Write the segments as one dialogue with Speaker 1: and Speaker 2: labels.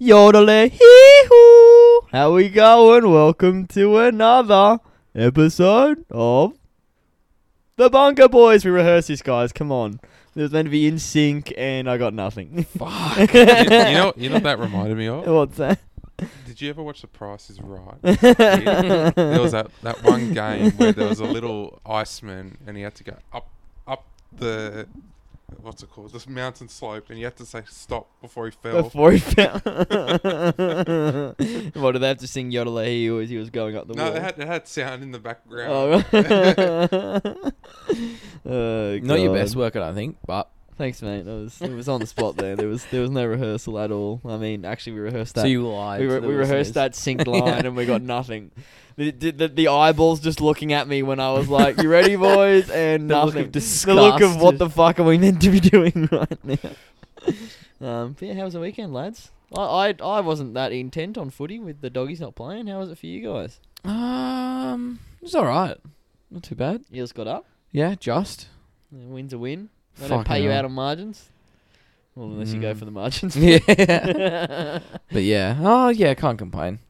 Speaker 1: Yodelay, hee hoo! How we going? Welcome to another episode of The Bunker Boys. We rehearsed this, guys. Come on. It was meant to be in sync, and I got nothing.
Speaker 2: Fuck. you, you know, you know what that reminded me of.
Speaker 1: What's that?
Speaker 2: Did you ever watch The Price Is Right? Yeah. There was that, that one game where there was a little iceman and he had to go up up the what's it called this mountain slope and you had to say stop before he fell.
Speaker 1: Before he fell. what, did they have to sing Yodelay, hee hoo as he was going up the
Speaker 2: no,
Speaker 1: wall?
Speaker 2: it had, it had sound in the background.
Speaker 1: Oh,
Speaker 3: Oh. Not your best work, I don't think, but
Speaker 1: Thanks, mate. That was it was on the spot there. There was there was no rehearsal at all. I mean, actually, we rehearsed that.
Speaker 3: so you lied.
Speaker 1: we
Speaker 3: to
Speaker 1: re-
Speaker 3: the
Speaker 1: we rehearsed
Speaker 3: listeners.
Speaker 1: that synced
Speaker 3: Yeah.
Speaker 1: line and we got nothing. The, the, the, the eyeballs just looking at me when I was like, "You ready, boys?" And
Speaker 3: The look of
Speaker 1: nothing. The look of what
Speaker 3: disgust.
Speaker 1: the fuck are we meant to be doing right now? Um, but yeah, how was the weekend, lads? I, I I wasn't that intent on footy with the doggies not playing. How was it for you guys?
Speaker 3: Um, it's all right. Not too bad.
Speaker 1: Eels got up.
Speaker 3: Yeah, just.
Speaker 1: A win's a win. They don't pay
Speaker 3: Fucking
Speaker 1: you
Speaker 3: hell.
Speaker 1: out on margins. Well, unless you go
Speaker 3: Mm.
Speaker 1: for the margins.
Speaker 3: yeah. but yeah. Oh yeah, can't complain.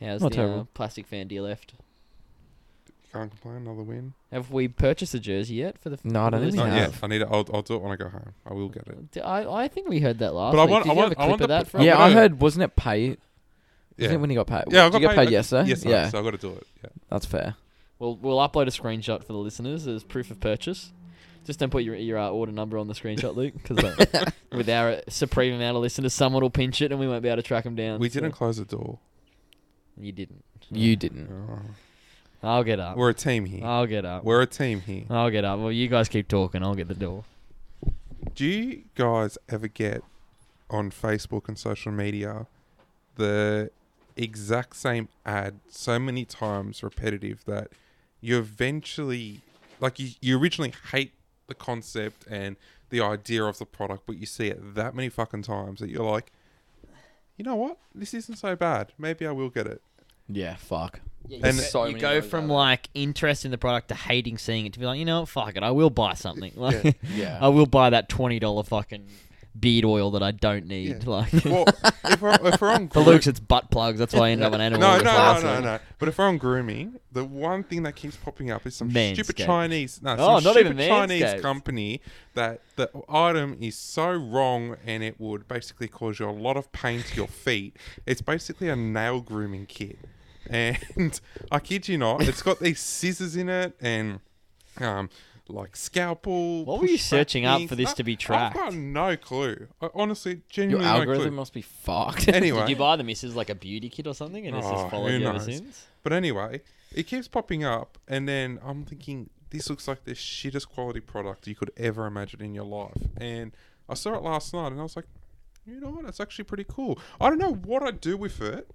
Speaker 1: How's
Speaker 3: Not
Speaker 1: the
Speaker 3: terrible.
Speaker 1: uh, plastic fan deal left?
Speaker 2: Can't complain. Another win.
Speaker 1: Have we purchased a jersey yet for the? f-
Speaker 3: No, I don't
Speaker 1: for the
Speaker 3: think we
Speaker 2: Not
Speaker 1: listeners?
Speaker 2: yet.
Speaker 3: have.
Speaker 2: I need it. I'll, I'll do it when I go home. I will get it.
Speaker 1: D- I, I think we heard that last.
Speaker 2: But I
Speaker 1: week.
Speaker 2: want-
Speaker 1: Did
Speaker 2: I
Speaker 1: you have
Speaker 2: want-
Speaker 1: a
Speaker 2: I
Speaker 1: clip
Speaker 2: want
Speaker 1: of
Speaker 2: the
Speaker 1: that
Speaker 2: p-
Speaker 1: from?
Speaker 3: yeah,
Speaker 2: gonna-
Speaker 3: I heard. Wasn't it paid? Wasn't
Speaker 2: Yeah.
Speaker 3: it when you got paid?
Speaker 2: Yeah, I got
Speaker 3: Did you get paid,
Speaker 2: paid- I-
Speaker 3: yesterday.
Speaker 2: Yes,
Speaker 3: yeah,
Speaker 2: So I got to do it. Yeah.
Speaker 3: that's fair.
Speaker 1: We'll we'll upload a screenshot for the listeners as proof of purchase. Just don't put your your uh, order number on the screenshot, Luke, because with our uh, supreme amount of listeners, someone will pinch it and we won't be able to track them down.
Speaker 2: We
Speaker 1: so-
Speaker 2: didn't close the door.
Speaker 1: You didn't.
Speaker 3: You didn't.
Speaker 2: Oh.
Speaker 1: I'll get up.
Speaker 2: We're a team here.
Speaker 3: Ah.
Speaker 1: I'll get up.
Speaker 2: We're a team here.
Speaker 1: I'll get up. Well, you guys keep talking. I'll get the door.
Speaker 2: Do you guys ever get on Facebook and social media the exact same ad so many times repetitive that you eventually like you, you originally hate the concept and the idea of the product but you see it that many fucking times that you're like you know what this isn't so bad maybe i will get it
Speaker 3: Yeah, fuck.
Speaker 2: And-
Speaker 1: you,
Speaker 3: so
Speaker 1: you
Speaker 3: many
Speaker 1: go
Speaker 3: ways
Speaker 1: from
Speaker 3: about it.
Speaker 1: like interest in the product to hating seeing it to be like, you know what, fuck it, I will buy something. Like, I
Speaker 3: Yeah.
Speaker 1: will buy that twenty dollar fucking beard oil that I don't need.
Speaker 2: Yeah.
Speaker 1: Like
Speaker 2: well if we're, if we're on
Speaker 1: for
Speaker 2: group-
Speaker 1: Luke's, it's butt plugs. That's why I end up an animal.
Speaker 2: No,
Speaker 1: with
Speaker 2: no, no,
Speaker 1: last
Speaker 2: no,
Speaker 1: week.
Speaker 2: no. But if I'm grooming, the one thing that keeps popping up is some stupid
Speaker 1: Manscaped.
Speaker 2: Chinese, no,
Speaker 1: Oh,
Speaker 2: some
Speaker 1: not even
Speaker 2: stupid Chinese
Speaker 1: Manscaped.
Speaker 2: company that the item is so wrong and it would basically cause you a lot of pain to your feet. It's basically a nail grooming kit, and I kid you not, it's got these scissors in it and um. Like scalpel.
Speaker 1: What were you
Speaker 2: push back
Speaker 1: searching up
Speaker 2: things.
Speaker 1: for this
Speaker 2: No,
Speaker 1: to be
Speaker 2: I've
Speaker 1: tracked?
Speaker 2: got no clue. I, honestly,
Speaker 3: Your
Speaker 2: genuinely no
Speaker 3: algorithm
Speaker 2: clue.
Speaker 3: must be fucked.
Speaker 2: Anyway,
Speaker 1: Did you buy the missus like a beauty kit or something, and it's
Speaker 2: Oh,
Speaker 1: just followed
Speaker 2: who
Speaker 1: you ever
Speaker 2: knows?
Speaker 1: since?
Speaker 2: But anyway, it keeps popping up, and then I'm thinking, this looks like the shittest quality product you could ever imagine in your life. And I saw it last night, and I was like, you know what? That's actually pretty cool. I don't know what I'd do with it.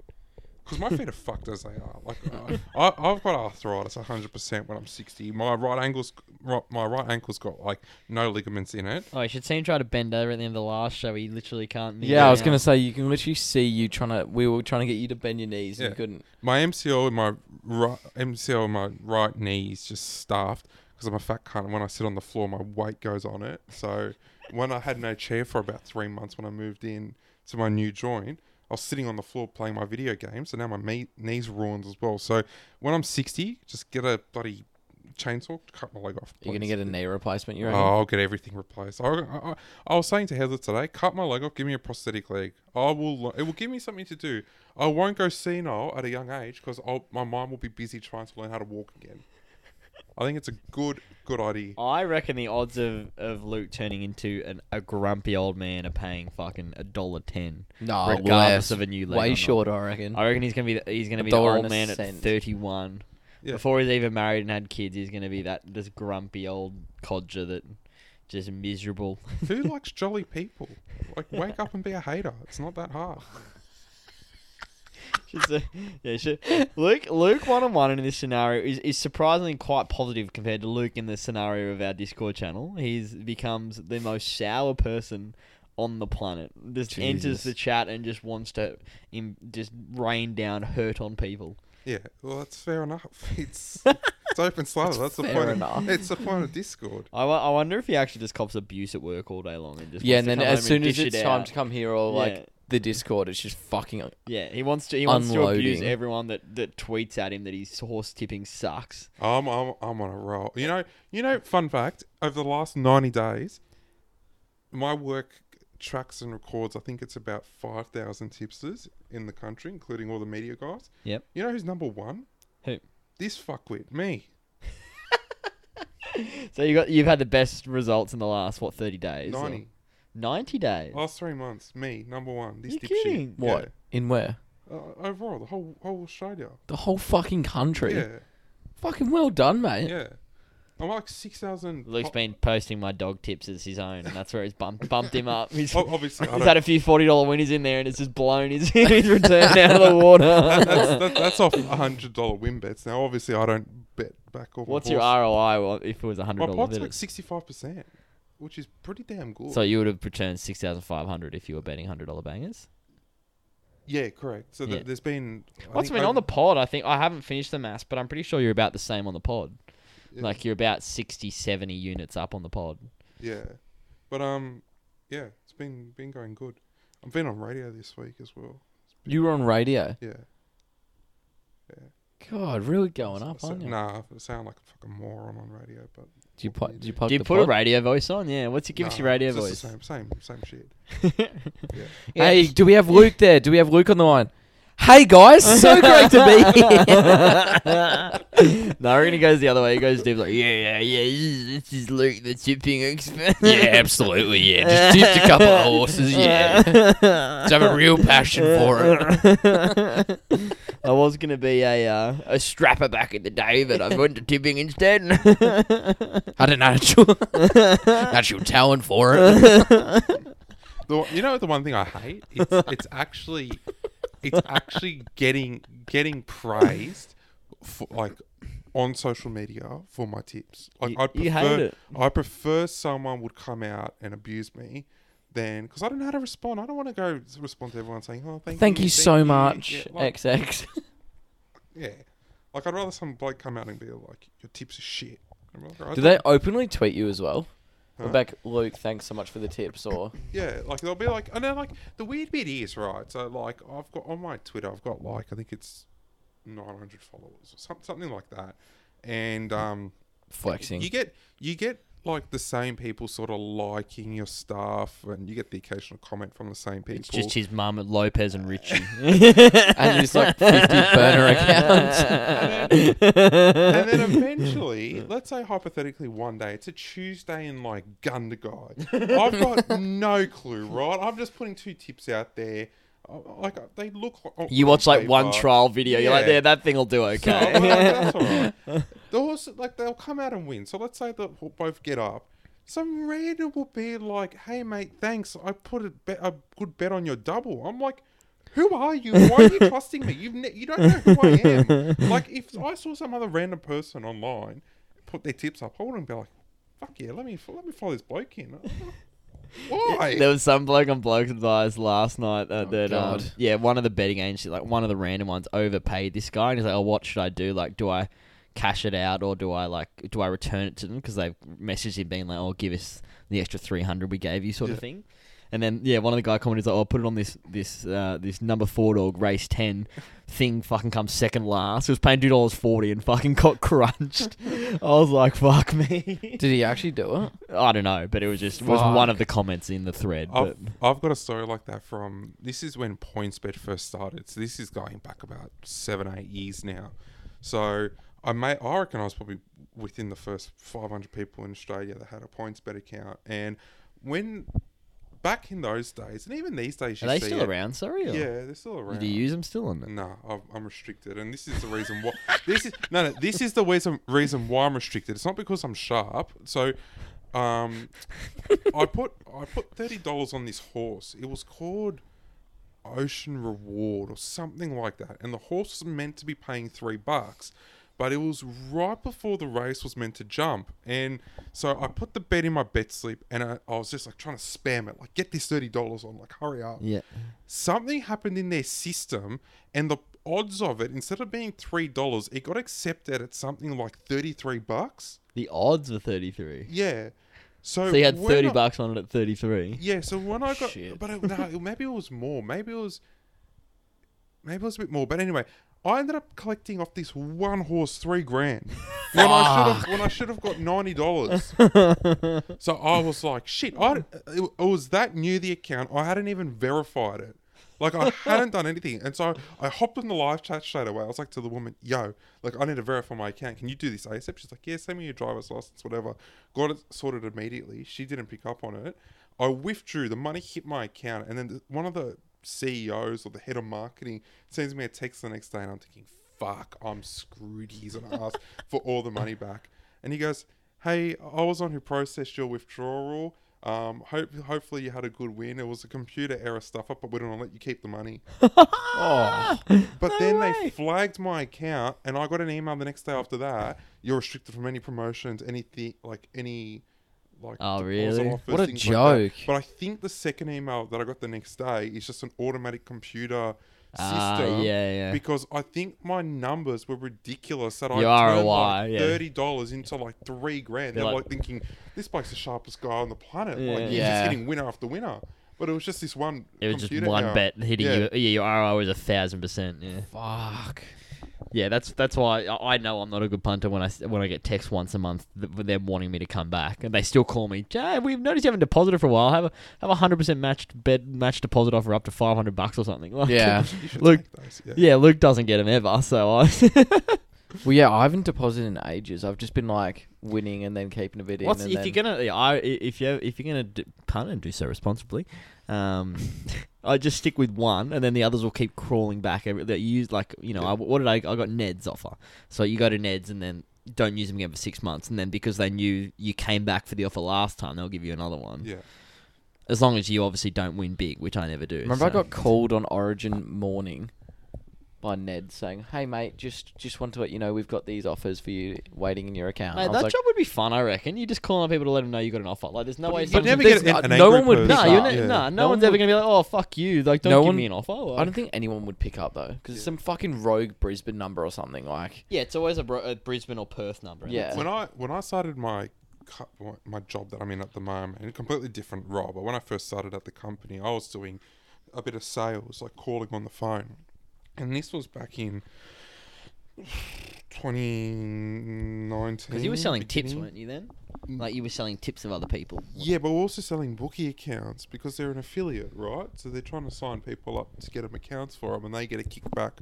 Speaker 2: Because my feet are fucked as they are. Like I, I, I've got arthritis 100 percent when I'm 60. My right ankle's right, my right ankle's got like no ligaments in it.
Speaker 1: Oh, you should see him try to bend over at the end of the last show. He literally can't. move
Speaker 3: Yeah, I was
Speaker 1: now.
Speaker 3: gonna say you can literally see you trying to. We were trying to get you to bend your knees, and
Speaker 2: Yeah.
Speaker 3: you couldn't.
Speaker 2: My MCL in my right MCL in my right knee is just stuffed because I'm a fat cunt. And when I sit on the floor, my weight goes on it. So when I had no chair for about three months when I moved in to my new joint, I was sitting on the floor playing my video games. So now my me- knees ruined as well. So when I'm 60, just get a bloody chainsaw, to cut my leg off.
Speaker 3: You're gonna
Speaker 2: please.
Speaker 3: get a knee replacement. You
Speaker 2: Oh,
Speaker 3: reckon?
Speaker 2: I'll get everything replaced. I, I, I- I was saying to Heather today, cut my leg off, give me a prosthetic leg. I will. lo- It will give me something to do. I won't go senile at a young age because my mind will be busy trying to learn how to walk again. I think it's a good, good idea.
Speaker 1: I reckon the odds of, of Luke turning into an, a grumpy old man are paying fucking a dollar ten.
Speaker 3: No,
Speaker 1: regardless
Speaker 3: less.
Speaker 1: of a new leg or
Speaker 3: Way
Speaker 1: not.
Speaker 3: shorter, I reckon.
Speaker 1: I reckon he's gonna be the, he's gonna
Speaker 3: A
Speaker 1: be the
Speaker 3: dollar
Speaker 1: old
Speaker 3: and a
Speaker 1: man at
Speaker 3: cent.
Speaker 1: thirty one.
Speaker 2: Yeah.
Speaker 1: Before he's even married and had kids, he's gonna be that this grumpy old codger that just miserable.
Speaker 2: Who likes jolly people? Like, wake up and be a hater. It's not that hard.
Speaker 1: She's a- uh, yeah, she, Luke Luke one on one in this scenario is, is surprisingly quite positive compared to Luke in the scenario of our Discord channel. He's becomes the most sour person on the planet. Just enters
Speaker 3: Jesus.
Speaker 1: the chat and just wants to im just rain down hurt on people.
Speaker 2: Yeah, well, that's fair enough. It's it's open slather. That's the
Speaker 3: fair
Speaker 2: point. Of,
Speaker 3: enough.
Speaker 2: it's the point of Discord.
Speaker 1: I, wo- I wonder if he actually just cops abuse at work all day long and just
Speaker 3: yeah,
Speaker 1: wants to
Speaker 3: and then
Speaker 1: come home
Speaker 3: as soon as
Speaker 1: dish
Speaker 3: it's
Speaker 1: it
Speaker 3: time
Speaker 1: out.
Speaker 3: to come here or like
Speaker 1: Yeah.
Speaker 3: the Discord. It's just fucking.
Speaker 1: Yeah, he wants to. He wants to abuse
Speaker 3: Unloading.
Speaker 1: everyone that, that tweets at him that his horse tipping sucks.
Speaker 2: I'm, I'm I'm on a roll. You know, you know. Fun fact: over the last ninety days, my work tracks and records. I think it's about five thousand tipsters in the country, including all the media guys.
Speaker 1: Yep.
Speaker 2: You know who's number one?
Speaker 1: Who?
Speaker 2: This fuckwit, me.
Speaker 1: So you got you've had the best results in the last what thirty days? or-
Speaker 2: Ninety.
Speaker 1: Ninety days.
Speaker 2: Last three months, me number one. This
Speaker 1: You're
Speaker 2: dipshit.
Speaker 1: kidding.
Speaker 3: What? In where?
Speaker 2: Yeah. Uh, overall, the whole whole Australia.
Speaker 3: The whole fucking country.
Speaker 2: Yeah.
Speaker 3: Fucking well done, mate.
Speaker 2: Yeah. I'm like six thousand.
Speaker 1: Luke's been posting my dog tips as his own, and that's where he's bumped bumped him up. He's,
Speaker 2: Obviously, Oh, I
Speaker 1: he's
Speaker 2: don't-
Speaker 1: had a few forty dollar winners in there, and it's just blown his, his return out of the water.
Speaker 2: that's, that, that's off hundred dollar win bets. Now, obviously, I don't bet back off. my
Speaker 1: What's your
Speaker 2: horse.
Speaker 1: ROI wa- if it was a hundred
Speaker 2: My
Speaker 1: dollars?
Speaker 2: pot's like sixty five percent, which is pretty damn good.
Speaker 1: So you would have returned six thousand five hundred if you were betting hundred dollar bangers.
Speaker 2: yeah, correct. So
Speaker 1: Yeah.
Speaker 2: th- there's been I
Speaker 1: What's
Speaker 2: think
Speaker 1: been on the
Speaker 2: over-
Speaker 1: pod? I think I haven't finished the maths, but I'm pretty sure you're about the same on the pod. Like you're about 60, 70 units up on the pod.
Speaker 2: yeah, but um, yeah, it's been been going good. I've been on radio this week as well.
Speaker 3: You were on radio.
Speaker 2: Yeah,
Speaker 3: God, really going
Speaker 2: So-
Speaker 3: up,
Speaker 2: so-
Speaker 3: aren't you?
Speaker 2: Nah, I sound like a fucking moron on radio, but
Speaker 3: Do you
Speaker 2: what
Speaker 3: put?
Speaker 2: can
Speaker 3: Do you,
Speaker 2: do?
Speaker 3: plug
Speaker 1: Do you
Speaker 3: the
Speaker 1: put a
Speaker 3: pod?
Speaker 1: radio voice on? Yeah. What's your give us
Speaker 2: nah,
Speaker 1: your radio
Speaker 2: it's
Speaker 1: voice?
Speaker 2: just the Same, same, same shit.
Speaker 3: Hey, do we have Luke there? Do we have Luke on the line? Hey guys, so great to be here.
Speaker 1: no, Rooney goes the other way. He goes deep like, yeah, yeah, yeah. This is Luke, the tipping expert.
Speaker 3: yeah, absolutely. Yeah, just tipped a couple of horses. Yeah, just have a real passion for it.
Speaker 1: I was gonna be a uh, a strapper back in the day, but I went to tipping instead.
Speaker 3: Had a natural, natural talent for it.
Speaker 2: The, one- you know the one thing I hate? It's, it's actually it's actually getting getting praised for, like on social media for my tips. Like
Speaker 1: You-
Speaker 2: I prefer
Speaker 1: you hate it.
Speaker 2: I prefer someone would come out and abuse me than because I don't know how to respond. I don't want to go respond to everyone saying, "Oh, thank,
Speaker 3: Thank you so much,
Speaker 2: Yeah, like,
Speaker 3: XX.
Speaker 2: yeah. Like, I'd rather some bloke come out and be like, "Your tips are shit." I'm like, "I
Speaker 3: Do
Speaker 2: don't-
Speaker 3: they openly tweet you as well?
Speaker 2: Huh?
Speaker 3: Back, Luke. Thanks so much for the tips. Or
Speaker 2: Yeah, like they'll be like, and then like the weird bit is right. So like I've got on my Twitter, I've got like I think it's 900 followers or something, something like that, and um,
Speaker 3: flexing.
Speaker 2: you get you get like the same people sort of liking your stuff, and you get the occasional comment from the same people.
Speaker 1: It's just his mum, Lopez and Richie.
Speaker 3: and it's like 50 burner accounts.
Speaker 2: and, then, and then eventually, let's say hypothetically one day, it's a Tuesday in like Gundagai. I've got no clue, right? I'm just putting two tips out there. Uh, Like they look like
Speaker 1: You
Speaker 2: on
Speaker 1: watch like one
Speaker 2: paper-
Speaker 1: trial video. You're like,
Speaker 2: Yeah.
Speaker 1: there, that thing'll do
Speaker 2: No, well,
Speaker 1: okay.
Speaker 2: that's all right. The horse, like they'll come out and win. So let's say that we'll both get up. Some random will be like, "Hey mate, thanks. I put a, bet, a good bet on your double." I'm like, "Who are you? Why are you trusting me? You've ne- you don't know who I am." Like if I saw some other random person online put their tips up, I wouldn't be like, "Fuck yeah, let me let me follow this bloke in." Why?
Speaker 1: There was some bloke on Blokes and Eyes last night uh,
Speaker 3: Oh,
Speaker 1: that, um,
Speaker 3: God.
Speaker 1: yeah, one of the betting agencies, like one of the random ones, overpaid this guy, and he's like, "Oh, what should I do? Like, do I cash it out, or do I like, do I return it to them because they've messaged him being like, "Oh, give us the extra three hundred we gave you," sort of
Speaker 2: Yeah.
Speaker 1: thing. And then yeah, one of the guy commented like, "Oh, put it on this this uh, this number four dog race ten thing. Fucking comes second last. He was paying two dollars forty and fucking got crunched." I was like, "Fuck me."
Speaker 3: Did he actually do it?
Speaker 1: I don't know, but it was just it was one of the comments in the thread.
Speaker 2: I've,
Speaker 1: But
Speaker 2: I've got a story like that from this is when PointsBet first started. So this is going back about seven, eight years now. So I may I reckon I was probably within the first five hundred people in Australia that had a PointsBet account. And when back in those days, and even these days,
Speaker 1: Are
Speaker 2: you
Speaker 1: they
Speaker 2: see
Speaker 1: still
Speaker 2: it-
Speaker 1: around? Sorry. or-
Speaker 2: Yeah, they're still around.
Speaker 1: Do you use them still or not?
Speaker 2: No, I'm- I'm restricted, and this is the reason why. this is no, no. This is the reason reason why I'm restricted. It's not because I'm sharp. So, um, I put I put thirty dollars on this horse. It was called Ocean Reward or something like that, and the horse was meant to be paying three bucks, but it was right before the race was meant to jump, and so I put the bet in my bet slip, and I, I was just like trying to spam it, like get this thirty dollars on, like hurry up
Speaker 1: Yeah.
Speaker 2: something happened in their system and the odds of it instead of being three dollars it got accepted at something like 33 bucks
Speaker 1: The odds were 33.
Speaker 2: yeah So,
Speaker 1: so you had
Speaker 2: when
Speaker 1: thirty
Speaker 2: I-
Speaker 1: bucks on it at thirty-three.
Speaker 2: Yeah, so when I got,
Speaker 3: Shit.
Speaker 2: but it, no, maybe it was more. Maybe it was, maybe it was a bit more. But anyway, I ended up collecting off this one horse three grand when I should have when I should have got ninety dollars. so I was like, shit! I it, it was that new the account. I hadn't even verified it. Like I hadn't done anything, and so I hopped on the live chat straight away. I was like to the woman, "Yo, like I need to verify my account. Can you do this ASAP?" She's like, "Yeah, send me your driver's license, whatever." Got it sorted immediately. She didn't pick up on it. I withdrew. The money hit my account, and then the, one of the CEOs or the head of marketing sends me a text the next day, and I'm thinking, "Fuck, I'm screwed." He's an ass for all the money back, and he goes, "Hey, I was on who processed your withdrawal." Um, hope hopefully you had a good win. It was a computer error stuff up, but we don't want to let you keep the money.
Speaker 3: Oh,
Speaker 2: But
Speaker 1: No
Speaker 2: then
Speaker 1: way.
Speaker 2: they flagged my account, and I got an email the next day after that. You're restricted from any promotions, anything like any like.
Speaker 1: Oh,
Speaker 2: deposit
Speaker 1: really?
Speaker 2: offers,
Speaker 3: what a
Speaker 2: things like that.
Speaker 3: joke.
Speaker 2: but I think the second email that I got the next day is just an automatic computer
Speaker 1: Ah,
Speaker 2: system.
Speaker 1: yeah, yeah.
Speaker 2: Because I think my numbers were ridiculous that I
Speaker 1: Your ROI,
Speaker 2: turned like
Speaker 1: yeah.
Speaker 2: thirty dollars into like three grand.
Speaker 1: They're
Speaker 2: They're
Speaker 1: like-
Speaker 2: like, thinking this bloke's the sharpest guy on the planet.
Speaker 1: Yeah.
Speaker 2: Like he's
Speaker 3: Yeah.
Speaker 2: just hitting winner after winner. But it was just this one.
Speaker 1: It was just
Speaker 2: computer
Speaker 1: one
Speaker 2: error.
Speaker 1: bet hitting
Speaker 2: Yeah.
Speaker 1: you. Yeah, your ROI was a thousand percent. Yeah,
Speaker 3: Fuck.
Speaker 1: yeah. That's that's why I, I know I'm not a good punter when I s- when I get texts once a month th- with them wanting me to come back, and they still call me. Jay, we've noticed you haven't deposited for a while. Have a have a hundred percent matched bet match deposit offer up to five hundred bucks or something. Like,
Speaker 3: Yeah.
Speaker 2: You should
Speaker 1: Look,
Speaker 2: take those, yeah.
Speaker 1: yeah. Luke doesn't get them ever, so I.
Speaker 3: Well, yeah, I haven't deposited in ages. I've just been like winning and then keeping a bit in.
Speaker 1: What's
Speaker 3: and
Speaker 1: if
Speaker 3: then-
Speaker 1: you're gonna yeah, I, i- if you if you're gonna d- punt and do so responsibly, um, I just stick with one, and then the others will keep crawling back. Every, that you use like you know,
Speaker 2: Yeah.
Speaker 1: I, what did I? I got Ned's offer, so you go to Ned's and then don't use them again for six months, and then because they knew you came back for the offer last time, they'll give you another one.
Speaker 2: Yeah.
Speaker 1: As long as you obviously don't win big, which I never do.
Speaker 3: Remember, I
Speaker 1: so-
Speaker 3: got called on Origin morning by Ned saying, "Hey, mate, just just want to let you know we've got these offers for you waiting in your account." I
Speaker 1: Mate,
Speaker 3: was
Speaker 1: that
Speaker 3: like,
Speaker 1: job would be fun, I reckon. You just call on people to let them know you got an offer. Like, there's no way.
Speaker 2: You'd
Speaker 1: someone's-
Speaker 2: never
Speaker 3: there's-
Speaker 2: get
Speaker 3: uh,
Speaker 2: an
Speaker 3: no
Speaker 2: angry
Speaker 3: one would
Speaker 2: person.
Speaker 3: pick
Speaker 1: No,
Speaker 3: up.
Speaker 1: you're ne-
Speaker 2: Yeah.
Speaker 1: no, no,
Speaker 3: No
Speaker 1: one's
Speaker 3: one
Speaker 1: ever
Speaker 3: would-
Speaker 1: gonna be like, oh fuck you, like don't
Speaker 3: No
Speaker 1: give
Speaker 3: one-
Speaker 1: me an offer.
Speaker 3: I
Speaker 1: like-
Speaker 3: don't think anyone would pick up though, because it's
Speaker 2: Yeah.
Speaker 3: some fucking rogue Brisbane number or something. Like,
Speaker 1: Yeah, it's always a, Bro- a Brisbane or Perth number. and
Speaker 3: Yeah.
Speaker 1: that's it.
Speaker 2: When I when I started my co- my- my job that I'm in at the moment, and a completely different role, but when I first started at the company, I was doing a bit of sales, like calling on the phone, and this was back in 2019.
Speaker 1: Because you were selling tips,
Speaker 2: beginning.
Speaker 1: weren't you then?
Speaker 2: Mm.
Speaker 1: Like you were selling tips of other people.
Speaker 2: Yeah, but we're also selling bookie accounts because they're an affiliate, right? So they're trying to sign people up to get them accounts for them, and they get a kickback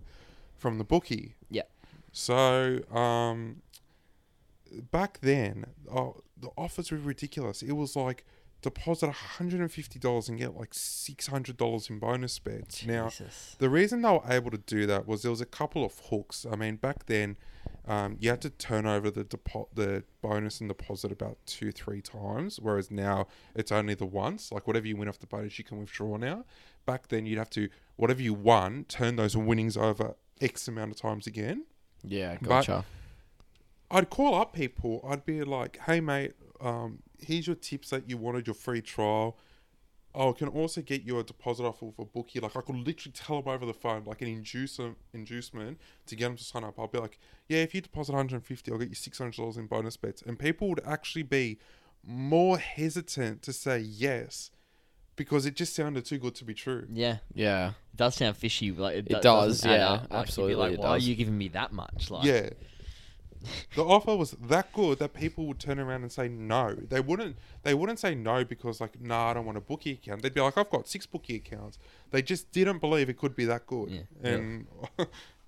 Speaker 2: from the bookie.
Speaker 1: Yeah.
Speaker 2: So um, back then, oh, the offers were ridiculous. It was like deposit $150 and get like $600 in bonus bets. Now,
Speaker 1: Jesus.
Speaker 2: the reason they were able to do that was there was a couple of hooks. I mean, back then, um, you had to turn over the depo- the bonus and deposit about two, three times, whereas now it's only the once. Like whatever you win off the bonus, you can withdraw now. Back then, you'd have to whatever you won, turn those winnings over x amount of times again.
Speaker 3: yeah,
Speaker 2: But-
Speaker 3: gotcha.
Speaker 2: I'd call up people. I'd be like, "Hey, mate, um, here's your tips that you wanted your free trial. Oh, I can also get you a deposit offer for bookie. Like, I could literally tell them over the phone, like an inducer, inducement to get them to sign up. I'll be like, "Yeah, if you deposit 150, I'll get you 600 dollars in bonus bets." And people would actually be more hesitant to say yes because it just sounded too good to be true.
Speaker 1: Yeah,
Speaker 3: yeah,
Speaker 1: it does sound fishy. Like it,
Speaker 3: It
Speaker 1: does.
Speaker 3: does,
Speaker 1: add
Speaker 3: yeah,
Speaker 1: up. Like, you'd be
Speaker 3: absolutely
Speaker 1: like,
Speaker 3: it
Speaker 1: why
Speaker 3: does.
Speaker 1: are you giving me that much? Like,
Speaker 2: yeah. The offer was that good that people would turn around and say no. They wouldn't. They wouldn't say no because like, no, I don't want a bookie account. They'd be like, I've got six bookie accounts. They just didn't believe it could be that good.
Speaker 1: Yeah.
Speaker 2: And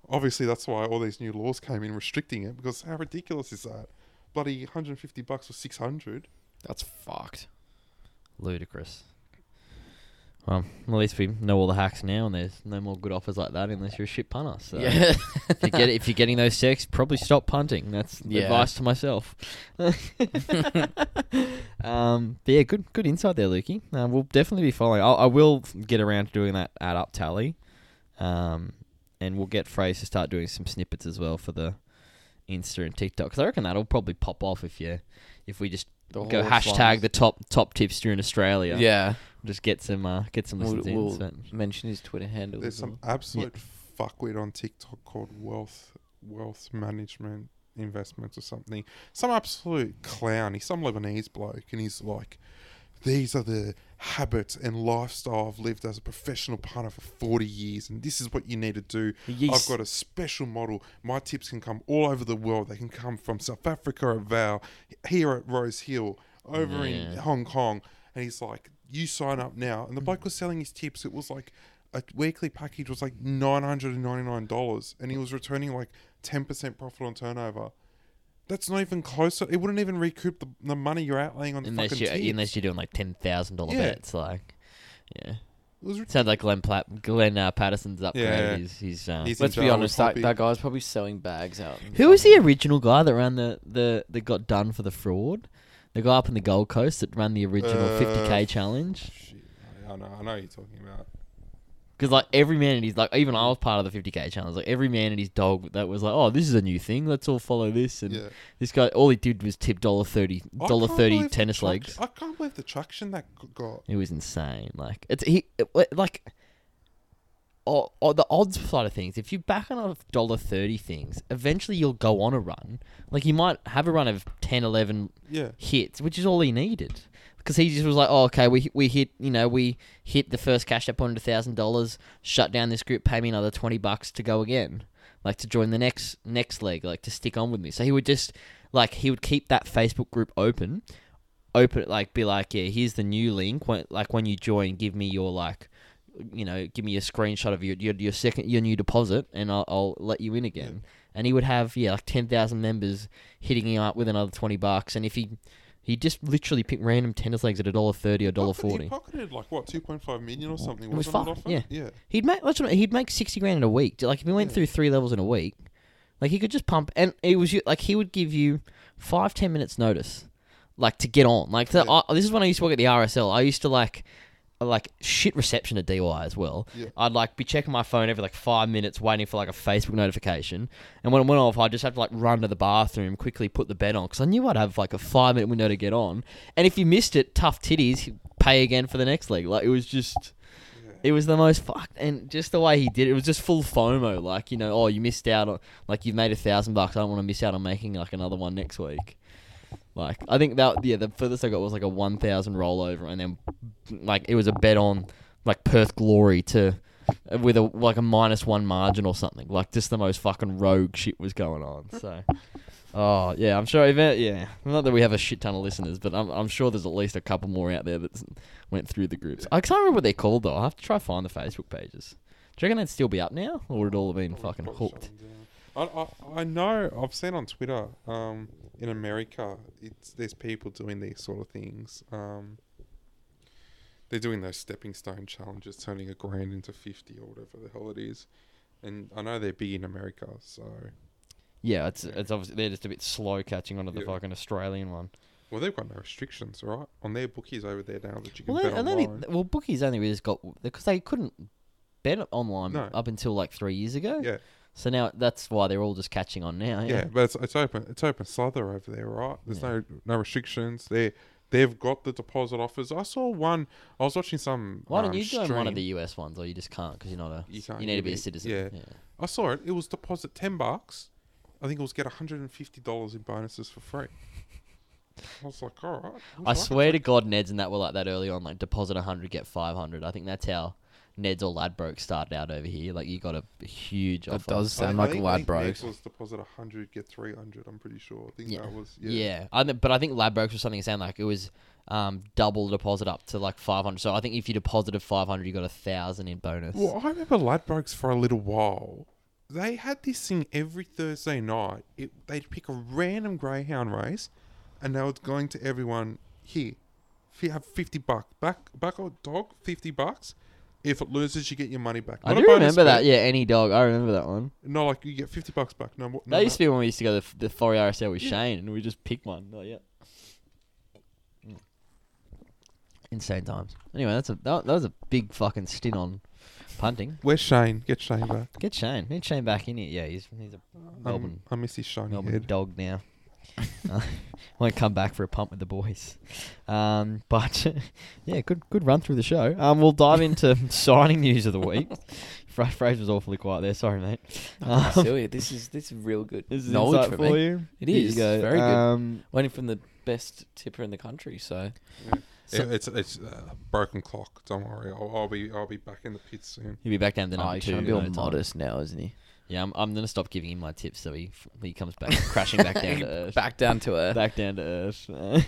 Speaker 2: obviously that's why all these new laws came in restricting it because how ridiculous is that? Bloody 150 bucks or 600.
Speaker 3: that's fucked.
Speaker 1: ludicrous. Well, at least we know all the hacks now, and there's no more good offers like that unless you're a shit punter. So
Speaker 3: Yeah,
Speaker 1: if, you get, if you're getting those texts, probably stop punting. That's
Speaker 3: Yeah.
Speaker 1: advice to myself. um, but yeah, good good insight there, Lukey. Uh, we'll definitely be following. I'll, I will get around to doing that add up tally, um, and we'll get Fraser to start doing some snippets as well for the Insta and TikTok because I reckon that'll probably pop off if you if we just
Speaker 3: The
Speaker 1: go
Speaker 3: horse
Speaker 1: hashtag
Speaker 3: ones.
Speaker 1: the top top tipster in Australia.
Speaker 3: yeah.
Speaker 1: just get some uh, get some
Speaker 3: We'll,
Speaker 1: listens in.
Speaker 3: we'll
Speaker 1: so-
Speaker 3: mention his Twitter handle.
Speaker 2: There's
Speaker 3: as well.
Speaker 2: some absolute fuckwit on TikTok called wealth wealth management investments or something. Some absolute clown. He's some Lebanese bloke, and he's like, "These are the habits and lifestyle I've lived as a professional punter for 40 years, and this is what you need to do. I've got a special model. My tips can come all over the world. They can come from South Africa at Val, here at Rose Hill, over in
Speaker 3: Yeah. Hmm.
Speaker 2: Hong Kong." And he's like, "You sign up now." And the bloke was selling his tips. It was like a weekly package was like nine hundred and ninety nine dollars, and he was returning like ten percent profit on turnover. That's not even close. to- It wouldn't even recoup the, the money you're outlaying on the
Speaker 1: unless
Speaker 2: fucking
Speaker 1: you're
Speaker 2: tips.
Speaker 1: unless you're doing like ten thousand dollar
Speaker 2: Yeah.
Speaker 1: bets, like yeah.
Speaker 2: It was ri-
Speaker 1: Sounds like Glenn Platt, Glenn uh, Patterson's upgraded
Speaker 2: Yeah.
Speaker 1: his his. Um,
Speaker 2: He's in
Speaker 3: Let's be
Speaker 2: jail
Speaker 3: honest,
Speaker 2: with
Speaker 3: that,
Speaker 2: Poppy.
Speaker 3: that guy's probably selling bags out. in
Speaker 1: Who was the
Speaker 3: fucking-
Speaker 1: original guy that ran the, the that got done for the fraud? The guy up in the Gold Coast that ran the original
Speaker 2: Uh,
Speaker 1: 50k challenge.
Speaker 2: Shit, I know, I know you're talking about.
Speaker 1: Because like every man and his like even I was part of the 50k challenge. Like every man and his dog that was like, oh, this is a new thing. Let's all follow this. And
Speaker 2: Yeah,
Speaker 1: this guy, all he did was tip dollar thirty
Speaker 2: I
Speaker 1: dollar
Speaker 2: can't
Speaker 1: thirty
Speaker 2: believe the
Speaker 1: tennis
Speaker 2: traction-
Speaker 1: legs.
Speaker 2: I can't believe the traction that g- got.
Speaker 1: It was insane. Like it's he it, wa- like. Or, or the odds side of things, if you back on a dollar thirty things, eventually you'll go on a run. Like you might have a run of 10, 11
Speaker 2: Yeah,
Speaker 1: hits, which is all he needed. Because he just was like, oh, okay, we we hit, you know, we hit the first cash up on thousand dollars, shut down this group, pay me another twenty bucks to go again, like to join the next next leg, like to stick on with me. So he would just like he would keep that Facebook group open, open it like be like, yeah, here's the new link. When, like when you join, give me your like, you know, give me a screenshot of your your, your second your new deposit, and I'll, I'll let you in again. And he would have yeah like ten thousand members hitting him up with another twenty bucks, and if he he just literally picked random tennis legs at a dollar thirty or dollar
Speaker 2: Pocketed-
Speaker 1: forty.
Speaker 2: He pocketed like what two point five million or something.
Speaker 1: It was
Speaker 2: wasn't
Speaker 1: fucked,
Speaker 2: off
Speaker 1: yeah.
Speaker 2: yeah.
Speaker 1: He'd make that's what I mean, he'd make sixty grand in a week. Like if he went
Speaker 2: Yeah.
Speaker 1: through three levels in a week, like he could just pump and it was like he would give you five ten minutes notice, like to get on. Like the,
Speaker 2: Yeah.
Speaker 1: I, this is when I used to work at the RSL. I used to like like shit reception at DY as well.
Speaker 2: Yeah.
Speaker 1: I'd like be checking my phone every like five minutes, waiting for like a Facebook notification. And when it went off, I'd just have to like run to the bathroom, quickly put the bed on because I knew I'd have like a five minute window to get on. And if you missed it, tough titties, pay again for the next leg. Like it was just. It was the most fucked, and just the way he did it, it was just full FOMO. Like you know, oh, you missed out on like you've made a thousand bucks. I don't want to miss out on making like another one next week. Like I think that yeah, the furthest I got was like a one thousand rollover, and then like it was a bet on like Perth Glory to with a like a minus one margin or something. Like just the most fucking rogue shit was going on. So. Oh yeah, I'm sure. Event, yeah, not that we have a shit ton of listeners, but I'm, I'm sure there's at least a couple more out there that went through the groups. I can't remember what they're called though. I will have to try find the Facebook pages. Do you reckon they'd still be up now, or would it all have been
Speaker 2: Probably-
Speaker 1: fucking
Speaker 2: probably
Speaker 1: hooked?
Speaker 2: shut them down. I, I, I know I've seen on Twitter um, in America it's there's people doing these sort of things. Um, they're doing those stepping stone challenges, turning a grand into fifty or whatever the hell it is. And I know they're big in America, so
Speaker 1: Yeah, it's it's obviously they're just a bit slow catching onto the
Speaker 2: Yeah.
Speaker 1: fucking Australian one.
Speaker 2: well they've got no restrictions, all right? On their bookies over there now that you can
Speaker 1: Well,
Speaker 2: bet
Speaker 1: they, and then
Speaker 2: online.
Speaker 1: they, well, bookies only just got because they couldn't bet online
Speaker 2: No.
Speaker 1: up until like three years ago.
Speaker 2: yeah,
Speaker 1: So now that's why they're all just catching on now.
Speaker 2: yeah,
Speaker 1: Yeah.
Speaker 2: but it's, it's open. It's open slither over there, right? There's
Speaker 1: Yeah.
Speaker 2: no no restrictions. They they've got the deposit offers. I saw one. I was watching some.
Speaker 1: Why don't
Speaker 2: um,
Speaker 1: you join one
Speaker 2: stream.
Speaker 1: of the US ones, or you just can't because you're not a
Speaker 2: You
Speaker 1: you,
Speaker 2: can't,
Speaker 1: need
Speaker 2: you'll
Speaker 1: to be
Speaker 2: be-
Speaker 1: a citizen.
Speaker 2: yeah.
Speaker 1: yeah.
Speaker 2: I saw it. It was deposit ten bucks. I think it was get hundred and fifty dollars in bonuses for free. I was like, all right.
Speaker 1: I swear to God, Ned's and that were like that early on. Like deposit 100, get 500. I think that's how Ned's or Ladbroke started out over here. Like you got a huge
Speaker 3: That
Speaker 1: offer.
Speaker 2: I
Speaker 3: does sound
Speaker 2: think- I
Speaker 3: like
Speaker 2: think- I think
Speaker 3: Ladbrokes.
Speaker 2: Next was deposit hundred, get three hundred. I'm pretty sure. I think
Speaker 1: Yeah.
Speaker 2: that was
Speaker 1: Yeah,
Speaker 2: yeah.
Speaker 1: I th- but I think Ladbrokes was something that sounded like it was um, double deposit up to like 500. So I think if you deposited 500, you got a thousand in bonus.
Speaker 2: Well, I remember Ladbrokes for a little while. They had this thing every Thursday night. It, they'd pick a random greyhound race, and they were going to everyone here. If you have fifty bucks back, back or dog, fifty bucks. If it loses, you get your money back.
Speaker 1: I
Speaker 2: Not a
Speaker 1: do
Speaker 2: bonus
Speaker 1: remember that.
Speaker 2: bet.
Speaker 1: Yeah, any dog. I remember that one.
Speaker 2: No, like you get fifty bucks back. No, mo- no
Speaker 1: That used
Speaker 2: ma-
Speaker 1: to be when we used to go to the, the Four RSL with
Speaker 2: Yeah.
Speaker 1: Shane, and we just pick one. Like, yeah. Insane times. Anyway, that's a that, that was a big fucking stint on punting.
Speaker 2: Where's Shane? Get Shane back.
Speaker 1: Get Shane. Need Shane back in here. Yeah, he's he's a
Speaker 2: Um,
Speaker 1: Melbourne
Speaker 2: I miss his shiny
Speaker 1: Melbourne
Speaker 2: head.
Speaker 1: dog now. Uh, Won't come back for a pump with the boys. Um, but yeah, good good run through the show. Um, we'll dive into signing news of the week. Fra- Fraser was awfully quiet there. Sorry, mate.
Speaker 3: I
Speaker 1: Um,
Speaker 3: tell you, this is this is real good.
Speaker 4: This is
Speaker 3: Knowledge
Speaker 4: insight
Speaker 3: for
Speaker 4: for
Speaker 3: me.
Speaker 4: you.
Speaker 3: It
Speaker 1: Here you
Speaker 3: is
Speaker 1: go.
Speaker 3: very good.
Speaker 4: Um,
Speaker 3: Winning from the best tipper in the country, so
Speaker 2: It- it's it's uh, broken clock. Don't worry. I'll, I'll be I'll be back in the pits soon.
Speaker 1: He'll be back down to
Speaker 3: oh,
Speaker 1: number
Speaker 3: he's
Speaker 1: two.
Speaker 3: trying to be all
Speaker 1: no time.
Speaker 3: modest now, isn't he?
Speaker 1: Yeah, I'm, I'm gonna stop giving him my tips so he f- he comes back crashing back down to earth.
Speaker 3: Back down to earth.
Speaker 1: back down to earth.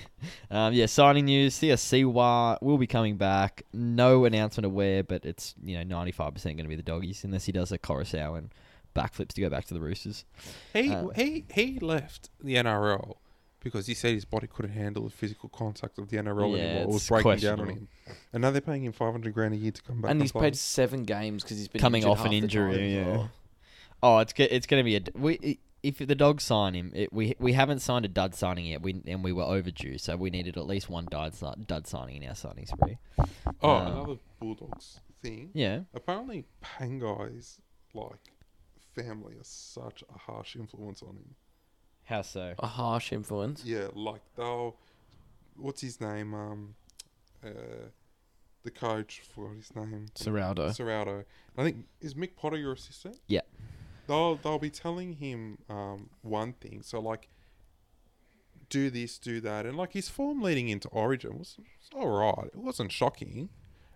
Speaker 1: um, yeah, signing news. CSC Wa will be coming back. No announcement of where, but it's you know ninety five percent going to be the doggies unless he does a Coruscant and backflips to go back to the Roosters.
Speaker 2: He
Speaker 1: Uh,
Speaker 2: he he left the NRL because he said his body couldn't handle the physical contact of the NRL
Speaker 1: Yeah,
Speaker 2: anymore. It
Speaker 1: it's
Speaker 2: was breaking down on
Speaker 1: questionable.
Speaker 2: him. And now they're paying him five hundred grand a year to come back.
Speaker 3: and he's
Speaker 2: play.
Speaker 3: played seven games because he's been
Speaker 1: Coming
Speaker 3: injured
Speaker 1: off an
Speaker 3: half the
Speaker 1: injury,
Speaker 3: time as
Speaker 4: yeah.
Speaker 3: well.
Speaker 1: Oh, it's go- it's going to be a d- we. i- if the dogs sign him, it, we we haven't signed a dud signing yet. We and we were overdue, so we needed at least one dud si- dud signing in our signing spree.
Speaker 2: Oh,
Speaker 1: Um,
Speaker 2: another Bulldogs thing.
Speaker 1: Yeah,
Speaker 2: Apparently, Pangai's like family is such a harsh influence on him.
Speaker 1: how so?
Speaker 3: A harsh influence.
Speaker 2: Yeah, like they'll. What's his name? Um, uh, the coach. Forgot his name.
Speaker 3: Serraldo.
Speaker 2: Serrato. I think is Mick Potter your assistant?
Speaker 1: Yeah.
Speaker 2: They'll they'll be telling him um, one thing. So like, do this, do that, and like his form leading into Origin was, was all right. It wasn't shocking,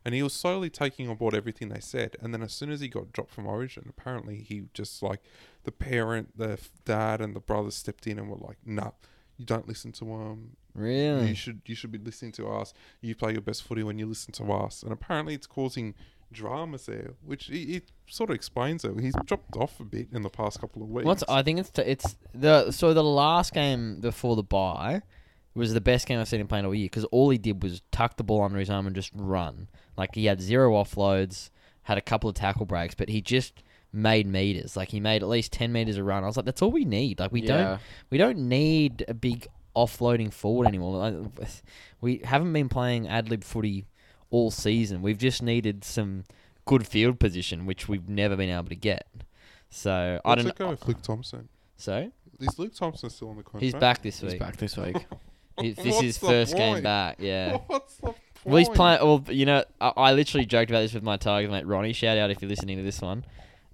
Speaker 2: and he was slowly taking on board everything they said. And then as soon as he got dropped from Origin, apparently he just like the parent, the f- dad, and the brother stepped in and were like, "Nah, you don't listen to um, him. You
Speaker 1: Really?
Speaker 2: should you should be listening to us. You play your best footy when you listen to us. And apparently, it's causing dramas there, which it, it sort of explains it. He's dropped off a bit in the past couple of weeks.
Speaker 1: What's I think it's t- it's the so the last game before the bye was the best game I've seen him playing all year because all he did was tuck the ball under his arm and just run. Like he had zero offloads, had a couple of tackle breaks, but he just made meters. Like he made at least ten meters a run. I was like, that's all we need. Like we don't
Speaker 3: Yeah.
Speaker 1: we don't need a big offloading forward anymore. Like, we haven't been playing ad lib footy all season. We've just needed some good field position, which we've never been able to get. So I
Speaker 2: What's
Speaker 1: don't
Speaker 2: it go
Speaker 1: know.
Speaker 2: with Luke Thompson?
Speaker 1: So
Speaker 2: Is Luke Thompson still on the contract?
Speaker 1: He's back this
Speaker 3: He's
Speaker 1: week.
Speaker 3: back this week.
Speaker 1: He- this is
Speaker 2: What's
Speaker 1: his
Speaker 2: the
Speaker 1: first game
Speaker 2: point?
Speaker 1: back. Yeah.
Speaker 2: What's the point?
Speaker 1: Well, he's playing. Well, you know, I, I literally joked about this with my Tigers mate Ronnie. Shout out if you're listening to this one.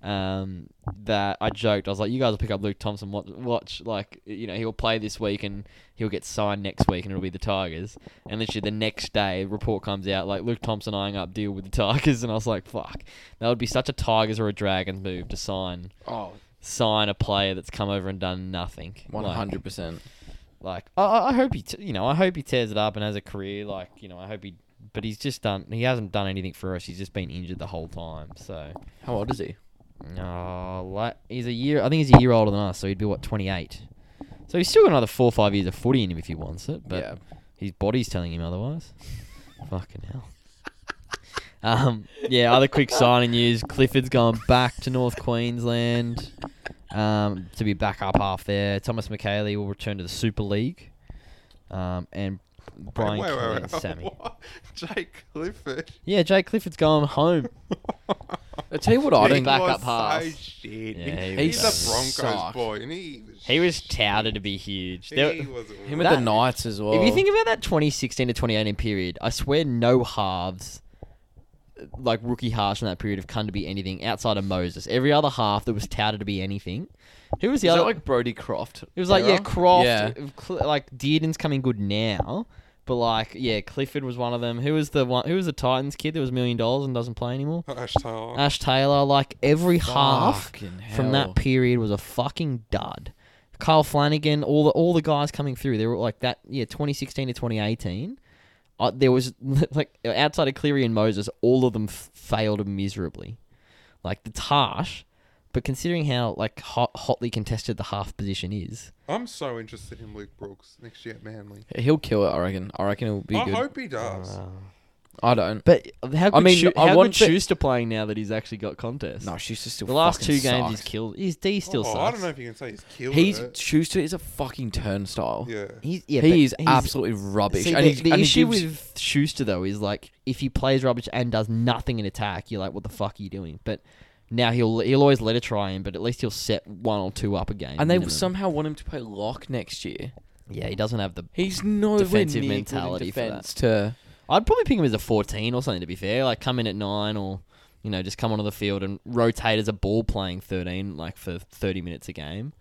Speaker 1: Um, that I joked. I was like, you guys will pick up Luke Thompson. Watch, watch, like, you know, he'll play this week and he'll get signed next week, and it'll be the Tigers. And literally the next day, report comes out like Luke Thompson eyeing up deal with the Tigers, and I was like, fuck, that would be such a Tigers or a Dragons move to sign
Speaker 3: Oh,
Speaker 1: sign a player that's come over and done nothing.
Speaker 3: one
Speaker 1: Like,
Speaker 3: hundred percent.
Speaker 1: like I- I, I hope he, t- you know, I hope he tears it up and has a career. Like you know, I hope he, but he's just done. He hasn't done anything for us. He's just been injured the whole time. So,
Speaker 3: How old is he?
Speaker 1: oh, like he's a year. I think he's a year older than us. So he'd be what twenty eight. So he's still got another four or five years of footy in him if he wants it. But
Speaker 3: yeah.
Speaker 1: his body's telling him otherwise. Fucking hell. Um, yeah, other quick signing news. Clifford's going back to North Queensland um, to be back up half there. Thomas McKayley will return to the Super League. Um, and Brian
Speaker 2: wait,
Speaker 1: Kelly
Speaker 2: wait,
Speaker 1: and
Speaker 2: wait,
Speaker 1: Sammy.
Speaker 2: What? Jake Clifford.
Speaker 1: Yeah, Jake Clifford's going home.
Speaker 3: I tell you what, I
Speaker 2: He
Speaker 3: don't back
Speaker 2: was
Speaker 3: up half.
Speaker 2: So shit.
Speaker 1: Yeah, he
Speaker 2: he's
Speaker 3: was
Speaker 2: a Broncos
Speaker 3: sucked.
Speaker 2: boy, and he
Speaker 1: He was
Speaker 2: shit.
Speaker 1: touted to be huge.
Speaker 2: He
Speaker 1: There-
Speaker 2: was right.
Speaker 3: Him with the Knights as well.
Speaker 1: If you think about that 2016 to 2018 period, I swear no halves, like rookie halves from that period, have come to be anything outside of Moses. Every other half that was touted to be anything. Who was the
Speaker 3: is that
Speaker 1: other?
Speaker 3: like Brody Croft?
Speaker 1: it was like yeah,
Speaker 3: era?
Speaker 1: Croft. uh,
Speaker 3: Yeah.
Speaker 1: Cl- like Dearden's coming good now, but like yeah, Clifford was one of them. Who was the one? Who was the Titans kid that was a million dollars and doesn't play anymore?
Speaker 2: Ash
Speaker 3: Oh.
Speaker 2: Taylor.
Speaker 1: Ash Taylor. Like every half
Speaker 3: Fucking
Speaker 1: from
Speaker 3: hell.
Speaker 1: that period was a fucking dud. Kyle Flanagan, all the all the guys coming through, they were like that. Yeah, 2016 to 2018, uh, there was like outside of Cleary and Moses, all of them f- failed miserably. Like it's harsh, but considering how like hot, hotly contested the half position is,
Speaker 2: I'm so interested in Luke Brooks next year at Manly.
Speaker 3: He'll kill it, I reckon. I reckon it'll be
Speaker 2: I
Speaker 3: good.
Speaker 2: hope he does.
Speaker 3: I don't.
Speaker 1: but how? Good
Speaker 3: I mean,
Speaker 1: Schu-
Speaker 3: I
Speaker 1: how
Speaker 3: want
Speaker 1: good
Speaker 3: the-
Speaker 1: Schuster playing now that he's actually got contests.
Speaker 3: No, Schuster still.
Speaker 1: the last
Speaker 3: fucking
Speaker 1: two games
Speaker 3: sucks.
Speaker 1: he's killed. His D still
Speaker 2: oh,
Speaker 1: sucks.
Speaker 2: I don't know if you can say he's killed.
Speaker 3: He's
Speaker 2: it.
Speaker 3: Schuster is a fucking turnstile.
Speaker 2: yeah.
Speaker 1: He's, yeah, but
Speaker 3: he is
Speaker 1: he's-
Speaker 3: absolutely rubbish.
Speaker 1: See,
Speaker 3: and
Speaker 1: the,
Speaker 3: he's,
Speaker 1: the
Speaker 3: and he
Speaker 1: issue
Speaker 3: gives-
Speaker 1: with Schuster though is like if he plays rubbish and does nothing in attack, you're like, what the fuck are you doing? But Now he'll he'll always let her try him, but at least he'll set one or two up a game.
Speaker 3: and they
Speaker 1: minimum.
Speaker 3: somehow want him to play lock next year.
Speaker 1: yeah he doesn't have the.
Speaker 3: He's nowhere
Speaker 1: Defensive
Speaker 3: near good in
Speaker 1: mentality for that.
Speaker 3: defense to
Speaker 1: I'd probably pick him as a fourteen or something. To be fair, like come in at nine or you know just come onto the field and rotate as a ball playing thirteen like for thirty minutes a game,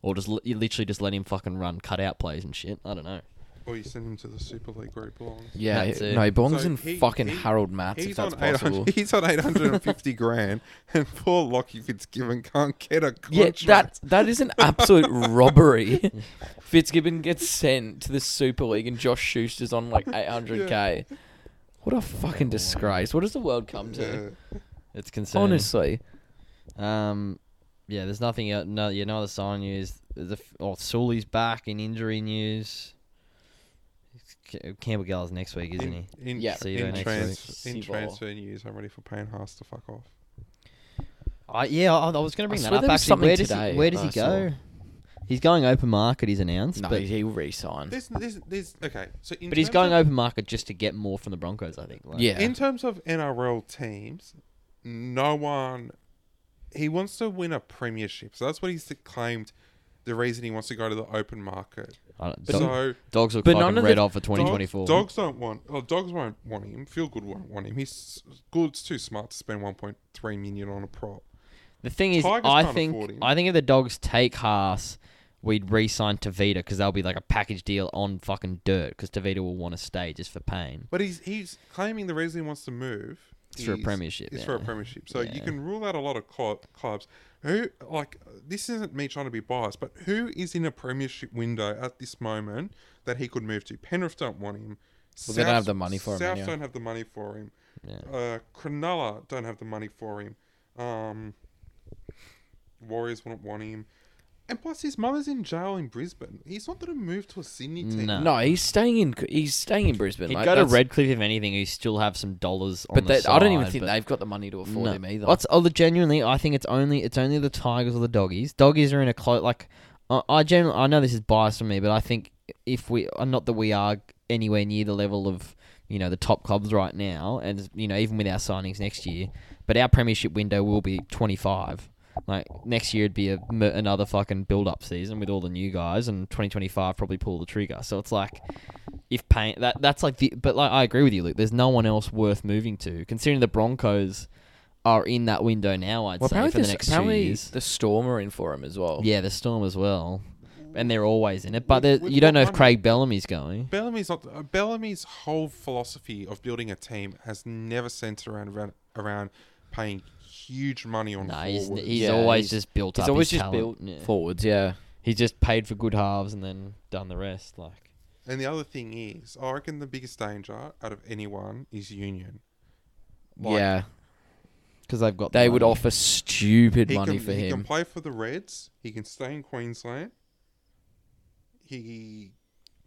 Speaker 1: or just li- you literally just let him fucking run cutout plays and shit. I don't know.
Speaker 2: Or you send him to the Super League where he belongs.
Speaker 3: yeah.
Speaker 1: That's
Speaker 3: he-
Speaker 1: it.
Speaker 3: No, he belongs
Speaker 2: So
Speaker 3: in
Speaker 2: he-
Speaker 3: fucking
Speaker 2: he-
Speaker 3: Harold Matz if
Speaker 2: He's
Speaker 3: that's
Speaker 2: on, 800,
Speaker 3: possible.
Speaker 2: he's on 850 grand, and poor Lockie Fitzgibbon can't get a
Speaker 3: Yeah,
Speaker 2: contract.
Speaker 3: that that is an absolute robbery. Fitzgibbon gets sent to the Super League and Josh Schuster's on like 800k. What a fucking disgrace! What does the world come to?
Speaker 2: Yeah.
Speaker 1: It's concerning.
Speaker 3: Honestly,
Speaker 1: Um, yeah, there's nothing else. No, yeah, no other sign news. The f- oh, Sully's back in injury news. Ca- Campbell Gall's next week, isn't he?
Speaker 2: in, in,
Speaker 3: Yeah.
Speaker 1: See you
Speaker 2: in,
Speaker 1: next
Speaker 2: trans,
Speaker 3: week.
Speaker 2: in
Speaker 3: Sibor.
Speaker 2: transfer news, I'm ready for Payne Haas to fuck off.
Speaker 1: I yeah, I, I was going to
Speaker 3: I
Speaker 1: bring that
Speaker 3: swear
Speaker 1: up
Speaker 3: there was
Speaker 1: actually.
Speaker 3: something
Speaker 1: Where does
Speaker 3: today
Speaker 1: he, where does
Speaker 3: that
Speaker 1: he
Speaker 3: I
Speaker 1: go? He's going open market. He's announced,
Speaker 3: no,
Speaker 1: but
Speaker 3: he'll resign.
Speaker 2: There's, there's, there's, okay. So in
Speaker 1: but he's
Speaker 2: terms
Speaker 1: going
Speaker 2: of,
Speaker 1: open market just to get more from the Broncos. I think. Like,
Speaker 3: Yeah,
Speaker 2: In terms of NRL teams, no one. He wants to win a premiership, so that's what he's claimed. The reason he wants to go to the open market.
Speaker 1: I don't,
Speaker 2: So.
Speaker 1: dog- dogs look
Speaker 3: but none
Speaker 1: fucking
Speaker 3: of
Speaker 1: red
Speaker 3: the
Speaker 1: hot for 2024.
Speaker 2: Dog- dogs don't want. Well, dogs won't want him. Feel good won't want him. He's good's too smart to spend 1.3 million on a prop.
Speaker 1: The thing is,
Speaker 2: Tigers
Speaker 1: I
Speaker 2: can't afford
Speaker 1: think
Speaker 2: him.
Speaker 1: I think if the dogs take Haas, we'd re-sign Tavita because that'll be like a package deal on fucking dirt because Tavita will want to stay just for pain.
Speaker 2: But he's he's claiming the reason he wants to move
Speaker 1: It's for a
Speaker 2: is-
Speaker 1: premiership,
Speaker 2: It's for a
Speaker 1: yeah.
Speaker 2: premiership. So you
Speaker 1: Yeah.
Speaker 2: can rule out a lot of club, clubs who like this isn't me trying to be biased, but who is in a premiership window at this moment that he could move to? Penrith don't want him.
Speaker 3: Well, they don't have the money for him,
Speaker 2: South
Speaker 3: yeah.
Speaker 2: don't have the money for him.
Speaker 1: Yeah.
Speaker 2: Uh, Cronulla don't have the money for him. Um, Warriors wouldn't want him. And plus, his mother's in jail in Brisbane. He's not going to move to a Sydney team.
Speaker 1: No.
Speaker 3: no, he's staying in. He's staying in Brisbane.
Speaker 1: He'd
Speaker 3: like,
Speaker 1: go to
Speaker 3: that's-
Speaker 1: Redcliffe if anything. Who still have some dollars on
Speaker 3: but
Speaker 1: the
Speaker 3: they, I don't even
Speaker 1: side,
Speaker 3: think
Speaker 1: but-
Speaker 3: they've got the money to afford him either.
Speaker 1: What's oh, the- genuinely? I think it's only it's only the Tigers or the Doggies. Doggies are in a close. Like I, I generally I know this is biased from me, but I think if we uh, not that we are anywhere near the level of you know the top clubs right now, and you know even with our signings next year, but our premiership window will be twenty five. Like next year, it'd be a, m- another fucking build-up season with all the new guys, and 2025 probably pull the trigger. So it's like, if pain that that's like the but like I agree with you, Luke. There's no one else worth moving to, considering the Broncos are in that window now. I'd
Speaker 3: well,
Speaker 1: say
Speaker 3: apparently,
Speaker 1: for the
Speaker 3: this-
Speaker 1: next two
Speaker 3: apparently
Speaker 1: years.
Speaker 3: the Storm are in for him as well.
Speaker 1: Yeah, the Storm as well, and they're always in it. But
Speaker 2: We've-
Speaker 1: they're-
Speaker 2: we've
Speaker 1: you don't
Speaker 2: got
Speaker 1: know if
Speaker 2: one-
Speaker 1: Craig Bellamy's going.
Speaker 2: Bellamy's not uh, Bellamy's whole philosophy of building a team has never centered around around, around paying huge money on
Speaker 1: No, he's,
Speaker 2: forwards.
Speaker 1: he's
Speaker 3: Yeah,
Speaker 1: always
Speaker 3: he's-
Speaker 1: just built
Speaker 3: he's
Speaker 1: up.
Speaker 3: always
Speaker 1: his
Speaker 3: just
Speaker 1: talent.
Speaker 3: built
Speaker 1: Yeah.
Speaker 3: forwards. Yeah,
Speaker 1: He's just paid for good halves and then done the rest. Like
Speaker 2: and the other thing is, I reckon the biggest danger out of anyone is Union. Like,
Speaker 3: yeah.
Speaker 1: because they've got
Speaker 3: They would
Speaker 1: money.
Speaker 3: offer stupid
Speaker 2: he
Speaker 3: money
Speaker 2: can,
Speaker 3: for
Speaker 2: he can
Speaker 3: him.
Speaker 2: play for the Reds. He can stay in Queensland. He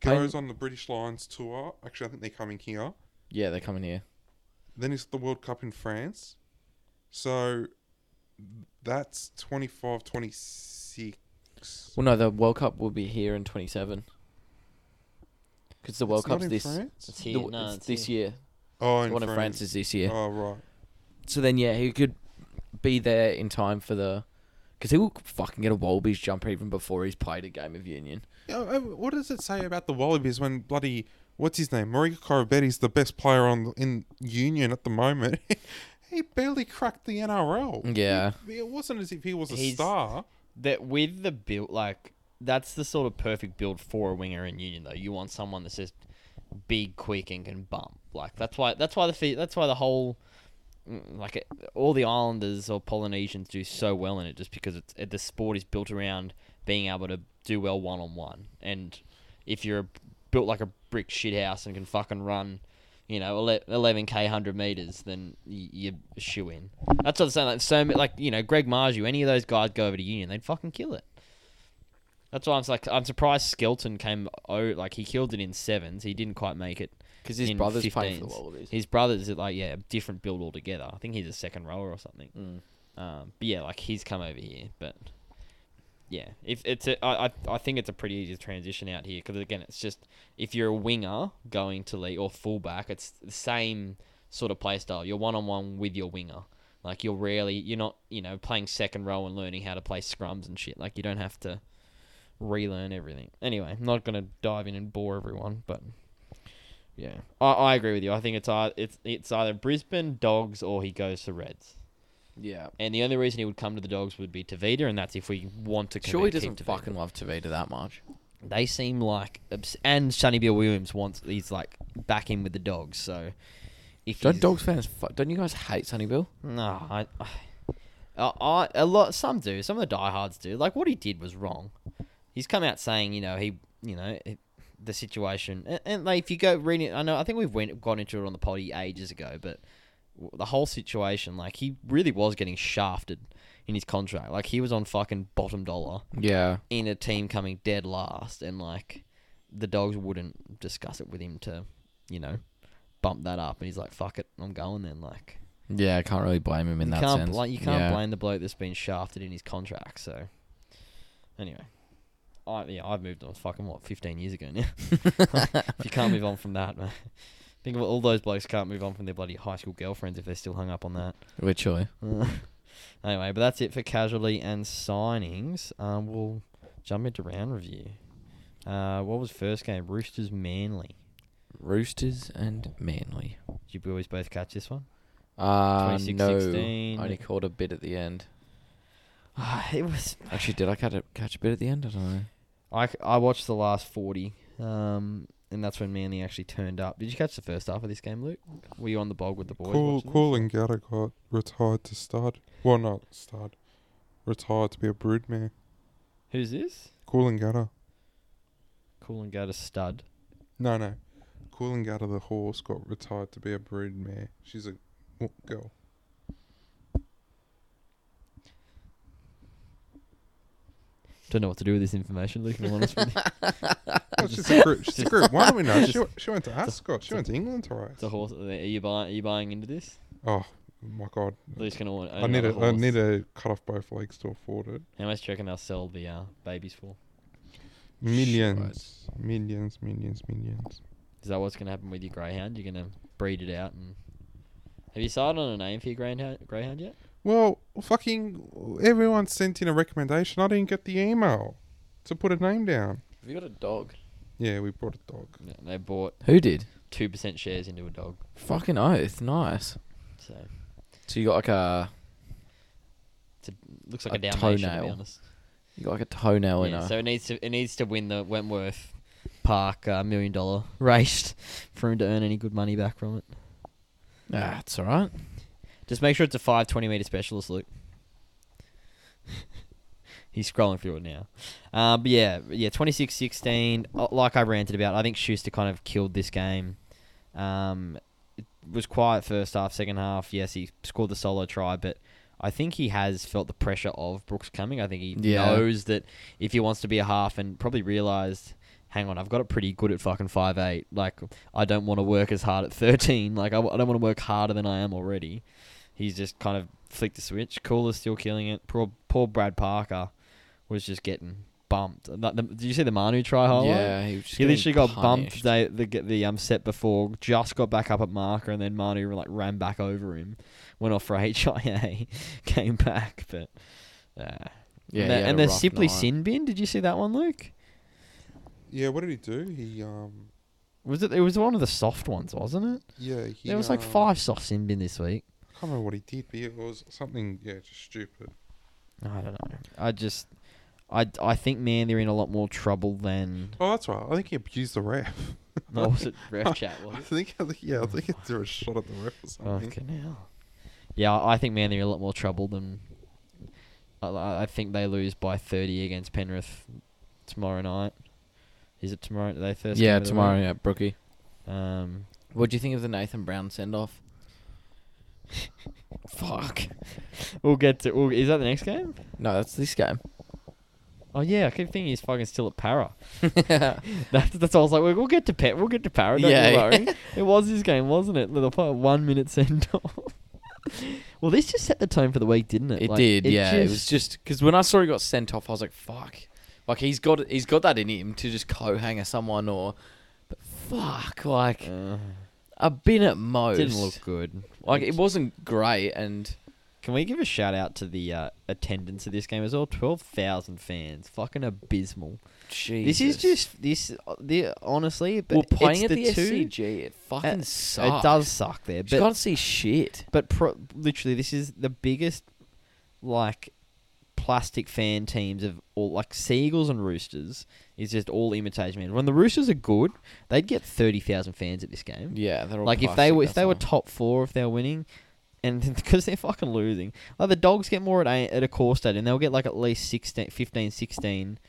Speaker 3: Play-
Speaker 2: goes on the British Lions tour. Actually, I think they're coming here.
Speaker 3: Yeah, they're coming here.
Speaker 2: Then it's the World Cup in France. So that's 25, 26.
Speaker 3: Well, no, the World Cup will be here in 27. Because the World
Speaker 2: It's not
Speaker 3: Cup's
Speaker 2: in
Speaker 3: this
Speaker 2: France?
Speaker 1: It's
Speaker 3: the-
Speaker 1: here. No,
Speaker 3: it's
Speaker 1: it's
Speaker 3: this
Speaker 1: here.
Speaker 3: year.
Speaker 2: Oh,
Speaker 3: The
Speaker 2: in
Speaker 3: one in
Speaker 2: France.
Speaker 3: France is this year.
Speaker 2: Oh, right.
Speaker 3: So then, yeah, he could be there in time for the. Because he will fucking get a Wallabies jumper even before he's played a game of Union.
Speaker 2: Yeah, uh, what does it say about the Wallabies when bloody what's his name? Marika Corabetti's the best player on in Union at the moment. he barely cracked the NRL.
Speaker 3: Yeah.
Speaker 2: It wasn't as if he was a
Speaker 1: He's-
Speaker 2: star.
Speaker 1: that with the build like that's the sort of perfect build for a winger in Union though. You want someone that's just big, quick, and can bump. Like that's why that's why the fee- that's why the whole mm, like it- all the Islanders or Polynesians do so well in it, just because it's it, the sport is built around being able to do well one on one. And if you're built like a brick shit house and can fucking run, you know, eleven k hundred meters, then y- you shoe in. That's what I'm saying. Like so, ma- like you know, Greg Marju, any of those guys go over to Union, they'd fucking kill it. That's why I'm s- like I'm surprised Skelton came oh like he killed it in sevens. He didn't quite make it
Speaker 3: Because his
Speaker 1: in
Speaker 3: brother's playing for
Speaker 1: 15s.
Speaker 3: the Wallabies.
Speaker 1: His brother's at, like yeah, a different build altogether. I think he's a second rower or something.
Speaker 3: Mm.
Speaker 1: Um, but yeah, like he's come over here, but yeah, if it's a, I, I I think it's a pretty easy transition out here because again, it's just if you're a winger going to league or fullback, it's the same sort of play style. You're one on one with your winger. Like you're rarely you're not you know playing second row and learning how to play scrums and shit. Like you don't have to relearn everything. Anyway, I'm not gonna dive in and bore everyone, but yeah, I, I agree with you. I think it's ei- it's it's either Brisbane Dogs or he goes to Reds.
Speaker 3: Yeah.
Speaker 1: And the only reason he would come to the Dogs would be Tavita, and that's if we want to.
Speaker 3: Sure, he
Speaker 1: convince him
Speaker 3: doesn't
Speaker 1: to be-
Speaker 3: fucking love Tavita that much.
Speaker 1: They seem like obs- and Sonny Bill Williams wants he's like back in with the Dogs. So if
Speaker 3: Don't
Speaker 1: he's-
Speaker 3: dogs fans? Fu- don't you guys hate Sonny Bill?
Speaker 1: No, I, I, I, a lot. Some do. Some of the diehards do. Like what he did was wrong. He's come out saying, you know, he, you know, it- the situation. And, and like, if you go reading, it- I know, I think we've went got into it on the potty ages ago, but w- the whole situation, like, he really was getting shafted in his contract. Like, he was on fucking bottom dollar
Speaker 3: Yeah.
Speaker 1: in a team coming dead last, and like the dogs wouldn't discuss it with him to, you know, bump that up. And he's like, fuck it, I'm going then. Like.
Speaker 3: Yeah, I can't really blame him in
Speaker 1: You
Speaker 3: that
Speaker 1: can't
Speaker 3: sense.
Speaker 1: bl- you can't
Speaker 3: Yeah.
Speaker 1: blame the bloke that's been shafted in his contract. So, anyway, I yeah I've moved on. Fucking what, fifteen years ago now. if you can't move on from that, man. Think of all those blokes can't move on from their bloody high school girlfriends if they're still hung up on that.
Speaker 3: Literally.
Speaker 1: anyway, but that's it for casualty and signings. Um, we'll jump into round review. Uh, what was first game? Roosters Manly.
Speaker 3: Roosters and Manly.
Speaker 1: Did you boys both catch this one?
Speaker 3: Uh, no.
Speaker 1: 26-16.
Speaker 3: I only caught a bit at the end.
Speaker 1: Ah, it was
Speaker 3: Actually, did I catch a, catch a bit at the end? I don't know.
Speaker 1: I, c- I watched the last 40, um, and that's when Manly actually turned up. Did you catch the first half of this game, Luke? Were you on the bog with the boys?
Speaker 2: Cool,
Speaker 1: watching
Speaker 2: cool, and Gata got retired to stud. Well, not stud, retired to be a broodmare.
Speaker 1: this? Who's this?
Speaker 2: Cool and Gata.
Speaker 1: Cool and go to stud.
Speaker 2: No, no. Cool and Gata the horse got retired to be a broodmare. She's a w- girl.
Speaker 1: Don't know what to do with this information, Luke. If I'm honest with you.
Speaker 2: Oh, she's a group. She's a group. Why don't we know? She,
Speaker 1: Just-
Speaker 2: went- she went to Ascot. She went to England twice.
Speaker 1: It's a horse. Are you buying? Are you buying into this?
Speaker 2: Oh my god.
Speaker 1: Luke's gonna want.
Speaker 2: I need
Speaker 1: another
Speaker 2: a I
Speaker 1: horse.
Speaker 2: need to cut off both legs to afford it.
Speaker 1: How much do you reckon they'll sell the uh, babies for?
Speaker 2: Millions, millions, millions, millions.
Speaker 1: Is that what's gonna happen with your greyhound? You're gonna breed it out and. Have you decided on a name for your greyhound, greyhound yet?
Speaker 2: Well, fucking everyone sent in a recommendation. I didn't get the email to put a name down.
Speaker 3: Have you got a dog?
Speaker 2: Yeah, we brought a dog.
Speaker 1: No, they bought
Speaker 3: Who did?
Speaker 1: two percent shares into a dog,
Speaker 3: Fucking oath. Nice.
Speaker 1: so
Speaker 3: So you got like a
Speaker 1: looks like a,
Speaker 3: A
Speaker 1: Dalmatian. To be
Speaker 3: toenail.
Speaker 1: honest.
Speaker 3: you got like a toenail in
Speaker 1: Yeah,
Speaker 3: her.
Speaker 1: so it needs to it needs to win the Wentworth Park uh, million dollar race for him to earn any good money back from it.
Speaker 3: ah, it's all right.
Speaker 1: Just make sure it's a five twenty meter specialist, Luke. He's scrolling through it now. Um, but yeah, yeah, 26-16, uh, like I ranted about, I think Schuster kind of killed this game. Um, it was quiet first half, second half. Yes, he scored the solo try, but I think he has felt the pressure of Brooks coming. I think he
Speaker 3: Yeah.
Speaker 1: knows that if he wants to be a half and probably realised, hang on, I've got it pretty good at fucking five eight. Like, I don't want to work as hard at 13. Like, I, w- I don't want to work harder than I am already. He's just kind of flicked the switch. Cooler's still killing it. Poor, poor Brad Parker was just getting bumped. Like, the- did you see the Manu try highlight?
Speaker 3: Yeah, he, was
Speaker 1: Oh.
Speaker 3: just
Speaker 1: He
Speaker 3: getting
Speaker 1: literally got bumped.
Speaker 3: punished.
Speaker 1: They the get the um set before just got back up at marker, and then Manu like ran back over him, went off for HIA, came back, but uh, and,
Speaker 3: Yeah, he
Speaker 1: the,
Speaker 3: had
Speaker 1: and
Speaker 3: a
Speaker 1: the
Speaker 3: rough
Speaker 1: simply
Speaker 3: night.
Speaker 1: sin bin. Did you see that one, Luke?
Speaker 2: Yeah, what did he do? He um
Speaker 1: Was it? It was one of the soft ones, wasn't it?
Speaker 2: yeah, he
Speaker 1: There was like
Speaker 2: um,
Speaker 1: five soft sin bin this week.
Speaker 2: I can't remember what he did, but it was something yeah, just stupid.
Speaker 1: I don't know. I just, I, I think man, they're in a lot more trouble than
Speaker 2: Oh, that's right. I think he abused the ref.
Speaker 1: what was it? Ref chat was.
Speaker 2: I think I think- yeah, I think he threw a shot at the ref or something.
Speaker 1: Fucking hell. Yeah, I I think man, they're in a lot more trouble than. I- I, I think they lose by 30 against Penrith tomorrow night. Is it tomorrow? They first. game
Speaker 3: Yeah,
Speaker 1: of the
Speaker 3: tomorrow.
Speaker 1: week?
Speaker 3: Yeah, Brookie.
Speaker 1: Um,
Speaker 3: What do you think of the Nathan Brown send off? Fuck.
Speaker 1: we'll get to. We'll, is that the next game?
Speaker 3: No, that's this game.
Speaker 1: Oh yeah, I keep thinking he's fucking still at Para. That's that's all. I was like, we'll, we'll get to Pet. We'll get to Para. Don't
Speaker 3: Yeah,
Speaker 1: you
Speaker 3: yeah.
Speaker 1: worry. It was his game, wasn't it? Little part, one minute send off. well, this just set the tone for the week, didn't it?
Speaker 3: It
Speaker 1: Like,
Speaker 3: did, yeah. it was just because when I saw he got sent off, I was like, "Fuck!" Like he's got he's got that in him to just co-hanger someone or, but fuck, like
Speaker 1: Uh,
Speaker 3: a bin at most.
Speaker 1: didn't look good.
Speaker 3: like it wasn't great, and
Speaker 1: Can we give a shout out to the uh, attendance of this game as well? Twelve thousand fans, fucking abysmal.
Speaker 3: Jesus.
Speaker 1: This is just this. uh, The honestly, but
Speaker 3: We're playing
Speaker 1: it's
Speaker 3: at the,
Speaker 1: two,
Speaker 3: SCG. It fucking
Speaker 1: uh, It
Speaker 3: sucks.
Speaker 1: does suck there,
Speaker 3: you
Speaker 1: but
Speaker 3: can't see shit.
Speaker 1: but pro- literally, this is the biggest like plastic fan teams of all like seagulls and roosters is just all imitation fans. When the roosters are good, they'd get thirty thousand fans at this game.
Speaker 3: Yeah, they're all
Speaker 1: like if
Speaker 3: plastic,
Speaker 1: they were if
Speaker 3: that's
Speaker 1: they were
Speaker 3: all.
Speaker 1: top four, if they're winning, and because they're fucking losing, like the dogs get more at a, at a core state, and they'll get like at least 16, 15, 16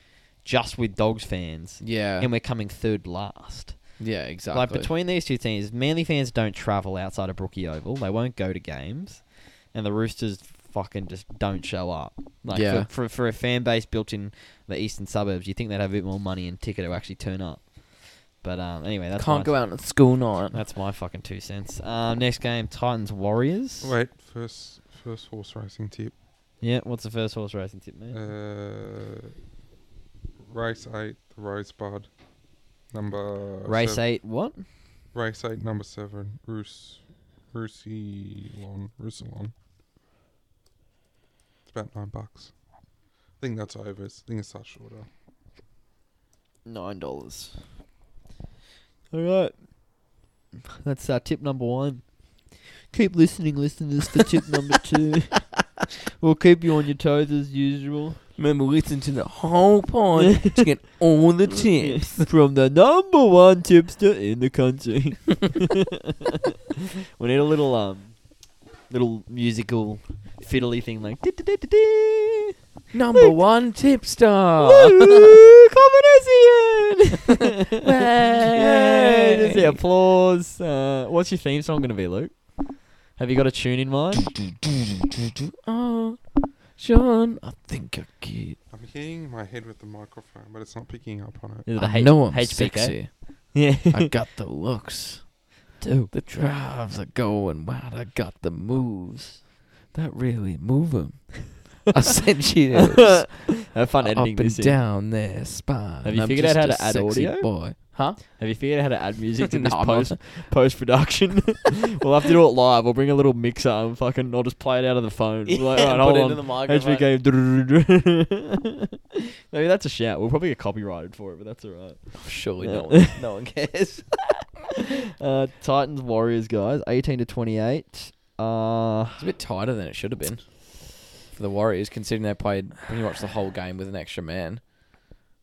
Speaker 1: just with dogs fans,
Speaker 3: yeah,
Speaker 1: and we're coming third last.
Speaker 3: yeah, exactly.
Speaker 1: Like between these two teams, Manly fans don't travel outside of Brookie Oval. They won't go to games, and the Roosters fucking just don't show up. Like
Speaker 3: Yeah.
Speaker 1: for, for for a fan base built in the eastern suburbs, you think they'd have a bit more money and ticket to actually turn up. But um, anyway, that's
Speaker 3: can't
Speaker 1: my-
Speaker 3: go out on school night.
Speaker 1: that's my fucking two cents. Um, next game, Titans Warriors.
Speaker 2: Wait, first first horse racing tip.
Speaker 1: Yeah, what's the first horse racing tip, man?
Speaker 2: Uh, race eight, the Rosebud, number
Speaker 1: Race
Speaker 2: seven,
Speaker 1: eight, what?
Speaker 2: Race eight, number seven, Roos, Roosillon, Roosillon. It's about nine bucks. I think that's overs. I think it's that shorter.
Speaker 1: Nine dollars. All right, that's our tip number one. Keep listening, listeners, for tip number two. we'll keep you on your toes as usual.
Speaker 3: Remember, listen to the whole pod to get all the tips.
Speaker 1: From the number one tipster in the country. we need a little um, little musical fiddly thing like. "Di-di-di-di-di."
Speaker 3: Number one tipster.
Speaker 1: Woo, Combination!
Speaker 3: Yay.
Speaker 1: Yay! Just the applause. Uh, what's your theme song going to be, Luke? Have you got a tune in mind?
Speaker 3: oh, Sean, I think I get.
Speaker 2: I'm hitting my head with the microphone, but it's not picking up on it.
Speaker 1: Is it
Speaker 3: I
Speaker 1: H-
Speaker 3: know I'm
Speaker 1: HBK?
Speaker 3: sexy.
Speaker 1: Yeah.
Speaker 3: I got the looks.
Speaker 1: do.
Speaker 3: The drives are going wild. I got the moves that really move 'em. I sent you those
Speaker 1: Have fun
Speaker 3: up
Speaker 1: editing
Speaker 3: and
Speaker 1: this. in.
Speaker 3: down their spine.
Speaker 1: Have you
Speaker 3: I'm
Speaker 1: figured out
Speaker 3: just
Speaker 1: how
Speaker 3: a
Speaker 1: to add
Speaker 3: sexy
Speaker 1: audio?
Speaker 3: Boy, huh?
Speaker 1: Have you figured out how to add music to
Speaker 3: No,
Speaker 1: this
Speaker 3: I'm not.
Speaker 1: post post production? we'll have to do it live. We'll bring a little mixer and fucking I'll just play it out of the phone. We're like,
Speaker 3: Yeah,
Speaker 1: "Alright, hold
Speaker 3: put it
Speaker 1: on.
Speaker 3: into the microphone.
Speaker 1: HBK. Maybe that's a shout. We'll probably get copyrighted for it, but that's alright.
Speaker 3: Surely
Speaker 1: Yeah.
Speaker 3: no one, no one cares.
Speaker 1: Uh, Titans Warriors guys, eighteen to twenty eight. Uh,
Speaker 3: It's a bit tighter than it should have been for the Warriors, considering they played pretty much the whole game with an extra man.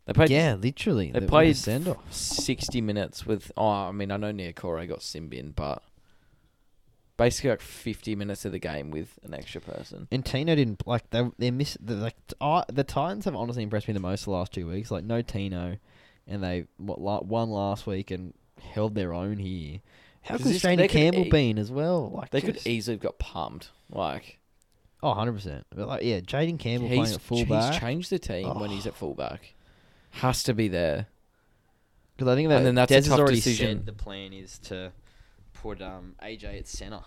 Speaker 3: They played
Speaker 1: yeah, literally.
Speaker 3: they
Speaker 1: that was a
Speaker 3: played
Speaker 1: send-off.
Speaker 3: sixty minutes with. Oh, I mean, I know Niokore got Simbin, but basically like fifty minutes of the game with an extra person.
Speaker 1: And Tino didn't like they they miss the like t- I the Titans have honestly impressed me the most the last two weeks. Like no Tino, and they what la, won last week and held their own here. How
Speaker 3: 'Cause
Speaker 1: good
Speaker 3: this-
Speaker 1: Shane
Speaker 3: they could
Speaker 1: Campbell
Speaker 3: ea-
Speaker 1: been as well? Like
Speaker 3: They could
Speaker 1: just-
Speaker 3: easily have got pumped. Like
Speaker 1: oh 100 percent. But like yeah, Jaden Campbell
Speaker 3: he's,
Speaker 1: playing at fullback Oh.
Speaker 3: he's changed the team when he's at fullback. Has to be there.
Speaker 1: because I think that
Speaker 3: and then that's a
Speaker 1: Des has
Speaker 3: tough
Speaker 1: already
Speaker 3: decision.
Speaker 1: said the plan is to put um AJ at center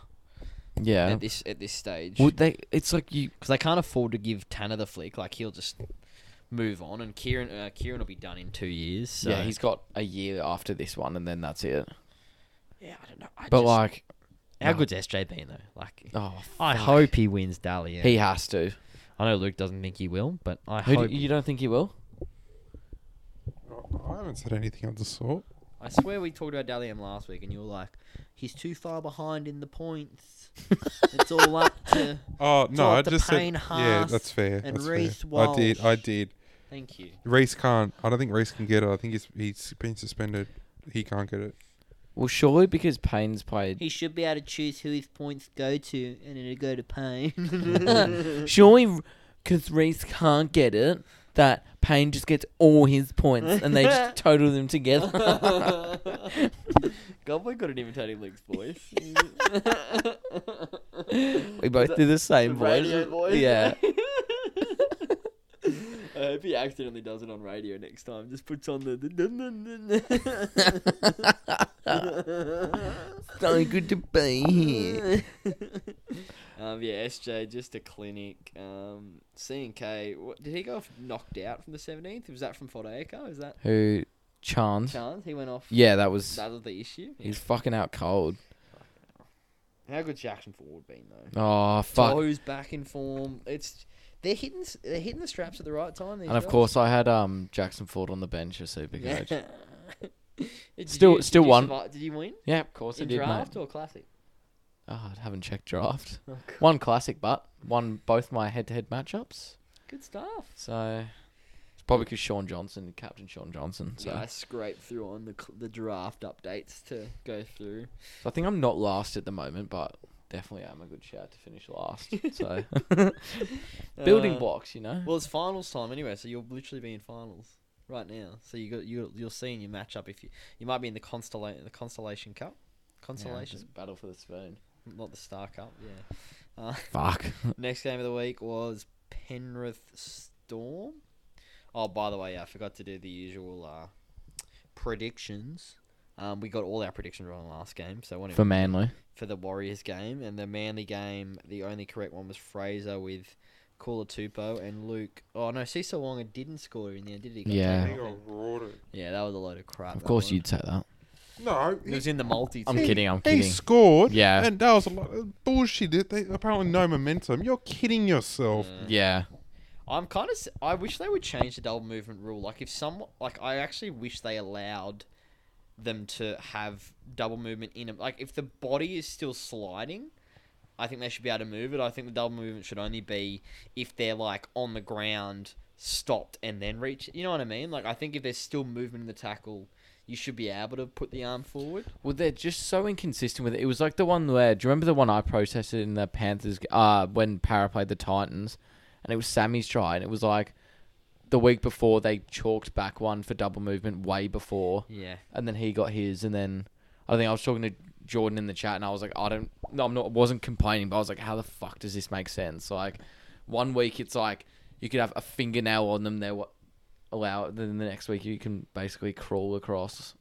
Speaker 3: Yeah.
Speaker 1: at this at this stage.
Speaker 3: Would they? It's like you.
Speaker 1: because they can't afford to give Tanner the flick. Like he'll just move on, and Kieran uh, Kieran will be done in two years. So.
Speaker 3: Yeah, he's got a year after this one, and then that's it.
Speaker 1: yeah. I don't know.
Speaker 3: But like,
Speaker 1: how
Speaker 3: no.
Speaker 1: good's SJ been though? Like,
Speaker 3: oh,
Speaker 1: I
Speaker 3: fuck.
Speaker 1: hope he wins Dally.
Speaker 3: He has to.
Speaker 1: I know Luke doesn't think he will, but I
Speaker 3: Who
Speaker 1: hope.
Speaker 3: do, you don't think he will?
Speaker 2: I- I haven't said anything of the sort.
Speaker 1: I swear we talked about Dally M last week, and you were like, "He's too far behind in the points. it's all up to."
Speaker 2: Oh no,
Speaker 1: all
Speaker 2: I
Speaker 1: up to
Speaker 2: just said,
Speaker 1: Payne
Speaker 2: yeah,
Speaker 1: Haas
Speaker 2: that's fair.
Speaker 1: and
Speaker 2: that's
Speaker 1: Reece
Speaker 2: fair. I did, I
Speaker 1: Walsh.
Speaker 2: did.
Speaker 1: Thank you.
Speaker 2: Reese can't. I don't think Reese can get it. I think he's he's been suspended. He can't get it.
Speaker 3: Well, surely because Payne's played.
Speaker 1: He should be able to choose who his points go to, and it'll go to Payne.
Speaker 3: surely because Reese can't get it, that Payne just gets all his points and they just total them together.
Speaker 1: God, we got an imitating Luke's voice.
Speaker 3: we both do the same voice.
Speaker 1: radio voice.
Speaker 3: Yeah.
Speaker 1: I hope he accidentally does it on radio next time. Just puts on the. the
Speaker 3: so good to be here.
Speaker 1: um, yeah, SJ just a clinic. Um, C and K. What, did he go off knocked out from the seventeenth? Was that from Fodaeka? Is that
Speaker 3: Who? Chance.
Speaker 1: Chance? He went off.
Speaker 3: Yeah, that was.
Speaker 1: That was the issue. Yeah.
Speaker 3: He's fucking out cold.
Speaker 1: How good's Jackson Ford been though?
Speaker 3: Oh fuck!
Speaker 1: Toes back in form. It's they're hitting s- they're hitting the straps at the right time. These
Speaker 3: and of
Speaker 1: guys.
Speaker 3: course, I had um Jackson Ford on the bench as super coach. Yeah,
Speaker 1: Did
Speaker 3: Still-
Speaker 1: you- did
Speaker 3: still
Speaker 1: you
Speaker 3: won.
Speaker 1: survive- Did you win?
Speaker 3: of course I
Speaker 1: In
Speaker 3: did, mate.
Speaker 1: draft or classic?
Speaker 3: Oh, I haven't checked draft.
Speaker 1: Oh, God.
Speaker 3: One classic, but won both my head-to-head matchups.
Speaker 1: Good stuff.
Speaker 3: So it's probably because Sean Johnson, Captain Sean Johnson. So
Speaker 1: Yeah, I scraped through on the cl- the draft updates to go through.
Speaker 3: So I think I'm not last at the moment, but definitely am a good shout to finish last. So building
Speaker 1: Uh,
Speaker 3: blocks, you know.
Speaker 1: Well, it's finals time anyway, so you'll literally be in finals right now. So you got you you'll see in your matchup if you you might be in the constellation the constellation cup, constellation,
Speaker 3: battle for the spoon.
Speaker 1: not the star cup. Yeah.
Speaker 3: Fuck.
Speaker 1: Next game of the week was Penrith Storm. Oh, by the way, I forgot to do the usual uh, predictions. Um, we got all our predictions wrong last game, so anyway,
Speaker 3: For Manly.
Speaker 1: for the Warriors game and the Manly game, the only correct one was Fraser with Kula Tupo and Luke. Oh no, Cecil Wonga didn't score in the end, did he? He got
Speaker 3: Yeah.
Speaker 2: He
Speaker 1: taken off
Speaker 2: got
Speaker 1: him.
Speaker 2: rorted.
Speaker 1: yeah, that was a load of crap.
Speaker 3: Of
Speaker 1: that
Speaker 3: course
Speaker 1: one.
Speaker 3: you'd say that.
Speaker 2: No,
Speaker 1: It was in the multi.
Speaker 3: I'm
Speaker 1: too.
Speaker 3: kidding, I'm
Speaker 2: He
Speaker 3: kidding.
Speaker 2: scored.
Speaker 3: Yeah.
Speaker 2: and that was a lot of bullshit. They, they- apparently, no momentum. You're kidding yourself.
Speaker 3: Mm. Yeah.
Speaker 1: I'm kind of. I wish they would change the double movement rule. Like if some, like I actually wish they allowed them to have double movement in them. Like if the body is still sliding, I think they should be able to move it. I think the double movement should only be if they're like on the ground, stopped, and then reach. You know what I mean? Like I think if there's still movement in the tackle, you should be able to put the arm forward.
Speaker 3: Well, they're just so inconsistent with it. It was like the one where, do you remember the one I protested in the Panthers, g- uh, when Para played the Titans? And it was Sammy's try, and it was like the week before they chalked back one for double movement way before.
Speaker 1: Yeah.
Speaker 3: and then he got his, and then I think I was talking to Jordan in the chat, and I was like, I don't, no, I'm not, wasn't complaining, but I was like, how the fuck does this make sense? Like, one week it's like you could have a fingernail on them, they're what allow, it, then the next week you can basically crawl across.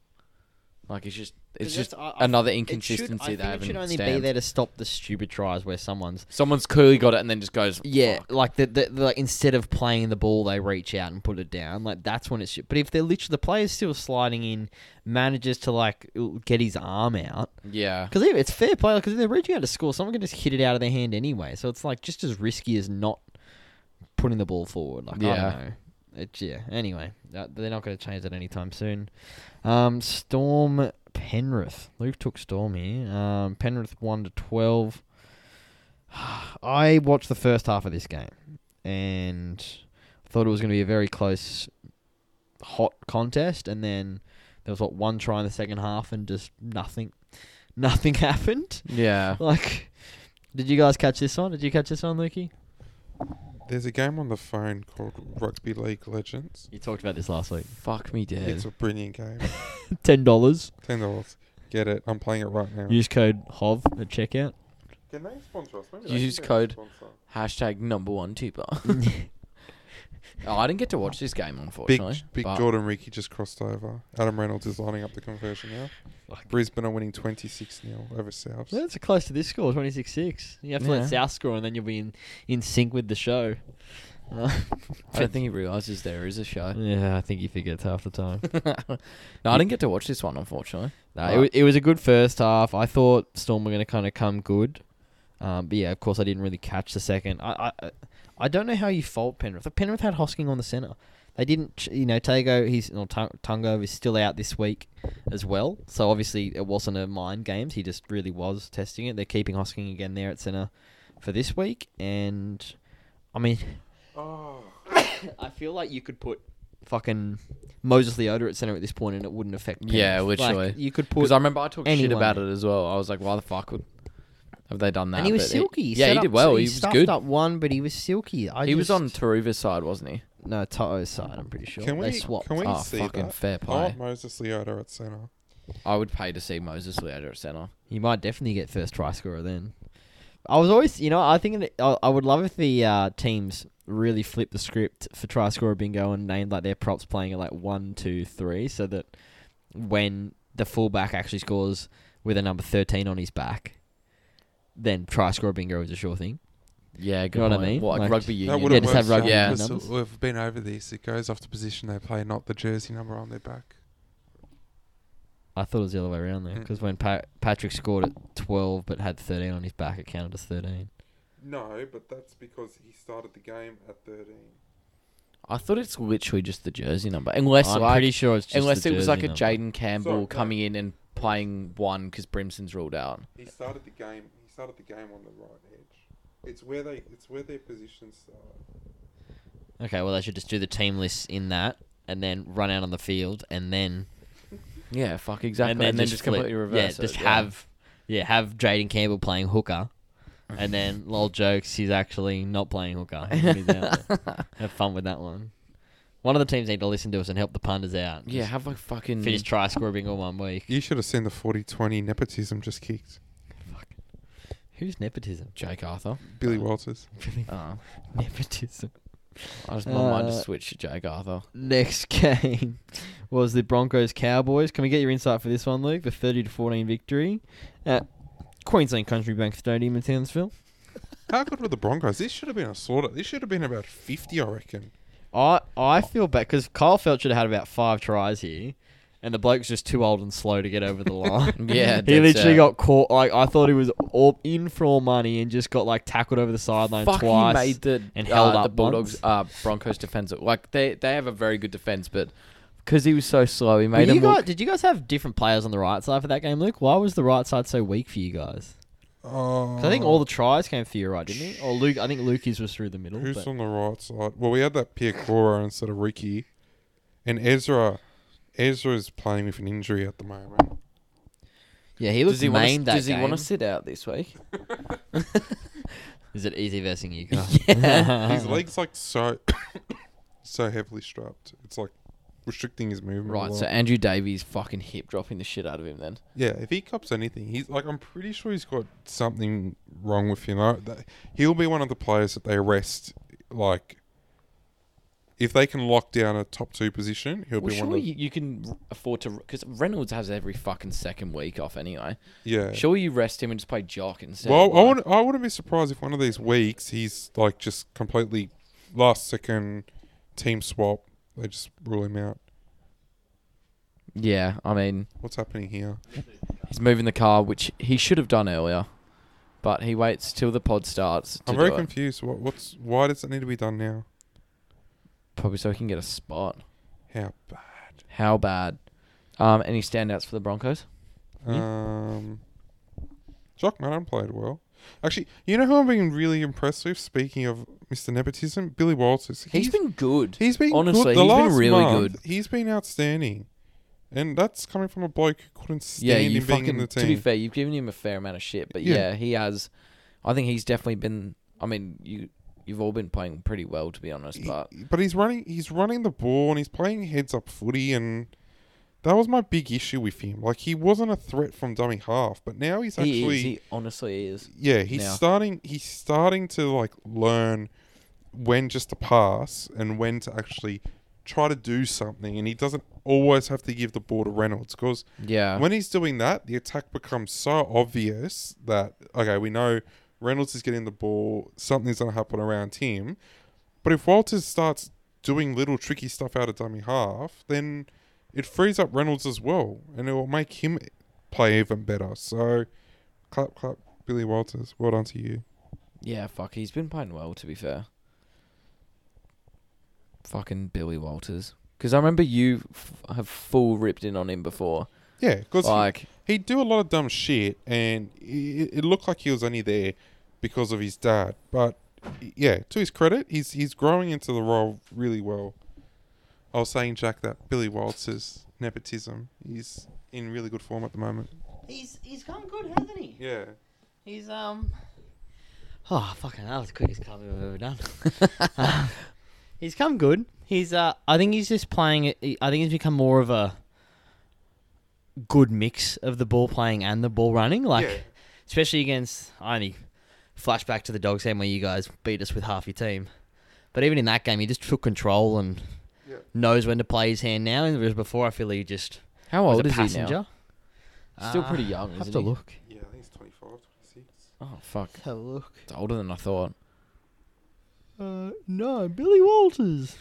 Speaker 3: Like it's just, it's
Speaker 1: 'Cause
Speaker 3: just
Speaker 1: that's- I- I-
Speaker 3: another
Speaker 1: it should-
Speaker 3: inconsistency
Speaker 1: I
Speaker 3: they
Speaker 1: think
Speaker 3: haven't
Speaker 1: it should only be
Speaker 3: stamped.
Speaker 1: there to stop the stupid tries where someone's
Speaker 3: Someone's clearly got it, and then just goes,
Speaker 1: Yeah,
Speaker 3: "Fuck."
Speaker 1: like the, the, the like instead of playing the ball, they reach out and put it down. Like that's when it should. But if they're literally the player's still sliding in, manages to like get his arm out
Speaker 3: yeah.
Speaker 1: because it's fair play. Because if they're reaching out to score, someone can just hit it out of their hand anyway. So it's like just as risky as not putting the ball forward. Like I
Speaker 3: Yeah.
Speaker 1: don't know. It's, yeah. Anyway, that, they're not going to change that anytime soon. Um, Storm Penrith. Luke took Storm here. Um, Penrith one to twelve. I watched the first half of this game and thought it was going to be a very close, hot contest. And then there was what one try in the second half, and just nothing, nothing happened.
Speaker 3: Yeah.
Speaker 1: Like, did you guys catch this one? Did you catch this one, Lukey?
Speaker 2: There's a game on the phone called Rugby League Legends.
Speaker 1: You talked about this last week.
Speaker 3: Fuck me dead.
Speaker 2: It's a brilliant game.
Speaker 1: Ten dollars.
Speaker 2: Ten dollars. Get it. I'm playing it right now.
Speaker 1: Use code HOV at checkout.
Speaker 2: Can they sponsor us?
Speaker 3: they Use can get a code. Hashtag number one tuber. oh, I didn't get to watch this game
Speaker 2: Big
Speaker 3: unfortunately.
Speaker 2: Big
Speaker 3: but-
Speaker 2: Jordan Ricky just crossed over. Adam Reynolds is lining up the conversion now.
Speaker 1: Fuck.
Speaker 2: Brisbane are winning 26 0 over Souths.
Speaker 1: That's close to this score, twenty six six. You have to
Speaker 3: Yeah.
Speaker 1: let South score, and then you'll be in, in sync with the show.
Speaker 3: I don't think he realizes there is a show.
Speaker 1: yeah, I think he forgets half the time.
Speaker 3: no, I didn't get to watch this one, unfortunately.
Speaker 1: No, it, wa- it was a good first half. I thought Storm were going to kind of come good, um, but yeah, of course I didn't really catch the second. I, I I- I don't know how you fault Penrith. Like, Penrith had Hosking on the centre. They didn't, ch- you know, Tago. He's or Tung- Tungo is still out this week as well. So obviously it wasn't a mind games. He just really was testing it. They're keeping Hosking again there at centre for this week, and I mean,
Speaker 2: Oh.
Speaker 1: I feel like you could put fucking Moses Leota at centre at this point, and it wouldn't affect. Penrith.
Speaker 3: Yeah,
Speaker 1: Like,
Speaker 3: literally.
Speaker 1: you could put
Speaker 3: Because I remember I talked shit
Speaker 1: anyone.
Speaker 3: about it as well. I was like, why the fuck would have they done that?
Speaker 1: and he was
Speaker 3: But
Speaker 1: silky. He
Speaker 3: yeah,
Speaker 1: set
Speaker 3: he did
Speaker 1: up-
Speaker 3: well. He, was
Speaker 1: stuffed
Speaker 3: good.
Speaker 1: up one, but he was silky. I
Speaker 3: he was
Speaker 1: just-
Speaker 3: on Taruva's side, wasn't he?
Speaker 1: no Toto's side. I'm pretty sure
Speaker 2: Can
Speaker 1: they
Speaker 2: we-
Speaker 1: swapped.
Speaker 2: can we-
Speaker 3: Oh,
Speaker 2: see
Speaker 3: fucking
Speaker 2: that.
Speaker 3: fair
Speaker 2: I
Speaker 3: play.
Speaker 2: want Moses Leota at centre.
Speaker 3: I would pay to see Moses Leota at centre.
Speaker 1: You might definitely get first try scorer then. I was always, you know, I think that- I, I would love if the uh, teams really flipped the script for try scorer bingo and named like their props playing at like one, two, three, so that when the fullback actually scores with a number thirteen on his back, then try scorer bingo is a sure thing.
Speaker 3: Yeah, good
Speaker 1: know what I
Speaker 3: point.
Speaker 1: mean?
Speaker 3: What, like
Speaker 1: Like,
Speaker 3: rugby union?
Speaker 2: That
Speaker 1: would've
Speaker 2: wouldn't
Speaker 3: yeah,
Speaker 1: just
Speaker 2: work.
Speaker 1: have rugby
Speaker 3: Yeah.
Speaker 1: union numbers.
Speaker 2: We've been over this. It goes off the position they play, not the jersey number on their back.
Speaker 1: I thought it was the other way around there
Speaker 2: Mm.
Speaker 1: because when pa- Patrick scored at twelve but had thirteen on his back, it counted as thirteen.
Speaker 2: No, but that's because he started the game at 13.
Speaker 3: I thought it's literally just the jersey number, unless
Speaker 1: I'm
Speaker 3: like,
Speaker 1: pretty sure it's just
Speaker 3: unless
Speaker 1: the
Speaker 3: it was like a
Speaker 1: jersey number.
Speaker 3: Jaden Campbell
Speaker 2: Sorry, no.
Speaker 3: coming in and playing one because Brimson's ruled out.
Speaker 2: He started the game. He started the game on the right edge. It's where they. It's where their positions start.
Speaker 1: Okay, well they should just do the team lists in that and then run out on the field and then
Speaker 3: Yeah, fuck exactly.
Speaker 1: and then, just flip.
Speaker 3: completely reverse.
Speaker 1: Yeah, just
Speaker 3: it,
Speaker 1: have yeah have Jaden Campbell playing hooker. And then, lol jokes, he's actually not playing hooker. He's out there. Have fun with that one. One of the teams need to listen to us and help the punters out.
Speaker 3: yeah,
Speaker 1: Just
Speaker 3: have like fucking
Speaker 1: finish try scoring all one week.
Speaker 2: You should have seen the 40-20 nepotism just kicked.
Speaker 1: Who's nepotism?
Speaker 3: Jake Arthur.
Speaker 2: Billy Walters.
Speaker 3: Uh,
Speaker 1: nepotism.
Speaker 3: I just my mind
Speaker 1: Uh,
Speaker 3: just switched to Jake Arthur.
Speaker 1: Next game was the Broncos Cowboys. Can we get your insight for this one, Luke? The thirty to fourteen victory at Queensland Country Bank Stadium in Townsville.
Speaker 2: How good were the Broncos? This should have been a slaughter. This should have been about 50, I reckon.
Speaker 1: I I feel bad because Kyle Felt should have had about five tries here, and the bloke's just too old and slow to get over the line.
Speaker 3: Yeah,
Speaker 1: he
Speaker 3: that's,
Speaker 1: literally
Speaker 3: uh,
Speaker 1: got caught. Like I thought he was all in for all money and just got like tackled over the sideline
Speaker 3: Fuck,
Speaker 1: twice.
Speaker 3: he made the
Speaker 1: and
Speaker 3: uh,
Speaker 1: held
Speaker 3: the
Speaker 1: up
Speaker 3: Bulldogs
Speaker 1: once.
Speaker 3: uh, Broncos defense. Like they they have a very good defense, but because he was so slow, he
Speaker 1: Were
Speaker 3: made
Speaker 1: you
Speaker 3: him
Speaker 1: guys-
Speaker 3: look.
Speaker 1: did you guys have different players on the right side for that game, Luke? Why was the right side so weak for you guys?
Speaker 2: Oh.
Speaker 1: 'Cause I think all the tries came for you, right? Didn't it? Or Luke? I think Lukey's was through the
Speaker 3: Oh.
Speaker 1: middle.
Speaker 2: Who's
Speaker 1: but-
Speaker 2: on the right side? Well, we had that Pierre Cora instead of Ricky. And Ezra. Ezra is playing with an injury at the moment.
Speaker 1: yeah, he looked
Speaker 3: Does he want
Speaker 1: maimed
Speaker 3: to?
Speaker 1: that
Speaker 3: Does he
Speaker 1: game.
Speaker 3: want to sit out this week?
Speaker 1: Is it easy versing you guys?
Speaker 3: yeah.
Speaker 2: His leg's like so so heavily strapped. It's like restricting his movement. a
Speaker 3: Right.
Speaker 2: lot.
Speaker 3: So Andrew Davies fucking hip dropping the shit out of him. Then
Speaker 2: Yeah, if he cops anything, he's like I'm pretty sure he's got something wrong with him. I, that, he'll be one of the players that they arrest. Like, if they can lock down a top two position, he'll
Speaker 3: well,
Speaker 2: be one
Speaker 3: surely
Speaker 2: of
Speaker 3: you, you can r- afford to because Reynolds has every fucking second week off anyway.
Speaker 2: yeah.
Speaker 3: Surely you rest him and just play Jock instead.
Speaker 2: well, I
Speaker 3: like-
Speaker 2: would I wouldn't be surprised if one of these weeks he's like just completely last second team swap. They just rule him out.
Speaker 3: Yeah, I mean
Speaker 2: What's happening here?
Speaker 3: he's moving the car, which he should have done earlier, but he waits till the pod starts. To
Speaker 2: I'm very
Speaker 3: do it.
Speaker 2: confused. What what's why does it need to be done now?
Speaker 3: Probably so he can get a spot.
Speaker 2: How bad?
Speaker 3: How bad? Um, any standouts for the Broncos?
Speaker 2: Um, Jock Madden played well. Actually, you know who I've been really impressed with? Speaking of Mr. Nepotism, Billy Walters.
Speaker 3: he's been good.
Speaker 2: he's been good.
Speaker 3: honestly,
Speaker 2: The
Speaker 3: he's been
Speaker 2: last
Speaker 3: really
Speaker 2: month,
Speaker 3: good.
Speaker 2: He's been outstanding, and that's coming from a bloke who couldn't stand
Speaker 3: yeah, you
Speaker 2: him being in
Speaker 3: fucking.
Speaker 2: the
Speaker 3: To be
Speaker 2: team.
Speaker 3: fair, you've given him a fair amount of shit, but
Speaker 2: Yeah.
Speaker 3: yeah. he has. I think he's definitely been. I mean, you you've all been playing pretty well, to be honest.
Speaker 2: He-
Speaker 3: But
Speaker 2: but he's running. He's running the ball and he's playing heads up footy, and that was my big issue with him. Like he wasn't a threat from dummy half, but now he's actually
Speaker 3: he is. He honestly is.
Speaker 2: Yeah, he's
Speaker 3: now.
Speaker 2: starting. He's starting to like learn when just to pass and when to actually try to do something, and he doesn't always have to give the ball to Reynolds because
Speaker 3: Yeah.
Speaker 2: when he's doing that, the attack becomes so obvious that okay, we know Reynolds is getting the ball, something's gonna happen around him, but if Walters starts doing little tricky stuff out of dummy half, then it frees up Reynolds as well, and it will make him play even better. So, clap clap, Billy Walters, well done to you.
Speaker 3: yeah. Fuck. He's been playing well, to be fair. Fucking Billy Walters. Because I remember you f- have full ripped in on him before.
Speaker 2: Yeah, because
Speaker 3: Like,
Speaker 2: he'd do a lot of dumb shit, and it, it looked like he was only there because of his dad. But yeah, to his credit, he's he's growing into the role really well. I was saying, Jack, that Billy Walters nepotism. He's in really good form at the moment.
Speaker 1: He's he's gone good, hasn't he?
Speaker 2: Yeah,
Speaker 1: He's um. Oh fucking! That was the quickest cover I've ever done. he's come good. He's uh, I think he's just playing. it- I think he's become more of a good mix of the ball playing and the ball running. Like,
Speaker 2: Yeah.
Speaker 1: especially against I only flashback to the Dogs game where you guys beat us with half your team. But even in that game, he just took control and
Speaker 2: Yeah.
Speaker 1: knows when to play his hand now. Whereas before, I feel he just
Speaker 3: how
Speaker 1: was
Speaker 3: old
Speaker 1: a
Speaker 3: Oh, is he now?
Speaker 1: passenger.
Speaker 3: Still
Speaker 1: Uh,
Speaker 3: pretty young,
Speaker 1: Have
Speaker 3: isn't
Speaker 1: to
Speaker 3: he?
Speaker 1: look.
Speaker 2: yeah, I think he's 25, 26.
Speaker 3: Oh fuck.
Speaker 1: Have a look.
Speaker 3: It's older than I thought.
Speaker 1: Uh, no, Billy Walters.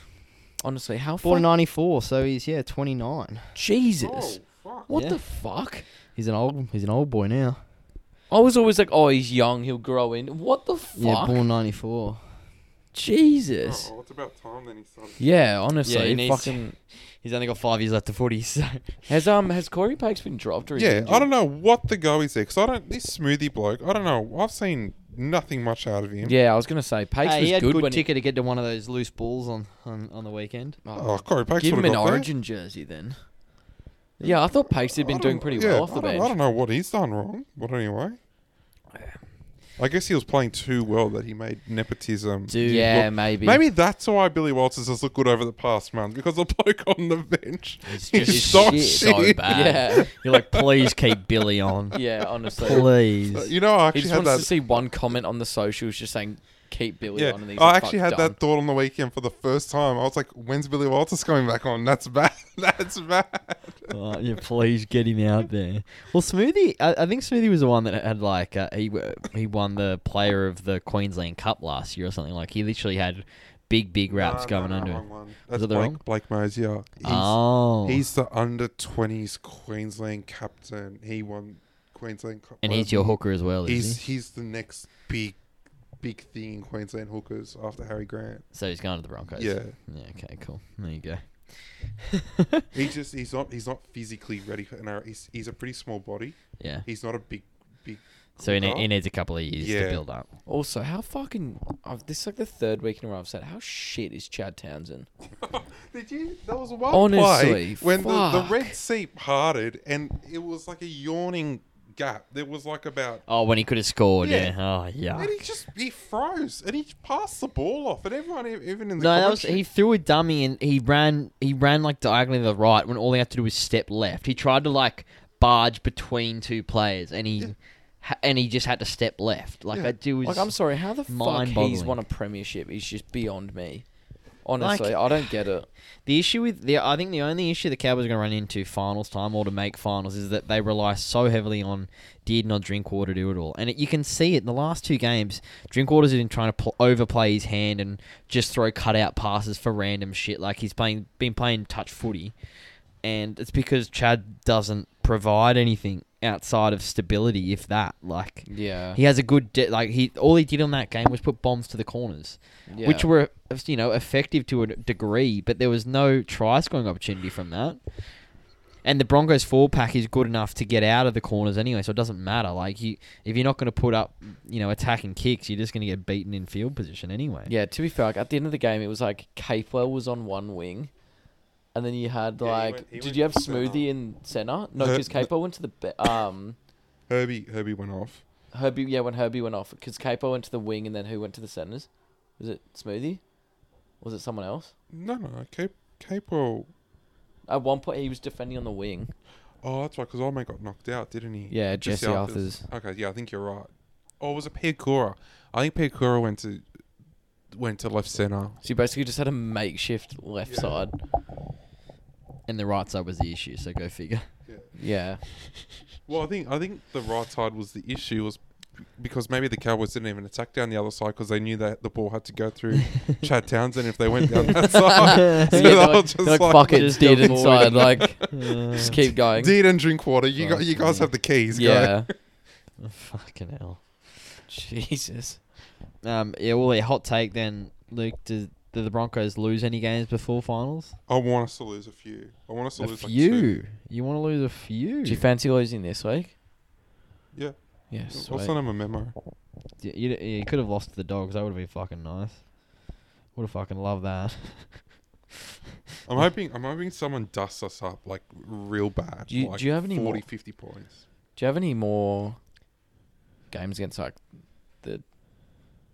Speaker 3: Honestly, how
Speaker 1: Born in
Speaker 3: fuck-
Speaker 1: 94, so he's, yeah, 29.
Speaker 3: Jesus.
Speaker 2: Oh,
Speaker 3: What
Speaker 1: Yeah.
Speaker 3: the fuck?
Speaker 1: He's an old he's an old boy now.
Speaker 3: I was always like, oh, he's young, he'll grow in. What the fuck?
Speaker 1: Yeah, born ninety four. Jesus.
Speaker 2: Oh, it's about time then he started.
Speaker 3: Yeah,
Speaker 1: Yeah, he
Speaker 3: honestly,
Speaker 1: needs
Speaker 3: fucking.
Speaker 1: He's only got five years left to footy, so
Speaker 3: Has um has Corey Pakes been dropped or? is he
Speaker 2: Yeah, I
Speaker 3: injured?
Speaker 2: don't know what the go is there because I don't. This smoothie bloke, I don't know. I've seen nothing much out of him.
Speaker 3: Yeah, I was gonna say Pakes
Speaker 1: Hey,
Speaker 3: was
Speaker 1: he had
Speaker 3: good,
Speaker 1: good,
Speaker 3: when
Speaker 1: ticket to get to one of those loose balls on, on, on the weekend.
Speaker 3: he. Oh,
Speaker 2: Oh, Corey Pakes
Speaker 3: give him
Speaker 2: would've
Speaker 3: an
Speaker 2: got that.
Speaker 3: Origin jersey then. Yeah, I thought Pakes
Speaker 2: I
Speaker 3: had been
Speaker 2: don't-
Speaker 3: doing pretty
Speaker 2: yeah,
Speaker 3: well off
Speaker 2: I
Speaker 3: the
Speaker 2: don't-
Speaker 3: bench.
Speaker 2: I don't know what he's done wrong, but anyway. I guess he was playing too well that he made nepotism.
Speaker 1: Dude,
Speaker 3: yeah,
Speaker 2: look-
Speaker 3: maybe.
Speaker 2: Maybe that's why Billy Walters has looked good over the past month because the bloke on the bench
Speaker 1: He's
Speaker 2: is
Speaker 1: just
Speaker 2: so
Speaker 1: shit.
Speaker 2: shit.
Speaker 1: So bad.
Speaker 3: Yeah,
Speaker 1: You're like, please keep Billy on.
Speaker 3: yeah. Honestly,
Speaker 1: Please.
Speaker 2: Uh, You know, I
Speaker 3: he
Speaker 2: actually
Speaker 3: just
Speaker 2: had
Speaker 3: wants
Speaker 2: that.
Speaker 3: to see one comment on the socials just saying keep Billy
Speaker 2: yeah,
Speaker 3: on. And he's
Speaker 2: I
Speaker 3: like,
Speaker 2: actually
Speaker 3: "Fuck,
Speaker 2: had
Speaker 3: done."
Speaker 2: that thought on the weekend for the first time. I was like, "When's Billy Walters coming back on?" That's bad. That's bad.
Speaker 1: Oh, yeah, please get him out there. Well, Smoothie, I, I think Smoothie was the one that had like uh, he w- he won the player of the Queensland Cup last year or something. Like he literally had big big raps going
Speaker 2: no, no,
Speaker 1: under.
Speaker 2: wrong
Speaker 1: it.
Speaker 2: one.
Speaker 1: Was
Speaker 2: That's
Speaker 1: it the
Speaker 2: Blake,
Speaker 1: wrong-
Speaker 2: Blake Mosier. He's,
Speaker 1: oh,
Speaker 2: he's the under twenties Queensland captain. He won Queensland Cup.
Speaker 1: and
Speaker 2: last
Speaker 1: he's your hooker as well. Is
Speaker 2: He's
Speaker 1: he?
Speaker 2: he's the next big big thing in Queensland hookers after Harry Grant.
Speaker 1: So he's going to the Broncos.
Speaker 2: Yeah.
Speaker 1: Yeah. Okay. Cool. There you go.
Speaker 2: He just he's not he's not physically ready for an era. He's he's a pretty small body.
Speaker 1: Yeah.
Speaker 2: He's not a big big
Speaker 1: So he, ne-
Speaker 2: hooker.
Speaker 1: he needs a couple of years to
Speaker 2: Yeah.
Speaker 1: build up.
Speaker 3: Also, how fucking I've, this is like the third week in a row I've said how shit is Chad Townsend?
Speaker 2: Did you that was one play
Speaker 3: Honestly,
Speaker 2: when the, the
Speaker 3: fuck.
Speaker 2: red sea parted and it was like a yawning gap. There was like about
Speaker 1: Oh, when he could have scored. Yeah.
Speaker 2: Yeah.
Speaker 1: Oh, yeah.
Speaker 2: and he just he froze and he passed the ball off and everyone e- even in the
Speaker 1: No, that was
Speaker 2: commentary-
Speaker 1: he threw a dummy and he ran he ran like diagonally to the right when all he had to do was step left. He tried to like barge between two players and he ha- and he just had to step left. Like
Speaker 2: Yeah.
Speaker 1: that dude was
Speaker 3: Like, I'm sorry, how the fuck he's
Speaker 1: mind-boggling.
Speaker 3: won a premiership is just beyond me. Honestly, I don't get it.
Speaker 1: The issue with the I think the only issue the Cowboys are going to run into finals time or to make finals is that they rely so heavily on Dearden or Drinkwater to do it all, and it, you can see it in the last two games. Drinkwater's been trying to pl- overplay his hand and just throw cutout passes for random shit. Like he's playing been playing touch footy, and it's because Chad doesn't provide anything outside of stability, if that. Like
Speaker 3: Yeah,
Speaker 1: he has a good de- like he all he did on that game was put bombs to the corners
Speaker 3: yeah.
Speaker 1: which were you know effective to a degree, but there was no try scoring opportunity from that. And the Broncos four pack is good enough to get out of the corners anyway, so it doesn't matter. Like you, if you're not going to put up, you know, attacking kicks, you're just going to get beaten in field position anyway.
Speaker 3: yeah. To be fair, like, at the end of the game, it was like Capewell was on one wing, and then you had
Speaker 2: Yeah, he
Speaker 3: like,
Speaker 2: went- he
Speaker 3: did
Speaker 2: went
Speaker 3: you have
Speaker 2: to centre.
Speaker 3: Smoothie in centre? No,
Speaker 2: Her-
Speaker 3: because Capewell went to the be- um
Speaker 2: Herbie Herbie went off.
Speaker 3: Herbie. Yeah, when Herbie went off, because Capewell went to the wing, and then who went to the centres? Was it Smoothie? Was it someone else?
Speaker 2: No no, Cape Capewell
Speaker 3: At one point, he was defending on the wing.
Speaker 2: Oh, that's right, because Olmo got knocked out, didn't he?
Speaker 3: Yeah, Jesse Arthurs.
Speaker 2: Okay, yeah, I think you're right. Or was it Pierre Cora? I think Pierre Cora went to went to left centre.
Speaker 3: So you basically just had a makeshift left
Speaker 2: Yeah.
Speaker 3: side.
Speaker 1: And the right side was the issue, so go figure.
Speaker 3: Yeah.
Speaker 2: Well, I think I think the right side was the issue was because maybe the Cowboys didn't even attack down the other side because they knew that the ball had to go through Chad Townsend if they went down that side.
Speaker 3: Yeah,
Speaker 2: so
Speaker 3: they're
Speaker 2: they were
Speaker 3: like,
Speaker 2: just
Speaker 3: they're like,
Speaker 2: like,
Speaker 3: fuck it,
Speaker 1: Just
Speaker 3: just did
Speaker 1: avoid it.
Speaker 3: inside. Like,
Speaker 1: Uh,
Speaker 3: just keep going.
Speaker 2: Deed and Drinkwater, you
Speaker 1: Fuck
Speaker 2: got you guys
Speaker 1: me.
Speaker 2: have the keys, guys.
Speaker 3: yeah.
Speaker 1: fucking hell.
Speaker 3: Jesus.
Speaker 1: Um, yeah. Well, a hot take then, Luke. Did, did the Broncos lose any games before finals?
Speaker 2: I want us to lose a few. I want us
Speaker 1: a
Speaker 2: to lose like
Speaker 1: few.
Speaker 2: two.
Speaker 1: you want to lose a few?
Speaker 3: Do you fancy losing this week?
Speaker 2: Yeah.
Speaker 3: Yes.
Speaker 2: I'll send him a memo.
Speaker 1: Yeah, you, you could have lost to the dogs. That would have been fucking nice. Would have fucking loved that.
Speaker 2: I'm hoping I'm hoping someone dusts us up like real bad.
Speaker 3: Do you-
Speaker 2: like
Speaker 3: do you have any
Speaker 2: 40,
Speaker 3: more?
Speaker 2: 50 points?
Speaker 3: Do you have any more games against like the?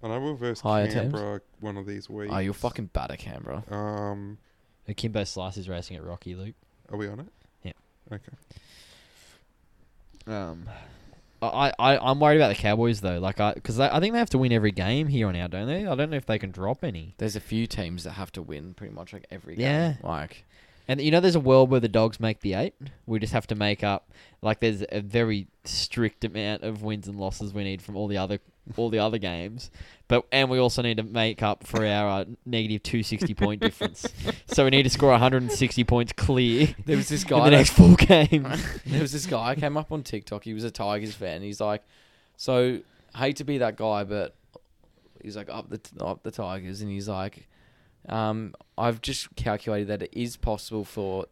Speaker 2: I know we'll verse
Speaker 3: Higher teams?
Speaker 2: Canberra one of these weeks.
Speaker 3: Oh, you're fucking bad at Canberra.
Speaker 2: Um,
Speaker 1: Akimbo Slice is racing at Rocky Luke.
Speaker 2: are we on it?
Speaker 1: Um, I I I'm worried about the Cowboys though. Like I because I think they have to win every game here on out, don't they? I don't know if they can drop any.
Speaker 3: There's a few teams that have to win pretty much like every game.
Speaker 1: Yeah.
Speaker 3: Like
Speaker 1: And you know, there's a world where the dogs make the eight. We just have to make up. Like there's a very strict amount of wins and losses we need from all the other
Speaker 5: all the other games. But and we also need to make up for our uh, negative 260 point difference. So we need to score 160 points clear
Speaker 3: There was this
Speaker 5: in the
Speaker 3: guy. that-
Speaker 5: next four games.
Speaker 3: there was this guy I came up on TikTok. He was a Tigers fan. He's like, so hate to be that guy, but he's like up the up the Tigers, and he's like, um, I've just calculated that it is possible for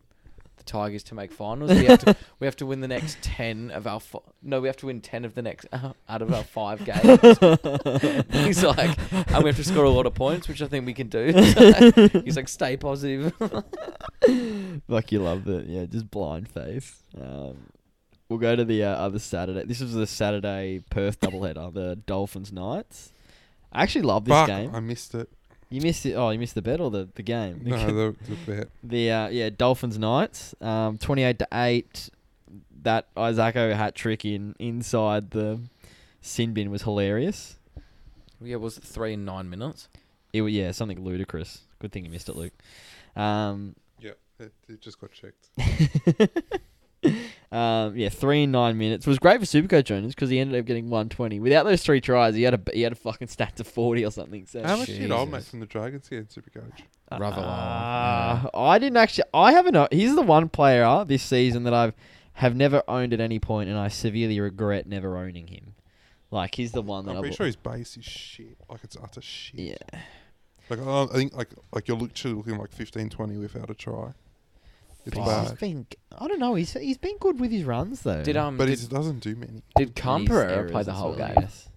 Speaker 3: the Tigers to make finals. We have to, we have to win the next ten of our fi- no, we have to win ten of the next out of our five games. he's like, and we have to score a lot of points, which I think we can do. he's like, stay positive.
Speaker 5: like you love it, yeah. Just blind faith.
Speaker 1: Um, we'll go to the uh, other Saturday. This was the Saturday Perth doubleheader, the Dolphins Knights. I actually love this
Speaker 2: Fuck,
Speaker 1: game.
Speaker 2: I missed it.
Speaker 1: You missed it. Oh, you missed the bet or the, the game?
Speaker 2: No, the, the bet.
Speaker 1: The uh, yeah, Dolphins Knights, um, twenty eight to eight. That Isaaco hat trick in inside the sin bin was hilarious.
Speaker 3: yeah, was it three and nine minutes?
Speaker 1: It was, yeah, something ludicrous. Good thing you missed it, Luke. Um,
Speaker 2: Yeah, it, it just got checked.
Speaker 1: um, yeah, three and nine minutes It was great for Supercoach Jonas because he ended up getting one twenty. Without those three tries, he had a he had a fucking stat to forty or something. So
Speaker 2: How much did I make
Speaker 3: Jesus.
Speaker 2: from the Dragons here in Supercoach?
Speaker 3: Ravelar, uh,
Speaker 1: Ah, I didn't actually. I haven't. o- He's the one player this season that I've have never owned at any point, and I severely regret never owning him. Like he's the one that
Speaker 2: I'm
Speaker 1: I
Speaker 2: pretty
Speaker 1: bought-
Speaker 2: sure his base is shit. Like it's utter shit.
Speaker 1: Yeah.
Speaker 2: Like I, I think like like you're literally looking like 15, 20 without a try. It's
Speaker 1: He's
Speaker 2: bad.
Speaker 1: been. I don't know. He's he's been good with his runs though.
Speaker 3: Did um
Speaker 2: But
Speaker 3: did,
Speaker 2: it doesn't do many.
Speaker 1: And
Speaker 3: did
Speaker 1: his
Speaker 3: Camperera
Speaker 1: errors
Speaker 3: play the
Speaker 1: as
Speaker 3: whole
Speaker 1: well, I
Speaker 3: game?
Speaker 1: guess.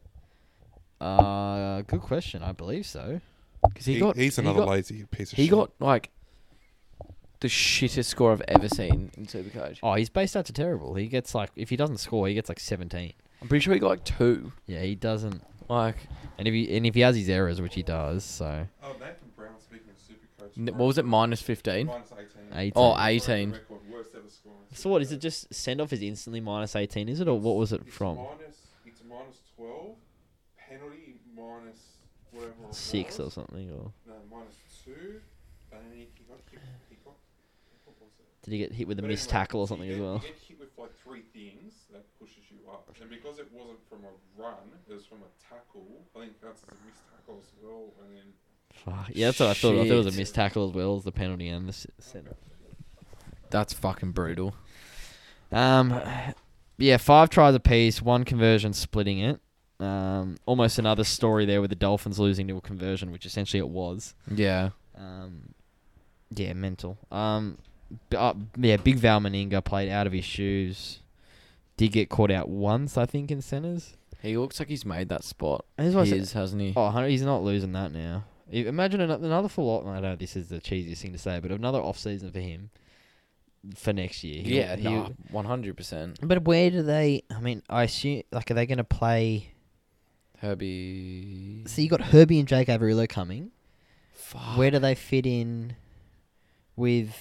Speaker 1: Uh, good question. I believe so.
Speaker 3: Because he,
Speaker 2: He-
Speaker 3: got
Speaker 2: he's
Speaker 3: he
Speaker 2: another
Speaker 3: got-
Speaker 2: lazy piece of
Speaker 3: He
Speaker 2: shit.
Speaker 3: got like the shittest score I've ever seen in Supercoach.
Speaker 1: Oh, his base stats are terrible. He gets like if he doesn't score, he gets like seventeen.
Speaker 3: I'm pretty sure he got like two.
Speaker 1: Yeah, he doesn't.
Speaker 3: Like
Speaker 1: And if he and if he has his errors, which he does, so
Speaker 2: Oh, Nathan Brown speaking of
Speaker 3: n- what was it? Minus fifteen.
Speaker 1: eighteen.
Speaker 3: Oh, 18.
Speaker 1: So what is it? Just send off is instantly minus eighteen, is it, or what was it from?
Speaker 2: Minus, it's minus twelve. Penalty minus whatever.
Speaker 1: Six or something, or
Speaker 2: No, minus two. And then he, he got kicked. He got. What was it?
Speaker 1: did he get hit with a
Speaker 2: But
Speaker 1: missed
Speaker 2: anyway,
Speaker 1: tackle or
Speaker 2: you
Speaker 1: something
Speaker 2: get-
Speaker 1: as well?
Speaker 2: You get hit with like three things that pushes you up, and because it wasn't from a run, it was from a tackle. I think that's a missed tackle as well, and then
Speaker 1: Fuck. Yeah, that's what I thought. I thought it was a
Speaker 3: Shit.
Speaker 1: missed tackle as well as the penalty and the s- send.
Speaker 3: That's fucking brutal.
Speaker 1: Um, yeah, five tries apiece, one conversion, splitting it. Um, almost another story there with the Dolphins losing to a conversion, which essentially it was.
Speaker 3: Yeah.
Speaker 1: Um, yeah, mental. Um, b- uh, yeah, Big Val Meninga played out of his shoes. Did get caught out once, I think, in centres.
Speaker 3: He looks like he's made that spot.
Speaker 1: And this is
Speaker 3: He
Speaker 1: why I said-
Speaker 3: is, hasn't he?
Speaker 1: Oh, Hunter, he's not losing that now. I- Imagine ano- another full. off- I know this is the cheesiest thing to say, but another off season for him for next year. He'll-
Speaker 3: yeah,
Speaker 1: he'll-
Speaker 3: nah, one hundred percent.
Speaker 1: But where do they? I mean, I assume like are they going to play?
Speaker 3: Herbie.
Speaker 1: So you got Herbie and Jake Averillo coming.
Speaker 3: Fuck.
Speaker 1: Where do they fit in with?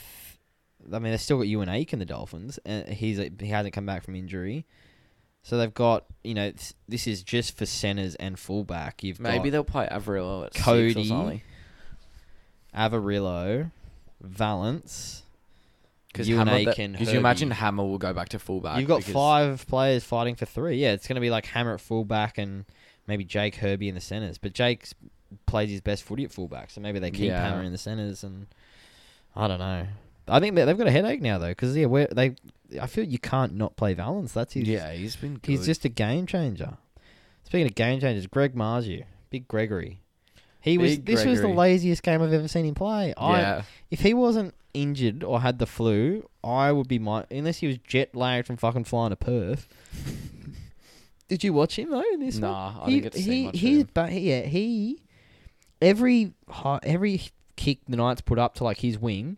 Speaker 1: I mean, they've still got you and Ake in the Dolphins, and he's uh, he hasn't come back from injury. So they've got you know th- this is just for centers and fullback. You've
Speaker 3: Maybe
Speaker 1: got
Speaker 3: they'll play Averillo at six or
Speaker 1: Cody.
Speaker 3: something.
Speaker 1: Averillo, Valance,
Speaker 3: Because
Speaker 1: you and
Speaker 3: Hammer.
Speaker 1: Aiken,
Speaker 3: Because you imagine
Speaker 1: Herbie.
Speaker 3: Hammer will go back to fullback.
Speaker 1: You've got
Speaker 3: because-
Speaker 1: five players fighting for three. Yeah, it's going to be like Hammer at fullback and maybe Jake Herbie in the centers. But Jake plays his best footy at fullback, so maybe they keep
Speaker 3: Yeah.
Speaker 1: Hammer in the centers. And I don't know. I think that they've got a headache now though, because yeah, where they, I feel you can't not play Valence. That's his.
Speaker 3: Yeah, he's been. Good.
Speaker 1: he's just a game changer. Speaking of game changers, Greg Marzu, Big Gregory. He was.
Speaker 3: Big
Speaker 1: This was the
Speaker 3: Gregory.
Speaker 1: laziest game I've ever seen him play. I,
Speaker 3: Yeah.
Speaker 1: if he wasn't injured or had the flu, I would be my unless he was jet lagged from fucking flying to Perth. Did you watch him though in this? one?
Speaker 3: Nah, I
Speaker 1: he,
Speaker 3: didn't get to see
Speaker 1: he,
Speaker 3: much of
Speaker 1: he's
Speaker 3: him.
Speaker 1: ba- yeah, he every hi- every kick the Knights put up to like his wing,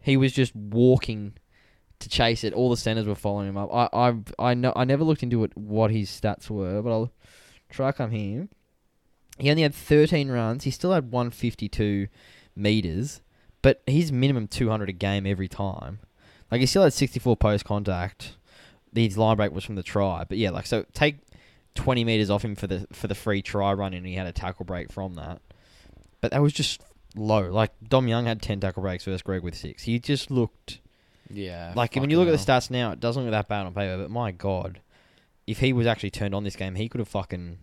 Speaker 1: he was just walking to chase it. All the centers were following him up. I I I know I never looked into it what his stats were, but I'll try come here. He only had 13 runs. He still had 152 meters, but he's minimum 200 a game every time. Like he still had 64 post contact. His line break was from the try, but yeah, like so take 20 meters off him for the for the free try run, and he had a tackle break from that. But that was just low. Like Dom Young had 10 tackle breaks versus Greg with six. He just looked
Speaker 3: Yeah.
Speaker 1: like when you look
Speaker 3: fucking
Speaker 1: at the stats now, it doesn't look that bad on paper. But my god, if he was actually turned on this game, he could have fucking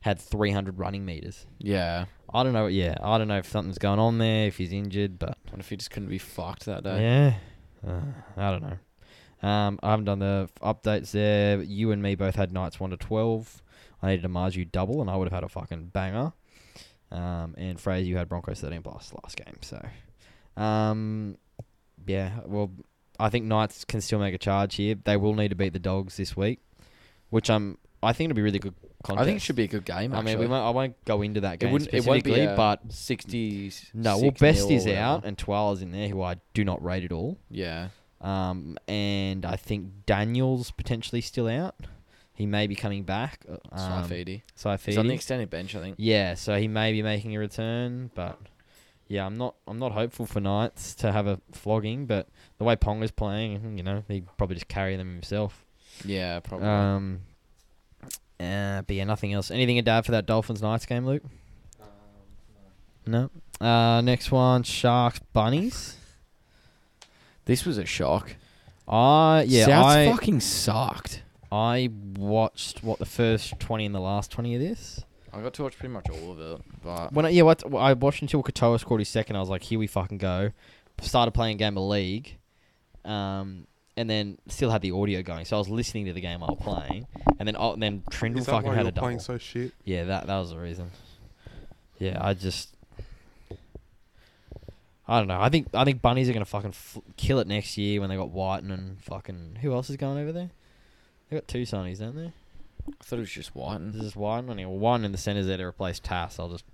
Speaker 1: had 300 running meters.
Speaker 3: Yeah.
Speaker 1: I don't know. Yeah, I don't know if something's going on there, if he's injured, but
Speaker 3: What if he just couldn't be fucked that day?
Speaker 1: yeah, uh, I don't know. Um, I haven't done the f- updates there. But you and me both had nights one to twelve. I needed a Marju double, and I would have had a fucking banger. Um, and Fraser, you had Broncos thirteen plus last game. So, um, yeah. Well, I think Knights can still make a charge here. They will need to beat the Dogs this week, which I'm. I think it'll be really good. Contest.
Speaker 3: I think it should be a good game.
Speaker 1: I mean, we
Speaker 3: actually.
Speaker 1: won't, I won't go into that
Speaker 3: It
Speaker 1: game
Speaker 3: wouldn't. It won't
Speaker 1: specifically,
Speaker 3: be. A
Speaker 1: but
Speaker 3: 60.
Speaker 1: no, well, Best is out and Twala's in there, who I do not rate at all.
Speaker 3: yeah.
Speaker 1: Um, and I think Daniel's potentially still out. He may be coming back. uh, Um,
Speaker 3: Saifidi. He's on the
Speaker 1: Saifidi.
Speaker 3: extended bench, I think.
Speaker 1: Yeah, so he may be making a return, but yeah, I'm not. I'm not hopeful for Knights to have a flogging, but the way Pong is playing, mm, you know, he probably just carry them himself.
Speaker 3: Yeah, probably.
Speaker 1: Um, uh, but yeah, nothing else. Anything to add for that Dolphins Knights game, Luke? No. Uh, next one, Sharks Bunnies.
Speaker 3: this was a shock.
Speaker 1: I yeah,
Speaker 3: Souths
Speaker 1: I
Speaker 3: fucking sucked.
Speaker 1: I watched what the first twenty and the last twenty of this.
Speaker 3: I got to watch pretty much all of it, but
Speaker 1: When I, yeah, what I watched until Katoa scored his second. I was like, here we fucking go. Started playing game of league, um, and then still had the audio going, so I was listening to the game I was playing, and then oh, and then Trindle
Speaker 2: Is that
Speaker 1: fucking
Speaker 2: why
Speaker 1: had
Speaker 2: you're
Speaker 1: a double.
Speaker 2: playing so shit?
Speaker 1: yeah, that that was the reason. Yeah, I just. I don't know. I think I think bunnies are gonna fucking f- kill it next year when they got Whiten and fucking who else is going over there? They got two Sonnies, don't they?
Speaker 3: I thought it was just white.
Speaker 1: This is one. I need one in the centre's there to replace Tass. I'll just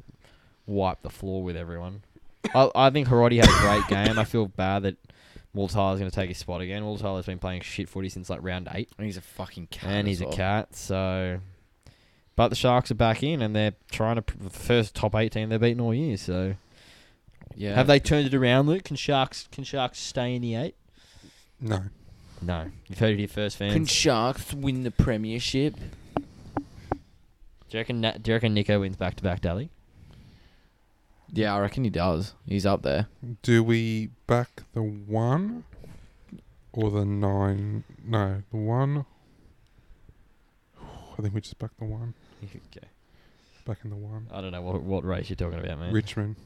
Speaker 1: wipe the floor with everyone. I, I think Harodi had a great game. I feel bad that Multila's going to take his spot again. Multila's been playing shit footy since like round eight,
Speaker 3: And he's a fucking cat.
Speaker 1: and
Speaker 3: as
Speaker 1: he's
Speaker 3: well.
Speaker 1: a cat. So, but the Sharks are back in, and they're trying to pr- the first top eight team they've beaten all year. So,
Speaker 3: Yeah.
Speaker 1: have they turned it around, Luke? Can Sharks can Sharks stay in the eight?
Speaker 2: No.
Speaker 1: No, you've heard it here first, fans.
Speaker 3: Can Sharks win the premiership?
Speaker 1: do you reckon? Na- do you reckon Nico wins back to back, Dally?
Speaker 3: Yeah, I reckon he does. He's up there.
Speaker 2: Do we back the one or the nine? No, the one. I think we just back the one.
Speaker 1: okay.
Speaker 2: Back in the one.
Speaker 3: Oh,
Speaker 1: I don't know what what race you're talking about, man.
Speaker 2: Richmond.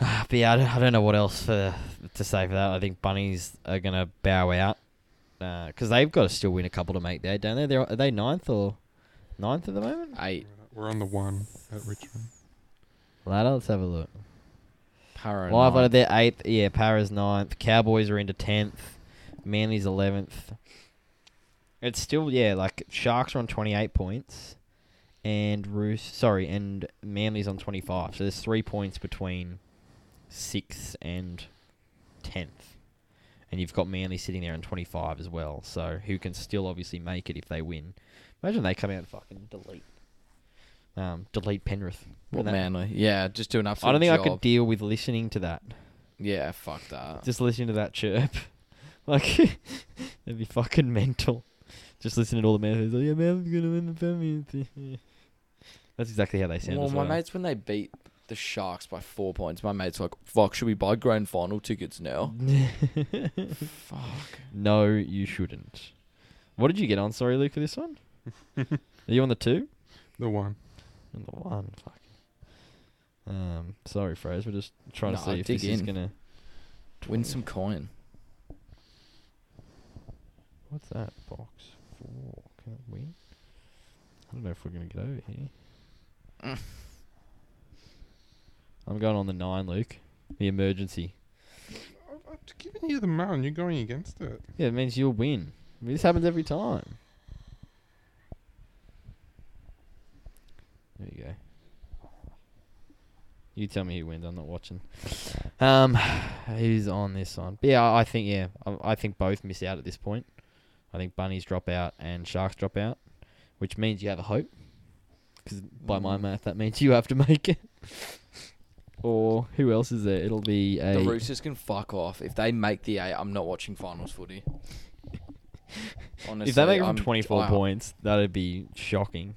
Speaker 1: Ah, But yeah, I don't, I don't know what else for, to say for that. I think Bunnies are going to bow out because they've got to still win a couple to make there, don't they? They're, are they ninth or ninth at the moment?
Speaker 3: Eight.
Speaker 2: We're on the one at Richmond.
Speaker 1: Ladder, let's have a look.
Speaker 3: Para.
Speaker 1: Live
Speaker 3: nine.
Speaker 1: out of their eighth. Yeah, Para's ninth. Cowboys are into tenth. Manly's eleventh. It's still yeah, like Sharks are on twenty eight points, and Roos sorry, and Manly's on twenty five. So there's three points between sixth and tenth, and you've got Manly sitting there on twenty five as well. So who can still obviously make it if they win? Imagine they come out and fucking delete, um, delete Penrith.
Speaker 3: What
Speaker 1: Wouldn't that-
Speaker 3: manly? Yeah, just do an absolute.
Speaker 1: I don't think I could
Speaker 3: job.
Speaker 1: deal with listening to that
Speaker 3: yeah, fuck that.
Speaker 1: just listening to that chirp. Like, that'd be fucking mental. Just listening to all the men who's like, yeah, man, I'm gonna win the Premier. That's exactly how they sound.
Speaker 3: well,
Speaker 1: as
Speaker 3: my
Speaker 1: well.
Speaker 3: mates when they beat the Sharks by four points, my mates were like, "Fuck, should we buy grand final tickets now?" fuck.
Speaker 1: no, you shouldn't. What did you get on? Sorry, Luke, for this one. Are you on the two?
Speaker 2: The one.
Speaker 1: On the one. Fuck. Um, sorry, Fraser. We're just trying to
Speaker 3: Nah,
Speaker 1: see if
Speaker 3: dig
Speaker 1: this is
Speaker 3: in.
Speaker 1: gonna.
Speaker 3: Win some coin.
Speaker 1: What's that box for? Can we? I don't know if we're gonna get over here. I'm going on the nine, Luke. The emergency.
Speaker 2: I've- I've given you the man. You're going against it.
Speaker 1: Yeah, it means you'll win. I mean, this happens every time. There you go. You tell me who wins. I'm not watching. Um, who's on this one? But yeah, I I think yeah, I, I think both miss out at this point. I think bunnies drop out and sharks drop out, which means you have a hope. Because by my
Speaker 3: Mm.
Speaker 1: math, that means you have to make it. or who else is there? It'll be a
Speaker 3: The Roosters can fuck off. If they make the eight, I'm not watching finals footy. Honestly,
Speaker 1: if they make it
Speaker 3: I'm-
Speaker 1: from 24
Speaker 3: I-
Speaker 1: points, that'd be shocking.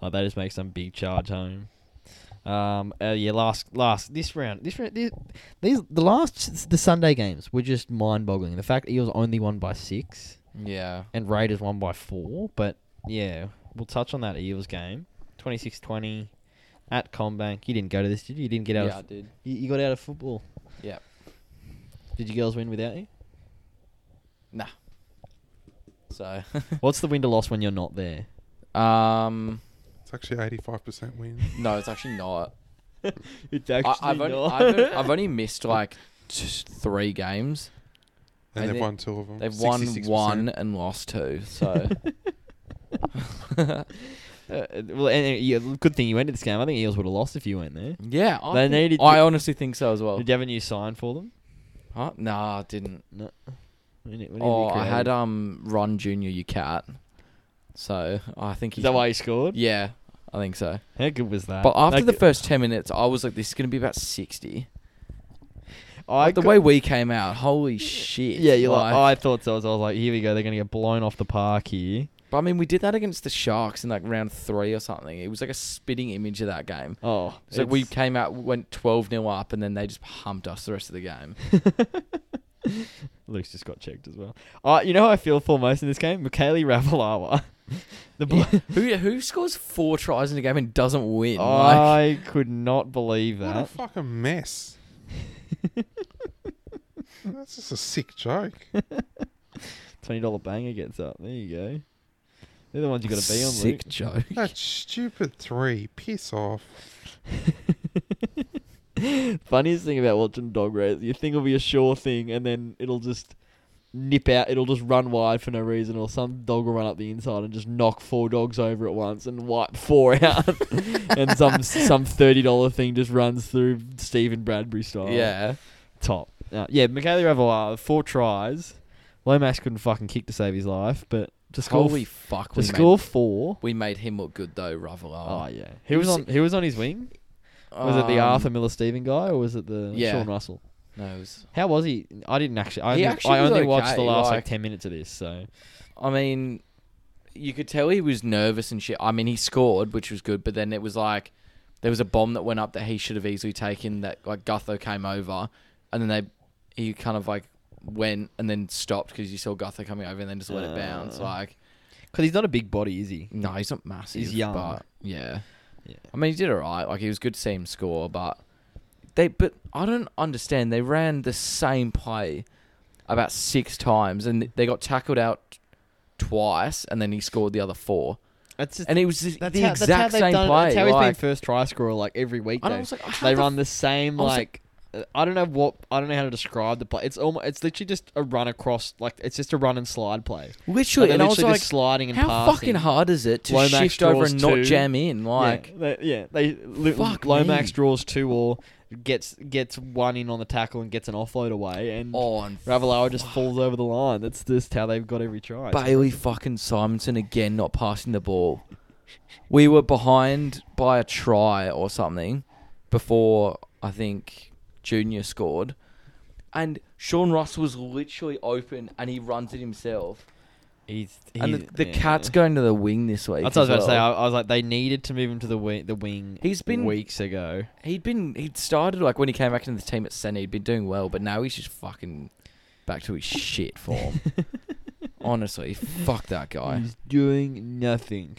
Speaker 1: Like they just make some big charge home. Um, uh, yeah, last last this round, this round, this, these the last the Sunday games were just mind-boggling. The fact Eels only won by six
Speaker 3: Yeah.
Speaker 1: and Raiders won by four, but yeah, we'll touch on that Eels game. 26-20 at Combank. You didn't go to this, did you? You didn't get out.
Speaker 3: yeah, I
Speaker 1: of,
Speaker 3: did.
Speaker 1: you, you got out of football.
Speaker 3: Yeah.
Speaker 1: Did you girls win without you?
Speaker 3: Nah. So,
Speaker 1: What's the win to loss when you're not there?
Speaker 3: um,
Speaker 2: It's actually 85% win.
Speaker 3: no, it's actually not.
Speaker 4: It's
Speaker 3: I,
Speaker 4: actually
Speaker 3: I've, only,
Speaker 4: not.
Speaker 3: I've, only, I've only missed like t- three games.
Speaker 2: And,
Speaker 3: And
Speaker 2: they've
Speaker 3: they-
Speaker 2: won two of them.
Speaker 3: They've won
Speaker 2: 66%.
Speaker 3: one and lost two. So,
Speaker 1: uh, well, anyway, yeah, good thing you went to this game. I think Eels would have lost if you weren't there.
Speaker 3: yeah, I,
Speaker 1: They
Speaker 3: think-
Speaker 1: needed
Speaker 3: I
Speaker 1: to-
Speaker 3: honestly think so as well.
Speaker 1: Did you have a new sign for them?
Speaker 3: Huh? Nah, I didn't.
Speaker 1: We need- we need to be
Speaker 3: Oh, I had
Speaker 1: creative.
Speaker 3: um Ron Junior, you cat. So I think
Speaker 1: Is
Speaker 3: he's
Speaker 1: that why you scored? Uh,
Speaker 3: Yeah, I think so.
Speaker 1: How good was that?
Speaker 3: But after
Speaker 1: Like,
Speaker 3: the first ten minutes, I was like, "This is gonna be about 60.
Speaker 1: I
Speaker 3: the
Speaker 1: got-
Speaker 3: way we came out, holy shit!
Speaker 1: Yeah, you're like, oh, I thought so. I was like, here we go. They're going to get blown off the park here.
Speaker 3: But I mean, we did that against the Sharks in like round three or something. It was like a spitting image of that game.
Speaker 1: Oh,
Speaker 3: It's like we came out, went twelve 0 up, and then they just humped us the rest of the game.
Speaker 1: Luke's just got checked as well. Uh, you know who I feel for most in this game? Michaeli Ravalawa. the blo-
Speaker 3: who who scores four tries in a game and doesn't win?
Speaker 1: Oh,
Speaker 3: Like,
Speaker 1: I could not believe
Speaker 2: What a
Speaker 1: that.
Speaker 2: fucking mess. That's just a sick joke.
Speaker 1: $20 banger gets up. There you go. They're the ones you got to be on, Luke.
Speaker 3: sick joke.
Speaker 2: That stupid three. Piss off.
Speaker 4: Funniest thing about watching dog race, you think it'll be a sure thing, and then it'll just nip out. It'll just run wide for no reason, or some dog will run up the inside and just knock four dogs over at once and wipe four out. and some some thirty dollar thing just runs through Stephen Bradbury style.
Speaker 3: Yeah.
Speaker 1: top. Uh, yeah, Michaeli Ravelar, four tries. Lomax couldn't fucking kick to save his life, but to score,
Speaker 3: Holy
Speaker 1: f-
Speaker 3: fuck!
Speaker 1: to
Speaker 3: We
Speaker 1: score
Speaker 3: made,
Speaker 1: four.
Speaker 3: we made him look good though, Ravelar.
Speaker 1: Oh yeah, who was on? Who was on his wing? Oh, Was it the Arthur Miller Stephen guy or was it the
Speaker 3: Um, yeah.
Speaker 1: Sean Russell?
Speaker 3: No, it was-
Speaker 1: How was he? I didn't actually. I
Speaker 3: He
Speaker 1: only,
Speaker 3: actually
Speaker 1: I
Speaker 3: was
Speaker 1: only watched the
Speaker 3: okay,
Speaker 1: last like,
Speaker 3: like-
Speaker 1: ten minutes of this. So
Speaker 3: I mean, you could tell he was nervous and shit. I mean, he scored, which was good, but then it was like there was a bomb that went up that he should have easily taken. That like Gutho came over, and then they he kind of like went and then stopped because you saw Gutho coming over and then just let it bounce.
Speaker 1: Uh.
Speaker 3: Like,
Speaker 1: because he's not a big body, is he?
Speaker 3: no, he's not massive.
Speaker 1: He's young.
Speaker 3: but yeah.
Speaker 1: Yeah.
Speaker 3: I mean, he did all right. Like, it was good to see him score, but they. But I don't understand. They ran the same play about six times, and they got tackled out twice, and then he scored the other four.
Speaker 1: That's just,
Speaker 3: And it was the,
Speaker 1: that's
Speaker 3: the
Speaker 1: how,
Speaker 3: exact
Speaker 1: that's how they've
Speaker 3: same
Speaker 1: done it.
Speaker 3: play.
Speaker 1: That's how he's
Speaker 3: like,
Speaker 1: been first try scorer like every week.
Speaker 3: and I
Speaker 1: though.
Speaker 3: was like, how
Speaker 1: they
Speaker 3: the
Speaker 1: run
Speaker 3: f-
Speaker 1: the same
Speaker 3: I was
Speaker 1: like uh, I don't know what I don't know how to describe the play. It's almost it's literally just a run across like it's just a run and slide play. Like,
Speaker 3: literally,
Speaker 1: they're
Speaker 3: and I was
Speaker 1: literally
Speaker 3: like,
Speaker 1: just sliding and
Speaker 3: how
Speaker 1: passing.
Speaker 3: fucking hard is it to
Speaker 1: Lomax
Speaker 3: shift over
Speaker 1: draws
Speaker 3: and not
Speaker 1: two.
Speaker 3: jam in? Like,
Speaker 1: yeah, they, yeah, they Lu-
Speaker 3: Fuck
Speaker 1: Lomax
Speaker 3: me.
Speaker 1: draws two or gets gets one in on the tackle and gets an offload away, and
Speaker 3: on
Speaker 1: Ravalawa just falls over the line. That's just how they've got every try. It's
Speaker 3: Bailey fucking Simonson again not passing the ball. We were behind by a try or something before I think Junior scored. And Sean Ross was literally open and he runs it himself.
Speaker 1: He's,
Speaker 3: and
Speaker 1: he's-
Speaker 3: the, the
Speaker 1: yeah.
Speaker 3: cat's going to the wing this week.
Speaker 1: That's what I was
Speaker 3: as
Speaker 1: about to say.
Speaker 3: well.
Speaker 1: I, I was like, they needed to move him to the wing. The wing.
Speaker 3: He's been-
Speaker 1: weeks ago.
Speaker 3: He'd been he'd started like when he came back into the team at Senna, he'd been doing well, but now he's just fucking back to his shit form. Honestly, fuck that guy.
Speaker 1: He's doing nothing.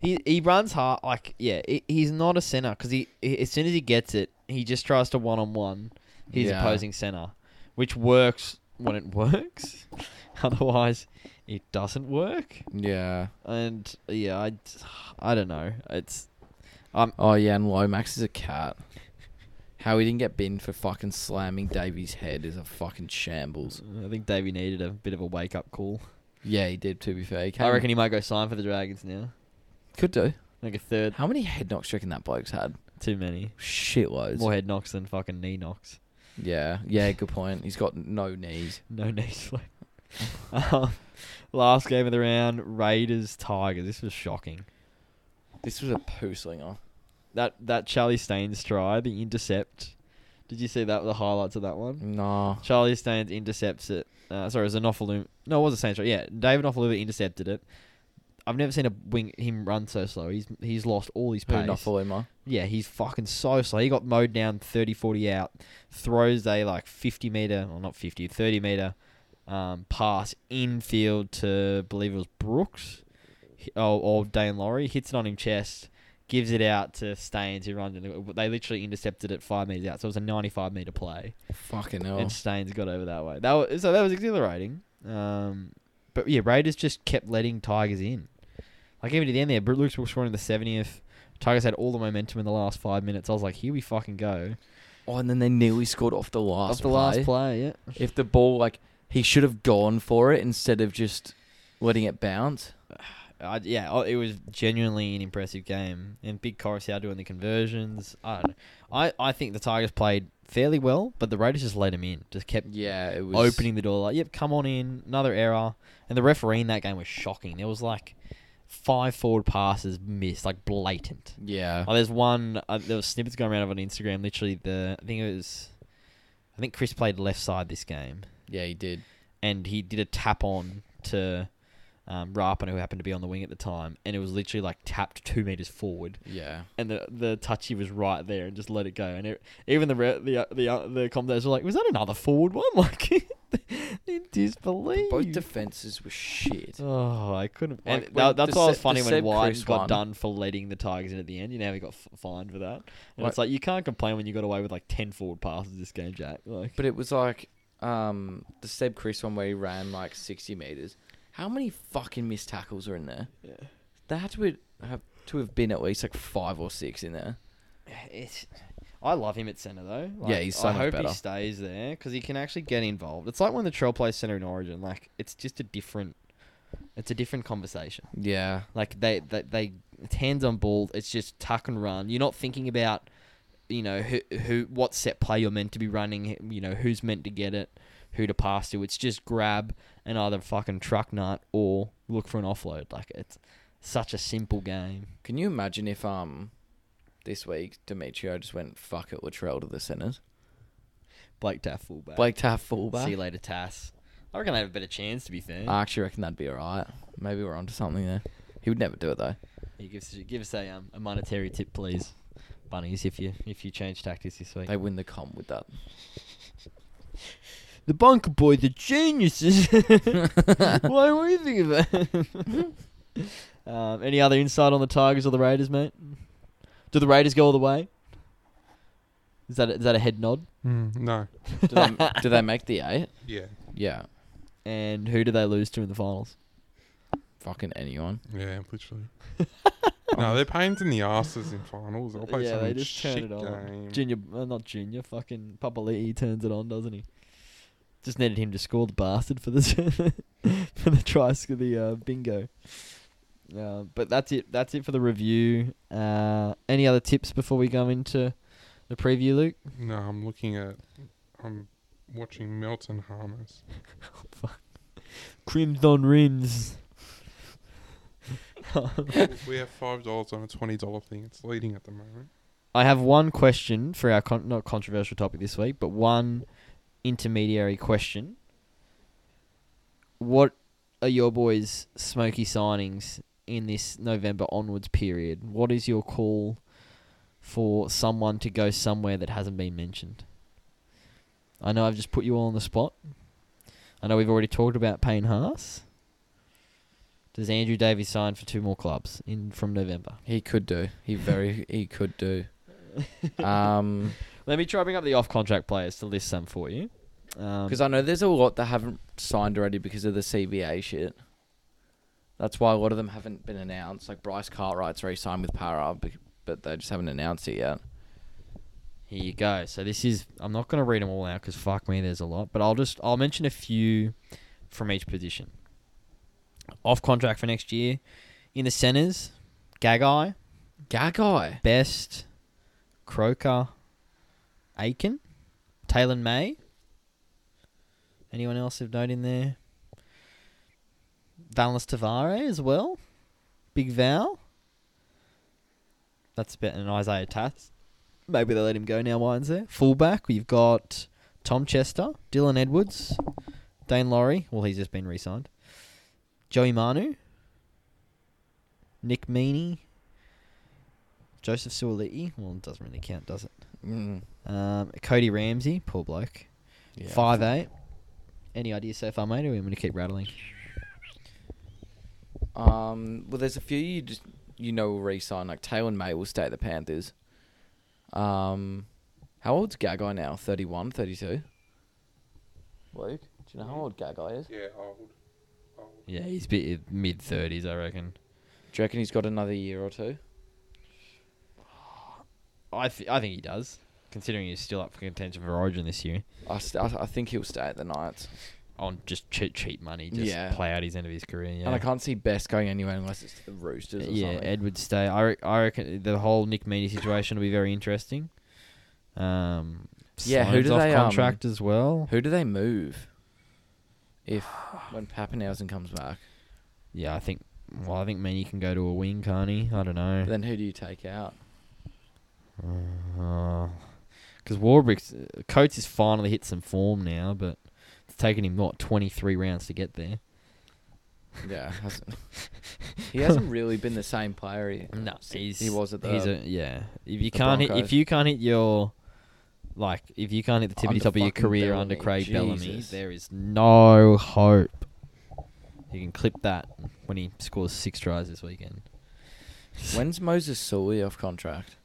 Speaker 1: He he runs hard. Like yeah, he, he's not a center because he, he- as soon as he gets it, he just tries to one on one his
Speaker 3: Yeah.
Speaker 1: opposing center, which works when it works. Otherwise, it doesn't work.
Speaker 3: Yeah.
Speaker 1: And yeah, I I don't know. It's um
Speaker 3: Oh yeah, and Lomax is a cat. How he didn't get binned for fucking slamming Davey's head is a fucking shambles.
Speaker 1: I think Davey needed a bit of a wake up call.
Speaker 3: Yeah, he did. To be fair, he
Speaker 1: I
Speaker 3: came-
Speaker 1: reckon he might go sign for the Dragons now.
Speaker 3: could do.
Speaker 1: Like a third,
Speaker 3: How many head knocks do you reckon that bloke's had?
Speaker 1: too many.
Speaker 3: Shitloads.
Speaker 1: More head knocks than fucking knee knocks.
Speaker 3: Yeah, yeah, good point. He's got no knees.
Speaker 1: No knees left. um, last game of the round, Raiders Tigers. This was shocking.
Speaker 3: This was a poo slinger.
Speaker 1: That that Charlie Staines try, the intercept. Did you see that? The highlights of that
Speaker 3: Mm.
Speaker 1: one.
Speaker 3: Nah.
Speaker 1: Charlie Staines intercepts it. Uh, sorry, it was an Offalum. No, it was a Staines try. Yeah, David Offaluma intercepted it. I've never seen a wing him run so slow. He's he's lost all his
Speaker 3: Who
Speaker 1: pace.
Speaker 3: not follow him,
Speaker 1: Yeah, he's fucking so slow. He got mowed down 30, 40 out. Throws a like 50 meter, or not 50, 30 meter um, pass infield to, I believe it was Brooks. hi- or, or Dane Laurie, hits it on him chest, gives it out to Staines, who runs in. the- They literally intercepted it five meters out, so it was a 95 meter play,
Speaker 3: Fucking hell.
Speaker 1: and Staines got over that way. That was, so that was exhilarating. Um, but yeah, Raiders just kept letting Tigers in. Like even to the end there, Brute Lukes were scoring in the 70th. Tigers had all the momentum in the last five minutes. I was like, here we fucking go.
Speaker 3: oh, and then they nearly scored off the last.
Speaker 1: Off the last
Speaker 3: play.
Speaker 1: play, yeah.
Speaker 3: If the ball, like, he should have gone for it instead of just letting it bounce.
Speaker 1: I, yeah, oh, it was genuinely an impressive game, and big Coruscant doing the conversions. I, don't know. I I think the Tigers played fairly well, but the Raiders just let him in, just kept
Speaker 3: Yeah, it was
Speaker 1: opening the door. Like, yep, come on in, another error. And the referee in that game was shocking. There was like five forward passes missed, like blatant.
Speaker 3: Yeah,
Speaker 1: Oh, there's one. Uh, there was snippets going around of on Instagram. Literally, the I think it was, I think Chris played left side this game
Speaker 3: yeah, he did.
Speaker 1: and he did a tap on to um, Rapana, who happened to be on the wing at the time, and it was literally like tapped two meters forward,
Speaker 3: Yeah,
Speaker 1: and the the touchy was right there, and just let it go. And it, even the re- the uh, the uh, the commentators were like, "Was that another forward one?" Like, in disbelief.
Speaker 3: both defenses were shit.
Speaker 1: Oh, I couldn't.
Speaker 3: Like,
Speaker 1: and
Speaker 3: when
Speaker 1: that, that's
Speaker 3: the
Speaker 1: why it was
Speaker 3: Se- the
Speaker 1: funny when
Speaker 3: Seb
Speaker 1: White
Speaker 3: Chris
Speaker 1: got
Speaker 3: one-
Speaker 1: done for letting the Tigers in at the end. You know, he got f- fined for that. And
Speaker 3: Like-
Speaker 1: it's like you can't complain when you got away with like ten forward passes this game, Jack. Like,
Speaker 3: But it was like um the Seb Chris one where he ran like sixty meters. How many fucking missed tackles are in there?
Speaker 1: Yeah.
Speaker 3: That had to have, have to have been at least like five or six in there.
Speaker 1: it's, I love him at centre though. Like,
Speaker 3: Yeah, he's so
Speaker 1: I
Speaker 3: much
Speaker 1: hope
Speaker 3: better.
Speaker 1: he stays there because he can actually get involved. It's like when the Trail plays centre in Origin. Like it's just a different, it's a different conversation.
Speaker 3: Yeah,
Speaker 1: Like they they, they it's hands on ball. It's just tuck and run. You're not thinking about, you know, who who what set play you're meant to be running. You know who's meant to get it, who to pass to. It's just grab and either fucking truck nut or look for an offload. Like it's such a simple game.
Speaker 3: Can you imagine if um this week Demetrio just went fuck it Latrell to the centers?
Speaker 1: Blake Taff fullback.
Speaker 3: Blake to have fullback.
Speaker 1: See you later, Tass. I reckon they have a better chance, to be fair.
Speaker 3: I actually reckon that'd be alright. Maybe we're onto something there. He would never do it though.
Speaker 1: you give us, give us a, um, a monetary tip, please, Bunnies, if you if you change tactics this week.
Speaker 3: They win the comp with that.
Speaker 1: The bunker boy, the geniuses. Why were you thinking that? um, any other insight on the Tigers or the Raiders, mate? Do the Raiders go all the way? Is that a, is that a head nod?
Speaker 2: Mm, no.
Speaker 3: Do they, do they make the eight?
Speaker 2: Yeah.
Speaker 3: Yeah.
Speaker 1: And who do they lose to in the finals?
Speaker 3: Fucking anyone.
Speaker 2: Yeah, literally. no, they're pains in the asses in finals. I'll play
Speaker 1: yeah,
Speaker 2: some
Speaker 1: they just turn
Speaker 2: shit
Speaker 1: it on.
Speaker 2: game.
Speaker 1: Junior, uh, not junior, fucking Papali'i turns it on, doesn't he? Just needed him to score the bastard for the for the try sc- the uh, bingo. Uh, but that's it. That's it for the review. Uh, any other tips before we go into the preview, Luke?
Speaker 2: No, I'm looking at. I'm watching Melton Harmers.
Speaker 1: Crimson rims.
Speaker 2: we have five dollars on a twenty dollar thing. It's leading at the moment.
Speaker 1: I have one question for our con- not controversial topic this week, but one intermediary question. What are your boys' smoky signings in this November onwards period? What is your call for someone to go somewhere that hasn't been mentioned? I know I've just put you all on the spot. I know we've already talked about Payne Haas. Does Andrew Davies sign for two more clubs in from November?
Speaker 3: He could do. He very he could do. Um
Speaker 1: Let me try bring up the off contract players to list some for you. Um,
Speaker 3: Because I know there's a lot that haven't signed already because of the CBA shit. That's why a lot of them haven't been announced. Like Bryce Cartwright's re-signed with Para, bec- but they just haven't announced it yet.
Speaker 1: here you go. So this is I'm not going to read them all out because fuck me, there's a lot. But I'll just I'll mention a few from each position. Off contract for next year in the centers, Gagai,
Speaker 3: Gagai.
Speaker 1: Best, Croker, Aiken, Taylor May. Anyone else of note in there? Valis Tavare as well. Big Val. That's better than Isaiah Tats. Maybe they let him go now. Mine's there. Fullback, we've got Tom Chester, Dylan Edwards, Dane Laurie. Well, he's just been re signed. Joey Manu, Nick Meaney, Joseph Suoliti. Well, it doesn't really count, does it?
Speaker 3: Mm.
Speaker 1: Um, Cody Ramsey, poor bloke. Five eight. Any idea so far, mate? Or am going to keep rattling?
Speaker 3: Um, well, there's a few you just you know will re-sign. Like Taylor May will stay at the Panthers. Um, how old's Gagai now? 31, 32? Luke, do you know how old Gagai is?
Speaker 2: Yeah, old. old.
Speaker 1: Yeah, he's bit mid thirties, I reckon.
Speaker 3: Do you reckon he's got another year or two?
Speaker 1: I th- I think he does, considering he's still up for contention for Origin this year
Speaker 3: I, st- I, I think he'll stay at the Knights.
Speaker 1: on just cheap cheap money, just
Speaker 3: Yeah.
Speaker 1: play out his end of his career. Yeah,
Speaker 3: And I can't see Best going anywhere unless it's the Roosters or
Speaker 1: yeah,
Speaker 3: something.
Speaker 1: Ed would stay. I, re- I reckon the whole Nick Meaney situation will be very interesting. Um,
Speaker 3: Yeah, who
Speaker 1: Sloane's
Speaker 3: do
Speaker 1: off
Speaker 3: they, um,
Speaker 1: contract as well?
Speaker 3: Who do they move if when Pappenhausen comes back?
Speaker 1: Yeah, I think. Well, I think Meaney can go to a wing, can't he? I don't know.
Speaker 3: Then who do you take out?
Speaker 1: Because Uh, Warbrick's uh, Coates has finally hit some form now, but it's taken him what twenty three rounds to get there.
Speaker 3: Yeah, hasn't- he hasn't really been the same player. He,
Speaker 1: No, he's
Speaker 3: he was at the.
Speaker 1: he's a, yeah. If you
Speaker 3: the
Speaker 1: can't hit,
Speaker 3: Broncos.
Speaker 1: if you can't hit your like, if you can't hit the tippity
Speaker 3: Under
Speaker 1: top of your
Speaker 3: fucking
Speaker 1: career
Speaker 3: Bellamy,
Speaker 1: under Craig Bellamy,
Speaker 3: Jesus.
Speaker 1: there is no hope. You can clip that when he scores six tries this weekend.
Speaker 3: when's Moses Sully off contract?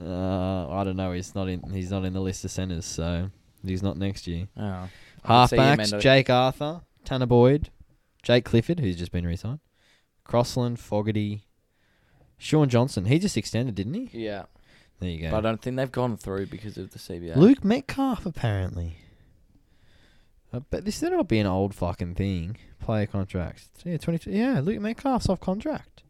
Speaker 1: Uh, I don't know. He's not in. He's not in the list of centers, so he's not next year.
Speaker 3: Oh, I could see him end
Speaker 1: Halfbacks,
Speaker 3: up-
Speaker 1: Jake Arthur, Tanner Boyd, Jake Clifford, who's just been re-signed, Crossland, Fogarty, Sean Johnson. He just extended, didn't he?
Speaker 3: Yeah,
Speaker 1: There you go.
Speaker 3: but I don't think they've gone through because of the CBA.
Speaker 1: Luke Metcalf, apparently. Uh, but this that'll be an old fucking thing. Player contracts. Yeah, twenty. Yeah, Luke Metcalf's off contract.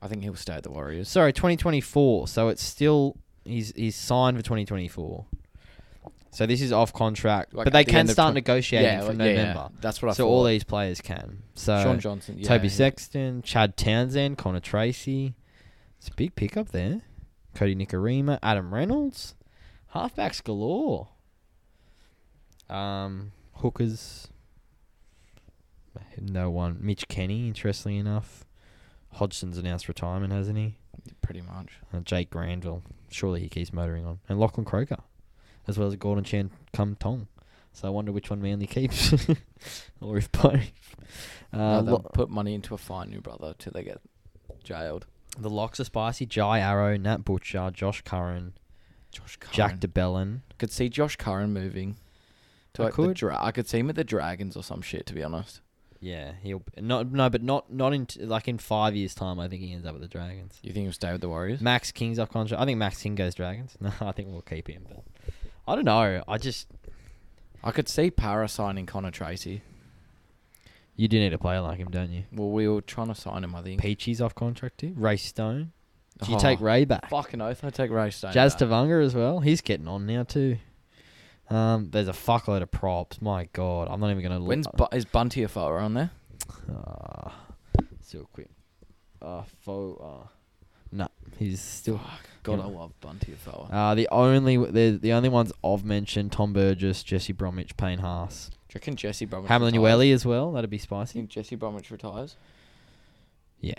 Speaker 3: I think he'll stay at the Warriors.
Speaker 1: Sorry, twenty twenty four. So it's still he's he's signed for twenty twenty four. So this is off contract,
Speaker 3: Like
Speaker 1: but
Speaker 3: at
Speaker 1: they
Speaker 3: the
Speaker 1: can
Speaker 3: end of
Speaker 1: start
Speaker 3: twen-
Speaker 1: negotiating
Speaker 3: yeah,
Speaker 1: from
Speaker 3: like- yeah, yeah.
Speaker 1: November.
Speaker 3: That's what I
Speaker 1: So
Speaker 3: thought.
Speaker 1: all these players can. So
Speaker 3: Sean Johnson, yeah,
Speaker 1: Toby
Speaker 3: he-
Speaker 1: Sexton, Chad Townsend, Connor Tracy. It's a big pickup there. Cody Nicarima, Adam Reynolds, halfbacks galore. Um, hookers. No one. Mitch Kenny, interestingly enough. Hodgson's announced retirement, hasn't he?
Speaker 3: pretty much.
Speaker 1: Uh, Jake Granville. Surely he keeps motoring on. And Lachlan Croker, as well as Gordon Chan Kum Tong. So I wonder which one Manly keeps, or if both. Uh,
Speaker 3: No, they'll
Speaker 1: Lo-
Speaker 3: put money into a fine new brother till they get jailed.
Speaker 1: the locks are spicy. Jai Arrow, Nat Butcher, Josh Curran,
Speaker 3: Josh Curran.
Speaker 1: Jack DeBellin.
Speaker 3: could see Josh Curran moving. To
Speaker 1: I
Speaker 3: like the
Speaker 1: could.
Speaker 3: dra- I could see him at the Dragons or some shit. To be honest,
Speaker 1: Yeah, he'll not no, but not not in t- like in five years' time. I think he ends up with the Dragons.
Speaker 3: you think he'll stay with the Warriors?
Speaker 1: Max King's off contract. I think Max King goes Dragons. No, I think we'll keep him. But I don't know. I just
Speaker 3: I could see Para signing Connor Tracy.
Speaker 1: you do need a player like him, don't you?
Speaker 3: Well, we were trying to sign him. I think.
Speaker 1: Peachy's off contract too. Ray Stone. Do you
Speaker 3: Oh,
Speaker 1: take Ray back?
Speaker 3: Fucking oath, I take Ray Stone.
Speaker 1: Jazz
Speaker 3: back.
Speaker 1: Tavunga as well. He's getting on now too. Um, there's a fuckload of props. My God, I'm not even gonna.
Speaker 3: When's
Speaker 1: look.
Speaker 3: Bu- is Bunty a foe on there?
Speaker 1: Uh, still quick. Uh, fo- uh, no, he's still.
Speaker 3: Ah, God,
Speaker 1: Yeah.
Speaker 3: I love Bunty a foe.
Speaker 1: Uh, the only the the only ones I've mentioned: Tom Burgess, Jesse Bromwich, Payne Haas,
Speaker 3: Do you reckon Jesse Bromwich?
Speaker 1: Hamlin
Speaker 3: retires?
Speaker 1: Ueli as well. That'd be
Speaker 3: Do you
Speaker 1: spicy.
Speaker 3: think Jesse Bromwich retires?
Speaker 1: Yeah.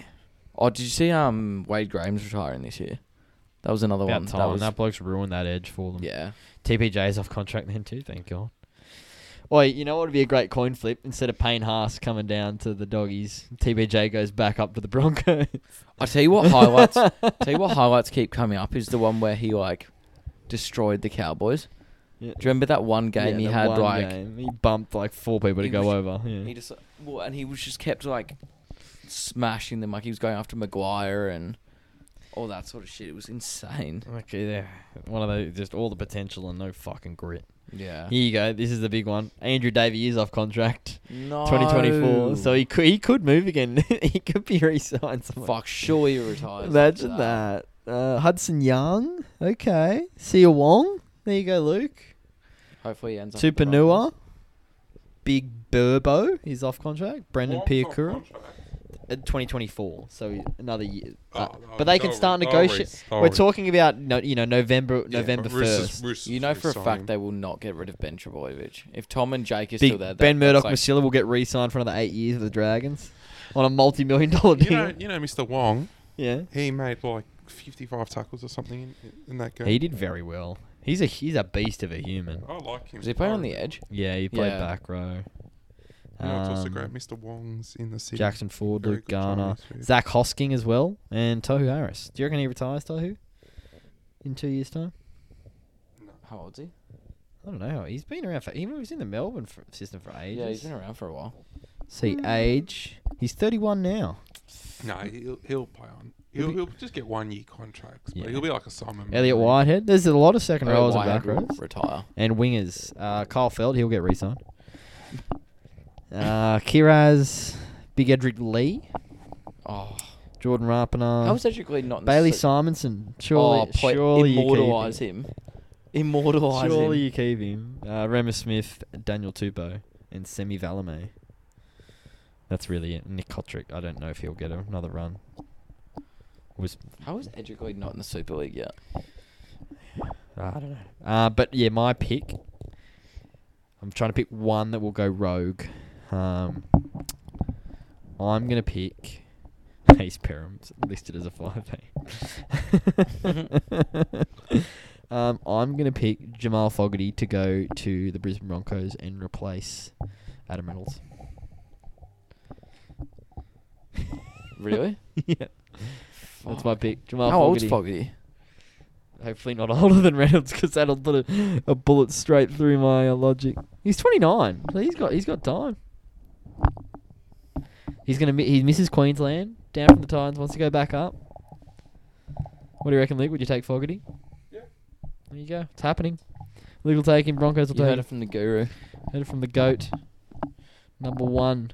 Speaker 3: Oh, did you see um Wade Graham's retiring this year? That was another one.
Speaker 1: About
Speaker 3: That
Speaker 1: time.
Speaker 3: was,
Speaker 1: That bloke's ruined that edge for them.
Speaker 3: yeah.
Speaker 1: TPJ's off contract then too. Thank God. Oi, you know what would be a great coin flip? Instead of Payne Haas coming down to the doggies, TBJ goes back up to the Broncos.
Speaker 3: I tell you what highlights. tell you what highlights keep coming up is the one where he like destroyed the Cowboys.
Speaker 1: Yeah.
Speaker 3: Do you remember that one
Speaker 1: Yeah,
Speaker 3: game he
Speaker 1: the
Speaker 3: had
Speaker 1: one
Speaker 3: like
Speaker 1: game. he bumped like four people to
Speaker 3: He
Speaker 1: go
Speaker 3: was-
Speaker 1: over. Yeah.
Speaker 3: he just well, and he was just kept like smashing them like he was going after Maguire and all that sort of shit. It was insane.
Speaker 1: Okay, there. One of those, just all the potential and no fucking grit.
Speaker 3: Yeah.
Speaker 1: Here you go. This is the big one. Andrew Davy is off contract,
Speaker 2: Oh.
Speaker 3: No.
Speaker 1: 2024. So he could he could move again. he could be re-signed. Somewhere.
Speaker 3: fuck. Surely he retires.
Speaker 1: Imagine
Speaker 3: after
Speaker 1: that. Uh, Hudson Young. Okay. Sia Wong. There you go, Luke.
Speaker 3: Hopefully he ends up. at the
Speaker 1: Tupanua.
Speaker 3: Broncos.
Speaker 1: Big Burbo. He's off contract. Brendan
Speaker 2: What's off
Speaker 1: Piakura.
Speaker 2: contract?
Speaker 1: Uh, 2024. So another year.
Speaker 2: Oh,
Speaker 1: Uh,
Speaker 2: no,
Speaker 1: but they
Speaker 2: no
Speaker 1: can
Speaker 2: worries,
Speaker 1: start
Speaker 2: no
Speaker 1: negotiating.
Speaker 2: worries, no
Speaker 1: We're
Speaker 2: worries.
Speaker 1: talking about no, you know November
Speaker 2: Yeah,
Speaker 1: November
Speaker 2: but Roosters-
Speaker 1: first.
Speaker 2: Roosters
Speaker 3: You know for a fact
Speaker 2: re-signing.
Speaker 3: they will not get rid of Ben Trebojevic. If Tom and Jake are still
Speaker 1: Big
Speaker 3: there, that-
Speaker 1: Ben
Speaker 3: that's
Speaker 1: Murdoch
Speaker 3: like-
Speaker 1: Masilla will get re-signed for another eight years of the Dragons on a multi-million dollar
Speaker 2: You
Speaker 1: deal.
Speaker 2: know, you know, Mr. Wong.
Speaker 1: yeah,
Speaker 2: He made like 55 tackles or something in, in that game.
Speaker 1: he did very well. He's a he's a beast of a human.
Speaker 2: I like him.
Speaker 3: Is he playing
Speaker 2: I
Speaker 3: on the
Speaker 2: really-
Speaker 3: edge?
Speaker 1: Yeah, he played
Speaker 3: Yeah.
Speaker 1: back row.
Speaker 2: You know, it's also
Speaker 1: Um,
Speaker 2: great. Mr. Wong's in the city.
Speaker 1: Jackson Ford,
Speaker 2: Very
Speaker 1: Luke
Speaker 2: good
Speaker 1: Garner,
Speaker 2: Chinese food.
Speaker 1: Zach Hosking as well, and Tohu Harris. Do you reckon he retires Tohu in two years' time?
Speaker 3: How old's he?
Speaker 1: I don't know. He's been around for. He was in the Melbourne for, system for ages.
Speaker 3: Yeah, he's been around for a while.
Speaker 1: See age. He's thirty-one now.
Speaker 2: No, he'll, he'll play on.
Speaker 1: He'll
Speaker 2: He'll,
Speaker 1: be-
Speaker 2: he'll just get one year contracts, but
Speaker 1: Yeah.
Speaker 2: he'll be like a Simon.
Speaker 1: Elliot
Speaker 2: Murray.
Speaker 1: Whitehead. There's a lot of second
Speaker 3: Elliot
Speaker 1: rows and
Speaker 3: Whitehead
Speaker 1: back
Speaker 3: will
Speaker 1: rows
Speaker 3: Retire.
Speaker 1: and wingers. Uh, Kyle Feld. He'll get re-signed. Uh, Kiraz, Big Edric Lee,
Speaker 3: Oh,
Speaker 1: Jordan Rapana.
Speaker 3: how was Edric Lee not in
Speaker 1: Bailey
Speaker 3: the
Speaker 1: Simonson. Surely,
Speaker 3: oh, play-
Speaker 1: surely you keep
Speaker 3: immortalize him. Immortalize
Speaker 1: Surely
Speaker 3: him.
Speaker 1: you keep him. Uh, Remus Smith, Daniel Tupou, and Semi Valame. That's really it. Nick Kotrick, I don't know if he'll get another run. Was
Speaker 3: How is Edric Lee not in the Super League yet?
Speaker 1: I don't know. Uh, but yeah, my pick. I'm trying to pick one that will go rogue. Um, I'm gonna pick Ace Perham, it's listed as a five. eh? um, I'm gonna pick Jamal Fogarty to go to the Brisbane Broncos and replace Adam Reynolds.
Speaker 3: Really?
Speaker 1: yeah, that's my
Speaker 3: Fuck.
Speaker 1: pick. Jamal
Speaker 3: How old's
Speaker 1: Fogarty.
Speaker 3: Fogarty?
Speaker 1: Hopefully not older than Reynolds, 'cause that'll put a, a bullet straight through my uh, logic. He's 29. so He's got he's got time. He's gonna mi- he misses Queensland down from the Titans. Wants to go back up. What do you reckon, Luke? Would you take Fogarty?
Speaker 2: Yeah.
Speaker 1: There you go. It's happening. Luke will take him. Broncos will
Speaker 3: You
Speaker 1: take
Speaker 3: heard
Speaker 1: him.
Speaker 3: it from the guru.
Speaker 1: Heard it from the goat. Number one.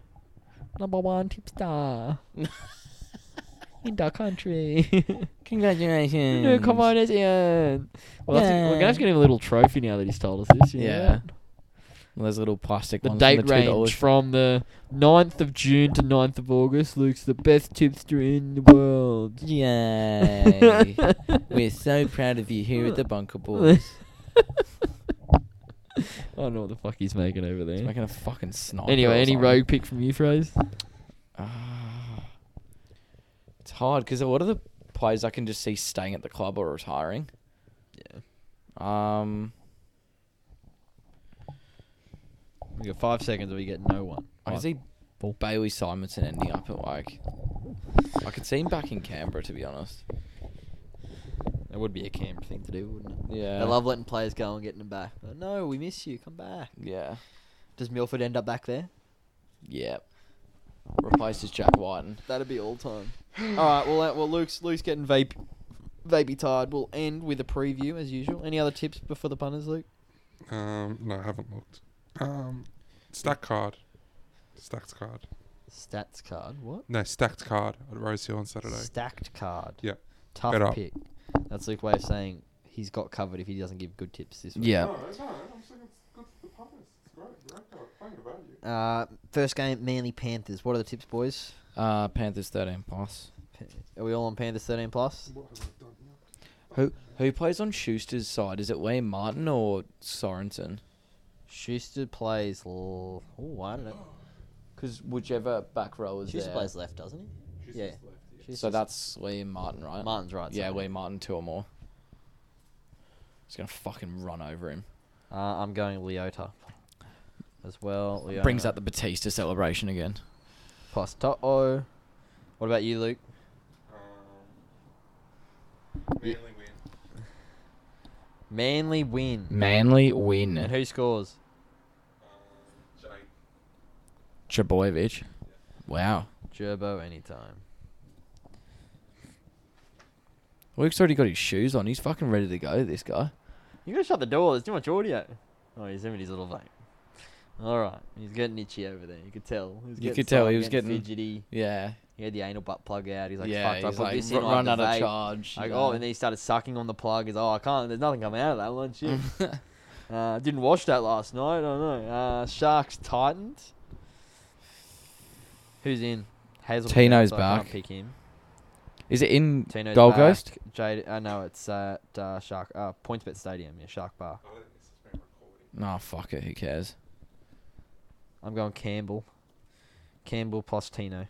Speaker 1: Number one tipstar in the country.
Speaker 3: Congratulations.
Speaker 1: No, come on, it's Ian. Well, that's we're gonna have to get him a little trophy now that he's told us this. you know
Speaker 3: Yeah.
Speaker 1: that?
Speaker 3: Well, those little plastic
Speaker 1: The
Speaker 3: ones.
Speaker 1: date
Speaker 3: from the
Speaker 1: range
Speaker 3: $2.
Speaker 1: from the 9th of June to 9th of August. Luke's the best tipster in the world.
Speaker 3: Yay. We're so proud of you here at the Bunker Boys.
Speaker 1: I don't know what the fuck he's making over
Speaker 3: It's
Speaker 1: there.
Speaker 3: making a fucking sniper. or
Speaker 1: Anyway, any
Speaker 3: something.
Speaker 1: rogue pick from you, phrase?
Speaker 3: Ah. it's hard because a lot of the players I can just see staying at the club or retiring.
Speaker 1: Yeah.
Speaker 3: Um,
Speaker 1: We got five seconds, or we get no one.
Speaker 3: I can see Bailey Simonson ending up at like. I could see him back in Canberra, to be honest.
Speaker 1: That would be a camp thing to do, wouldn't it?
Speaker 3: Yeah.
Speaker 1: They love letting players go and getting them back. But no, we miss you. Come back.
Speaker 3: Yeah.
Speaker 1: Does Milford end up back there?
Speaker 3: Yeah. Replaces Jack Whiten.
Speaker 1: That'd be all time. all right. Well, uh, well, Luke's Luke's getting vape, vapey tired. We'll end with a preview as usual. Any other tips before the punters, Luke?
Speaker 2: Um, no, I haven't looked. Um, stack card. Stacked card.
Speaker 1: Stats card. What?
Speaker 2: No, stacked card at Rose Hill on Saturday.
Speaker 1: Stacked card.
Speaker 2: Yeah.
Speaker 1: Tough
Speaker 2: Bet up.
Speaker 1: pick. That's Luke way of saying he's got covered if he doesn't give good tips this week.
Speaker 3: Yeah.
Speaker 2: it's all right. I'm saying it's good for the punters. It's great. Great card. Playing the value.
Speaker 1: Uh, first game, Manly Panthers. What are the tips, boys?
Speaker 3: Uh, Panthers 13 plus.
Speaker 1: Pa- Are we all on Panthers thirteen plus?
Speaker 2: What have I done here?
Speaker 3: Who who plays on Schuster's side? Is it Liam Martin or Sorensen?
Speaker 1: Schuster plays. L- oh, I don't know.
Speaker 3: Because whichever back row is
Speaker 1: Schuster
Speaker 3: there.
Speaker 1: plays left, doesn't he?
Speaker 2: She's
Speaker 1: Yeah.
Speaker 2: just left here.
Speaker 3: so
Speaker 1: Schuster's-
Speaker 3: that's Liam Martin, right?
Speaker 1: Martin's right.
Speaker 3: yeah,
Speaker 1: side.
Speaker 3: Liam Martin, two or more. He's gonna fucking run over him.
Speaker 1: Uh, I'm going Leota as well. Leota.
Speaker 3: Brings out the Batista celebration again.
Speaker 1: Postoo. What about you, Luke?
Speaker 2: Um,
Speaker 1: Ye-
Speaker 2: Manly win.
Speaker 1: Manly win.
Speaker 3: Manly
Speaker 1: And
Speaker 3: win.
Speaker 1: who scores?
Speaker 2: Um, Jake.
Speaker 3: Trebojevic. Wow.
Speaker 1: Gerbo anytime.
Speaker 3: Luke's already got his shoes on. He's fucking ready to go. This guy.
Speaker 1: You gotta shut the door. There's too much audio. Oh, he's having his little vape. All right, he's getting itchy over there. You could tell. He was
Speaker 3: You
Speaker 1: getting
Speaker 3: could tell he
Speaker 1: sore,
Speaker 3: was getting-
Speaker 1: fidgety.
Speaker 3: Yeah.
Speaker 1: He had the anal butt plug out. He's like,
Speaker 3: yeah.
Speaker 1: "Fuck,
Speaker 3: he's
Speaker 1: I put
Speaker 3: like,
Speaker 1: this in
Speaker 3: run,
Speaker 1: I
Speaker 3: run
Speaker 1: had
Speaker 3: out
Speaker 1: to
Speaker 3: of
Speaker 1: vape."
Speaker 3: charge.
Speaker 1: Like,
Speaker 3: you
Speaker 1: oh,
Speaker 3: know.
Speaker 1: and then he started sucking on the plug. He's, oh, I can't. There's nothing coming out of that one. Shit. uh, didn't watch that last night. I don't know. Uh, Sharks Titans. Who's in? Hazel.
Speaker 3: Tino's
Speaker 1: I
Speaker 3: back.
Speaker 1: can't pick him.
Speaker 3: Is it in
Speaker 1: Tino's
Speaker 3: Gold
Speaker 1: back.
Speaker 3: Coast?
Speaker 1: Jade. Uh, no, it's at uh, Shark. Uh, PointsBet Stadium. Yeah, Shark Bar.
Speaker 2: I don't think this has been recorded.
Speaker 3: No, fuck it. Who cares?
Speaker 1: I'm going Campbell. Campbell plus Tino.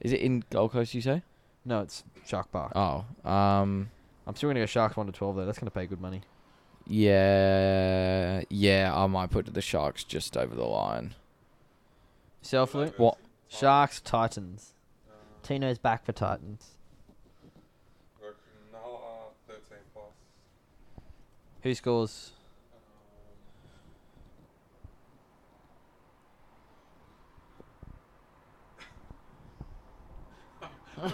Speaker 3: Is it in Gold Coast? You say?
Speaker 1: No, it's Shark Bar.
Speaker 3: Oh, um,
Speaker 1: I'm still gonna go Sharks one to twelve though. That's gonna pay good money.
Speaker 3: Yeah, yeah, I might put the Sharks just over the line.
Speaker 1: Self loop.
Speaker 3: What?
Speaker 1: Sharks, Titans.
Speaker 2: Um,
Speaker 1: Tino's back for Titans.
Speaker 2: uh,
Speaker 1: Who scores?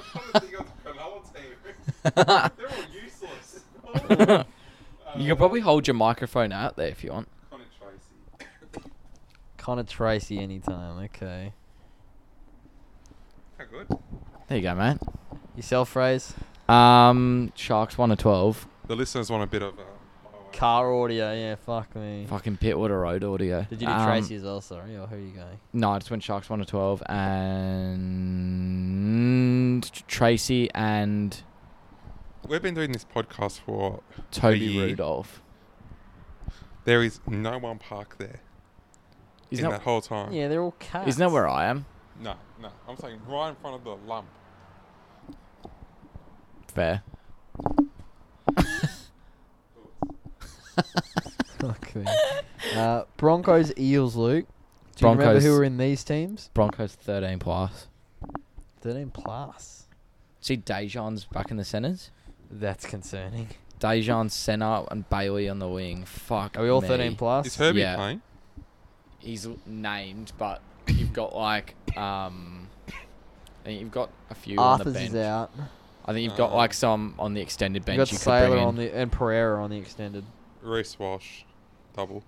Speaker 3: You can probably hold your microphone out there if you want.
Speaker 1: Connor Tracy anytime. Okay.
Speaker 2: How good?
Speaker 3: There you go, mate.
Speaker 1: Yourself phrase.
Speaker 3: Um, Sharks one to twelve.
Speaker 2: The listeners want a bit of. Uh,
Speaker 1: Car audio. Yeah. Fuck me.
Speaker 3: Fucking Pitwood or road audio.
Speaker 1: Did you do
Speaker 3: Um,
Speaker 1: Tracy as well? Sorry. Or who are you going?
Speaker 3: No, I just went Sharks one to twelve and Tracy and
Speaker 2: We've been doing this podcast for.
Speaker 3: Toby
Speaker 2: year.
Speaker 3: Rudolph.
Speaker 2: There is no one parked there
Speaker 3: Isn't
Speaker 2: in
Speaker 3: that,
Speaker 2: that whole time.
Speaker 1: Yeah, they're all cats.
Speaker 3: isn't that where I am?
Speaker 2: No, no. I'm saying right in front of the lump.
Speaker 3: Fair.
Speaker 1: Fuck me. Uh, Broncos, Eels, Luke. Do you remember
Speaker 3: Broncos.
Speaker 1: who were in these teams?
Speaker 3: Broncos thirteen plus.
Speaker 1: Thirteen plus.
Speaker 3: See Dejan's back in the centres.
Speaker 1: That's concerning.
Speaker 3: Dejan Senna and Bailey on the wing. Fuck.
Speaker 1: Are we all
Speaker 3: me.
Speaker 1: thirteen plus?
Speaker 2: Is Herbie
Speaker 3: yeah.
Speaker 2: playing?
Speaker 3: He's l- named, but you've got like um, I think you've got a few on
Speaker 1: Arthur's
Speaker 3: the bench.
Speaker 1: is out.
Speaker 3: I think you've got
Speaker 2: Um,
Speaker 3: like some on the extended
Speaker 1: You
Speaker 3: bench.
Speaker 1: got
Speaker 3: you could bring
Speaker 1: Sailor
Speaker 3: in.
Speaker 1: on the and Pereira on the extended.
Speaker 2: Reese Walsh, double.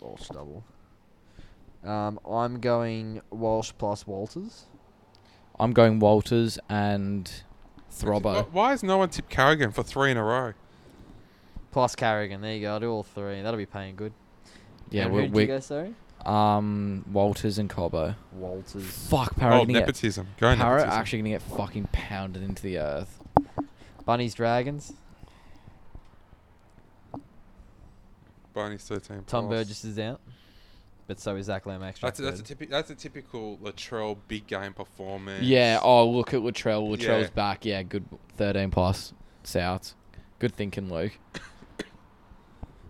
Speaker 1: Walsh double. Oh, Um, I'm going Walsh plus Walters.
Speaker 3: I'm going Walters and Throbbo.
Speaker 2: Wh- Why has no one tipped Carrigan for three in a row?
Speaker 1: Plus Carrigan. There you go. I'll do all three. That'll be paying good.
Speaker 3: Yeah,
Speaker 1: and
Speaker 3: we're,
Speaker 1: who did you
Speaker 3: we
Speaker 1: go, sorry?
Speaker 3: um Walters and Cobbo.
Speaker 1: Walters.
Speaker 3: Fuck, Parrot.
Speaker 2: Oh,
Speaker 3: gonna get-
Speaker 2: nepotism. Go
Speaker 3: Parrot
Speaker 2: nepotism.
Speaker 3: actually gonna get fucking pounded into the earth.
Speaker 1: Bunnies, Dragons.
Speaker 2: Barney's 13.
Speaker 1: Tom
Speaker 2: plus.
Speaker 1: Burgess is out. But so is Zach Lomax.
Speaker 2: That's a, that's, a typi- that's a typical Latrell big game performance.
Speaker 3: Yeah. Oh, look at Latrell. Latrell's
Speaker 2: Yeah.
Speaker 3: back. Yeah, good. Thirteen plus. South. Good thinking, Luke.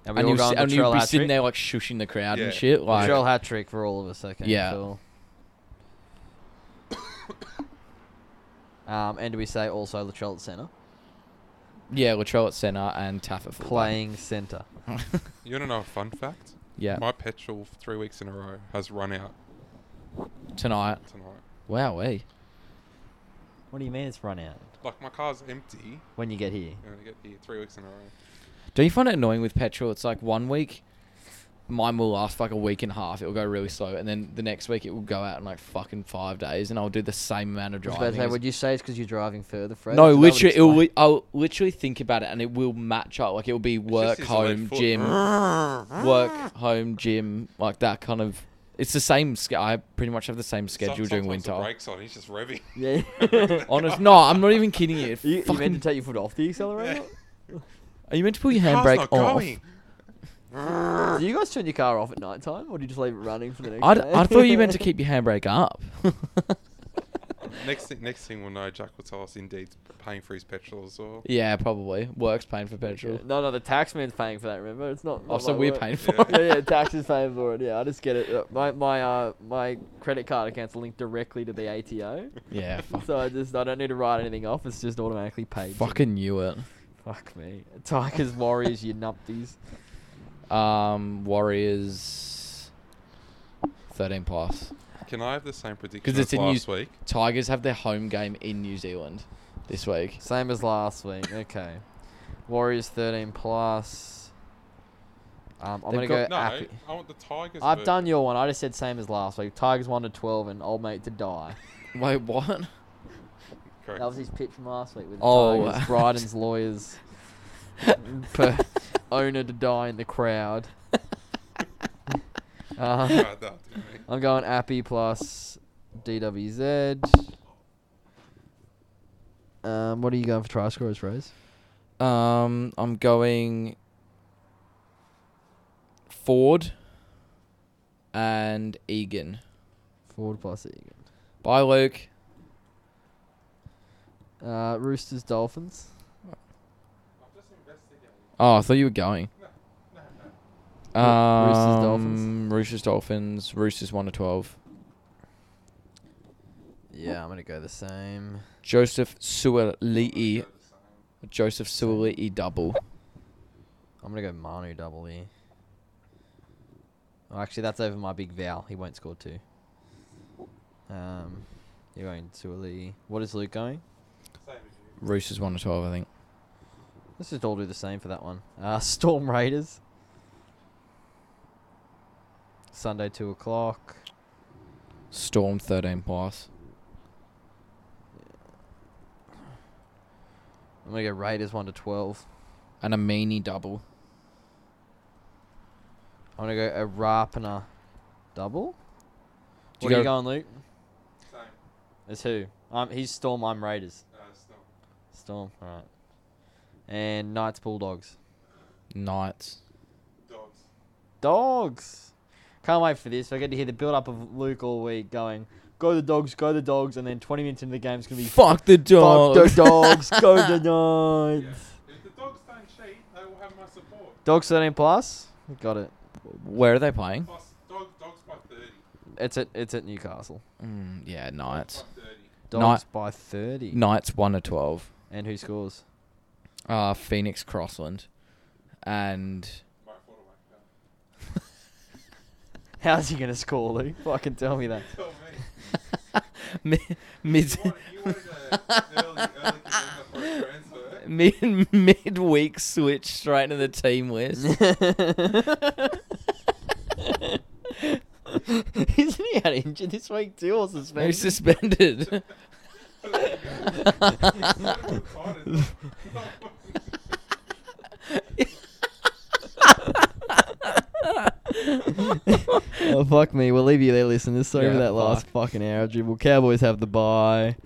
Speaker 1: and we
Speaker 3: And
Speaker 1: all
Speaker 3: you'll,
Speaker 1: go
Speaker 3: s-
Speaker 1: on
Speaker 3: and you'll
Speaker 1: Latrell
Speaker 3: be
Speaker 1: hat
Speaker 3: sitting
Speaker 1: trick.
Speaker 3: there like shushing the crowd and
Speaker 2: Yeah.
Speaker 3: shit. Like,
Speaker 1: Latrell hat trick for all of us. Okay.
Speaker 3: Yeah.
Speaker 1: cool. um, and do we say also Latrell at centre?
Speaker 3: yeah, Latrell at centre and Taff at fullback.
Speaker 1: Playing centre.
Speaker 2: You want to know a fun fact?
Speaker 3: Yeah,
Speaker 2: My petrol for three weeks in a row has run out
Speaker 3: tonight.
Speaker 2: tonight.
Speaker 3: Wow, eh. we.
Speaker 1: What do you mean it's run out?
Speaker 2: Like, my car's empty.
Speaker 1: When you get here.
Speaker 2: I'm going to get here three weeks in a row.
Speaker 3: Don't you find it annoying with petrol? It's like one week, mine will last like a week and a half. It will go really slow, and then the next week it will go out in like fucking five days, and I'll do the same amount of
Speaker 1: I was
Speaker 3: driving.
Speaker 1: about to say,
Speaker 3: as-
Speaker 1: would you say it's because you're driving further, Fred?
Speaker 3: no,
Speaker 1: That would
Speaker 3: literally, it'll,
Speaker 1: explain-
Speaker 3: li- I'll literally think about it, and it will match up. Like it will be work,
Speaker 2: his left
Speaker 3: home,
Speaker 2: foot.
Speaker 3: gym, work,
Speaker 1: Ah.
Speaker 3: home, gym, like that kind of. It's the same. sch- I pretty much have the same schedule
Speaker 2: Some-
Speaker 3: during
Speaker 2: sometimes The
Speaker 3: winter.
Speaker 2: brakes on, he's just revving.
Speaker 1: Yeah.
Speaker 3: Honest, no, I'm not even kidding you. It
Speaker 1: you, you
Speaker 3: fucking-
Speaker 1: meant to take your foot off the accelerator?
Speaker 3: are you meant to pull your
Speaker 2: Car's
Speaker 3: handbrake
Speaker 2: not
Speaker 3: off?
Speaker 2: going.
Speaker 1: do you guys turn your car off at night time, or do you just leave it running for the next
Speaker 3: I'd,
Speaker 1: day?
Speaker 3: I thought you meant to keep your handbrake up.
Speaker 2: Next thing, next thing we'll know, Jack will tell us indeed paying for his petrol as well.
Speaker 3: yeah, probably. Work's paying for petrol.
Speaker 1: Yeah. No, no, the taxman's paying for that, remember? It's not. not
Speaker 3: Also,
Speaker 1: my
Speaker 3: Oh, we're
Speaker 1: work.
Speaker 3: paying for
Speaker 2: Yeah.
Speaker 1: yeah, yeah, taxes paying for it. Yeah, I just get it. Uh, My my uh my credit card account's linked directly to the ATO,
Speaker 3: Yeah, fuck,
Speaker 1: so I just I don't need to write anything off. It's just automatically paid. to me.
Speaker 3: fucking knew it.
Speaker 1: Fuck me. Tigers, Warriors, you numpties.
Speaker 3: Um, Warriors, thirteen plus.
Speaker 2: Can I have the same prediction as
Speaker 3: it's in
Speaker 2: last week?
Speaker 3: Tigers have their home game in New Zealand this week.
Speaker 1: Same as last week. Okay. Warriors 13 plus. Um, I'm going to
Speaker 3: They've
Speaker 1: go.
Speaker 2: No,
Speaker 1: Appy.
Speaker 2: I want the Tigers.
Speaker 1: I've
Speaker 2: version.
Speaker 1: done your one. I just said same as last week. Tigers 1 to 12 and old mate to die.
Speaker 3: Wait, what?
Speaker 2: Correct.
Speaker 1: That was his pitch from last week with the
Speaker 3: Oh,
Speaker 1: Tigers,
Speaker 3: wow.
Speaker 1: Bryden's lawyers, per owner to die in the crowd.
Speaker 3: Uh-huh.
Speaker 1: Uh,
Speaker 2: Tried that, didn't we?
Speaker 1: I'm going Appy plus DWZ. Um, what are you going for try scorers, Rose?
Speaker 3: Um, I'm going Ford and Egan.
Speaker 1: Ford plus Egan.
Speaker 3: Bye, Luke.
Speaker 1: Uh, Roosters, Dolphins.
Speaker 2: I'm just investigating.
Speaker 3: Oh, I thought you were going.
Speaker 6: Ro- Roosters,
Speaker 3: Um,
Speaker 6: Dolphins.
Speaker 3: Roosters, Dolphins. Roosters one to twelve.
Speaker 1: Yeah, I'm gonna go the same.
Speaker 3: Joseph Suoli'i. Joseph Suoli'i double.
Speaker 1: I'm gonna go Manu double E. Oh, actually, that's over my big Val. He won't score two. Um, you're going to Lee. What is Luke going?
Speaker 3: Roosters one to twelve, I think.
Speaker 1: Let's just all do the same for that one. Uh, Storm Raiders. Sunday two o'clock.
Speaker 3: Storm thirteen plus.
Speaker 1: I'm gonna go Raiders one to twelve.
Speaker 3: And a meanie double.
Speaker 1: I'm gonna go Arapana double.
Speaker 3: Do
Speaker 1: What
Speaker 3: you
Speaker 1: are you
Speaker 3: go-
Speaker 1: going, Luke? It's who? I'm. He's Storm. I'm Raiders.
Speaker 2: uh,
Speaker 1: Storm. All right. And Knights Bulldogs.
Speaker 3: Knights.
Speaker 1: Dogs. Can't wait for this. I get to hear the build up of Luke all week going, go the dogs, go the dogs, and then 20 minutes into the game, it's going to be
Speaker 3: Fuck the
Speaker 1: "Fuck
Speaker 3: dog.
Speaker 1: the dogs, go the Knights.
Speaker 2: If the dogs don't cheat, they will have my support.
Speaker 1: Dogs 13 plus. Got it.
Speaker 3: Where are they playing?
Speaker 2: Plus, dog, dogs by 30.
Speaker 1: It's at it's at Newcastle.
Speaker 3: Mm, yeah, Knights.
Speaker 2: 30.
Speaker 1: Dogs by 30.
Speaker 3: Knights one to twelve.
Speaker 1: And who scores?
Speaker 3: Uh Phoenix Crossland. And
Speaker 1: How's he going to score, Luke? Fucking tell me that.
Speaker 2: Tell me.
Speaker 3: mi- mid
Speaker 2: You wanted an early, early contender for a transfer.
Speaker 3: mid midweek switch straight into the team list.
Speaker 1: Isn't he out injured this week too or suspended?
Speaker 3: Who's suspended?
Speaker 1: oh fuck me. We'll leave you there, listeners. Sorry for
Speaker 3: Yeah,
Speaker 1: that last fucking hour of dribble. Cowboys have the bye.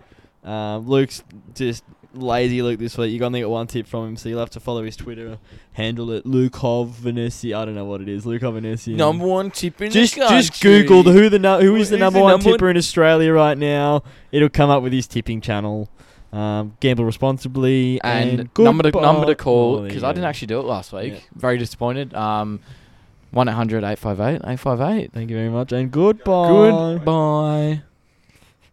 Speaker 1: Um, Luke's just lazy Luke this week. You got only got one tip from him, so you'll have to follow his Twitter handle at Lukov Vanessi. I don't know what it is. Lukov Vanessi.
Speaker 3: Number one tip in
Speaker 1: Just
Speaker 3: the country.
Speaker 1: just Google who the nu- who
Speaker 3: Who
Speaker 1: is the
Speaker 3: is
Speaker 1: number
Speaker 3: the
Speaker 1: one
Speaker 3: number one-
Speaker 1: tipper in Australia right now. It'll come up with his tipping channel. Um, gamble responsibly and,
Speaker 3: and number to,
Speaker 1: goodbye.
Speaker 3: number to
Speaker 1: Oh,
Speaker 3: call
Speaker 1: there
Speaker 3: because
Speaker 1: you
Speaker 3: I
Speaker 1: go.
Speaker 3: didn't actually do it last week.
Speaker 1: Yeah.
Speaker 3: Very disappointed. Um, one 858 858
Speaker 1: Thank you very much and goodbye.
Speaker 3: Goodbye.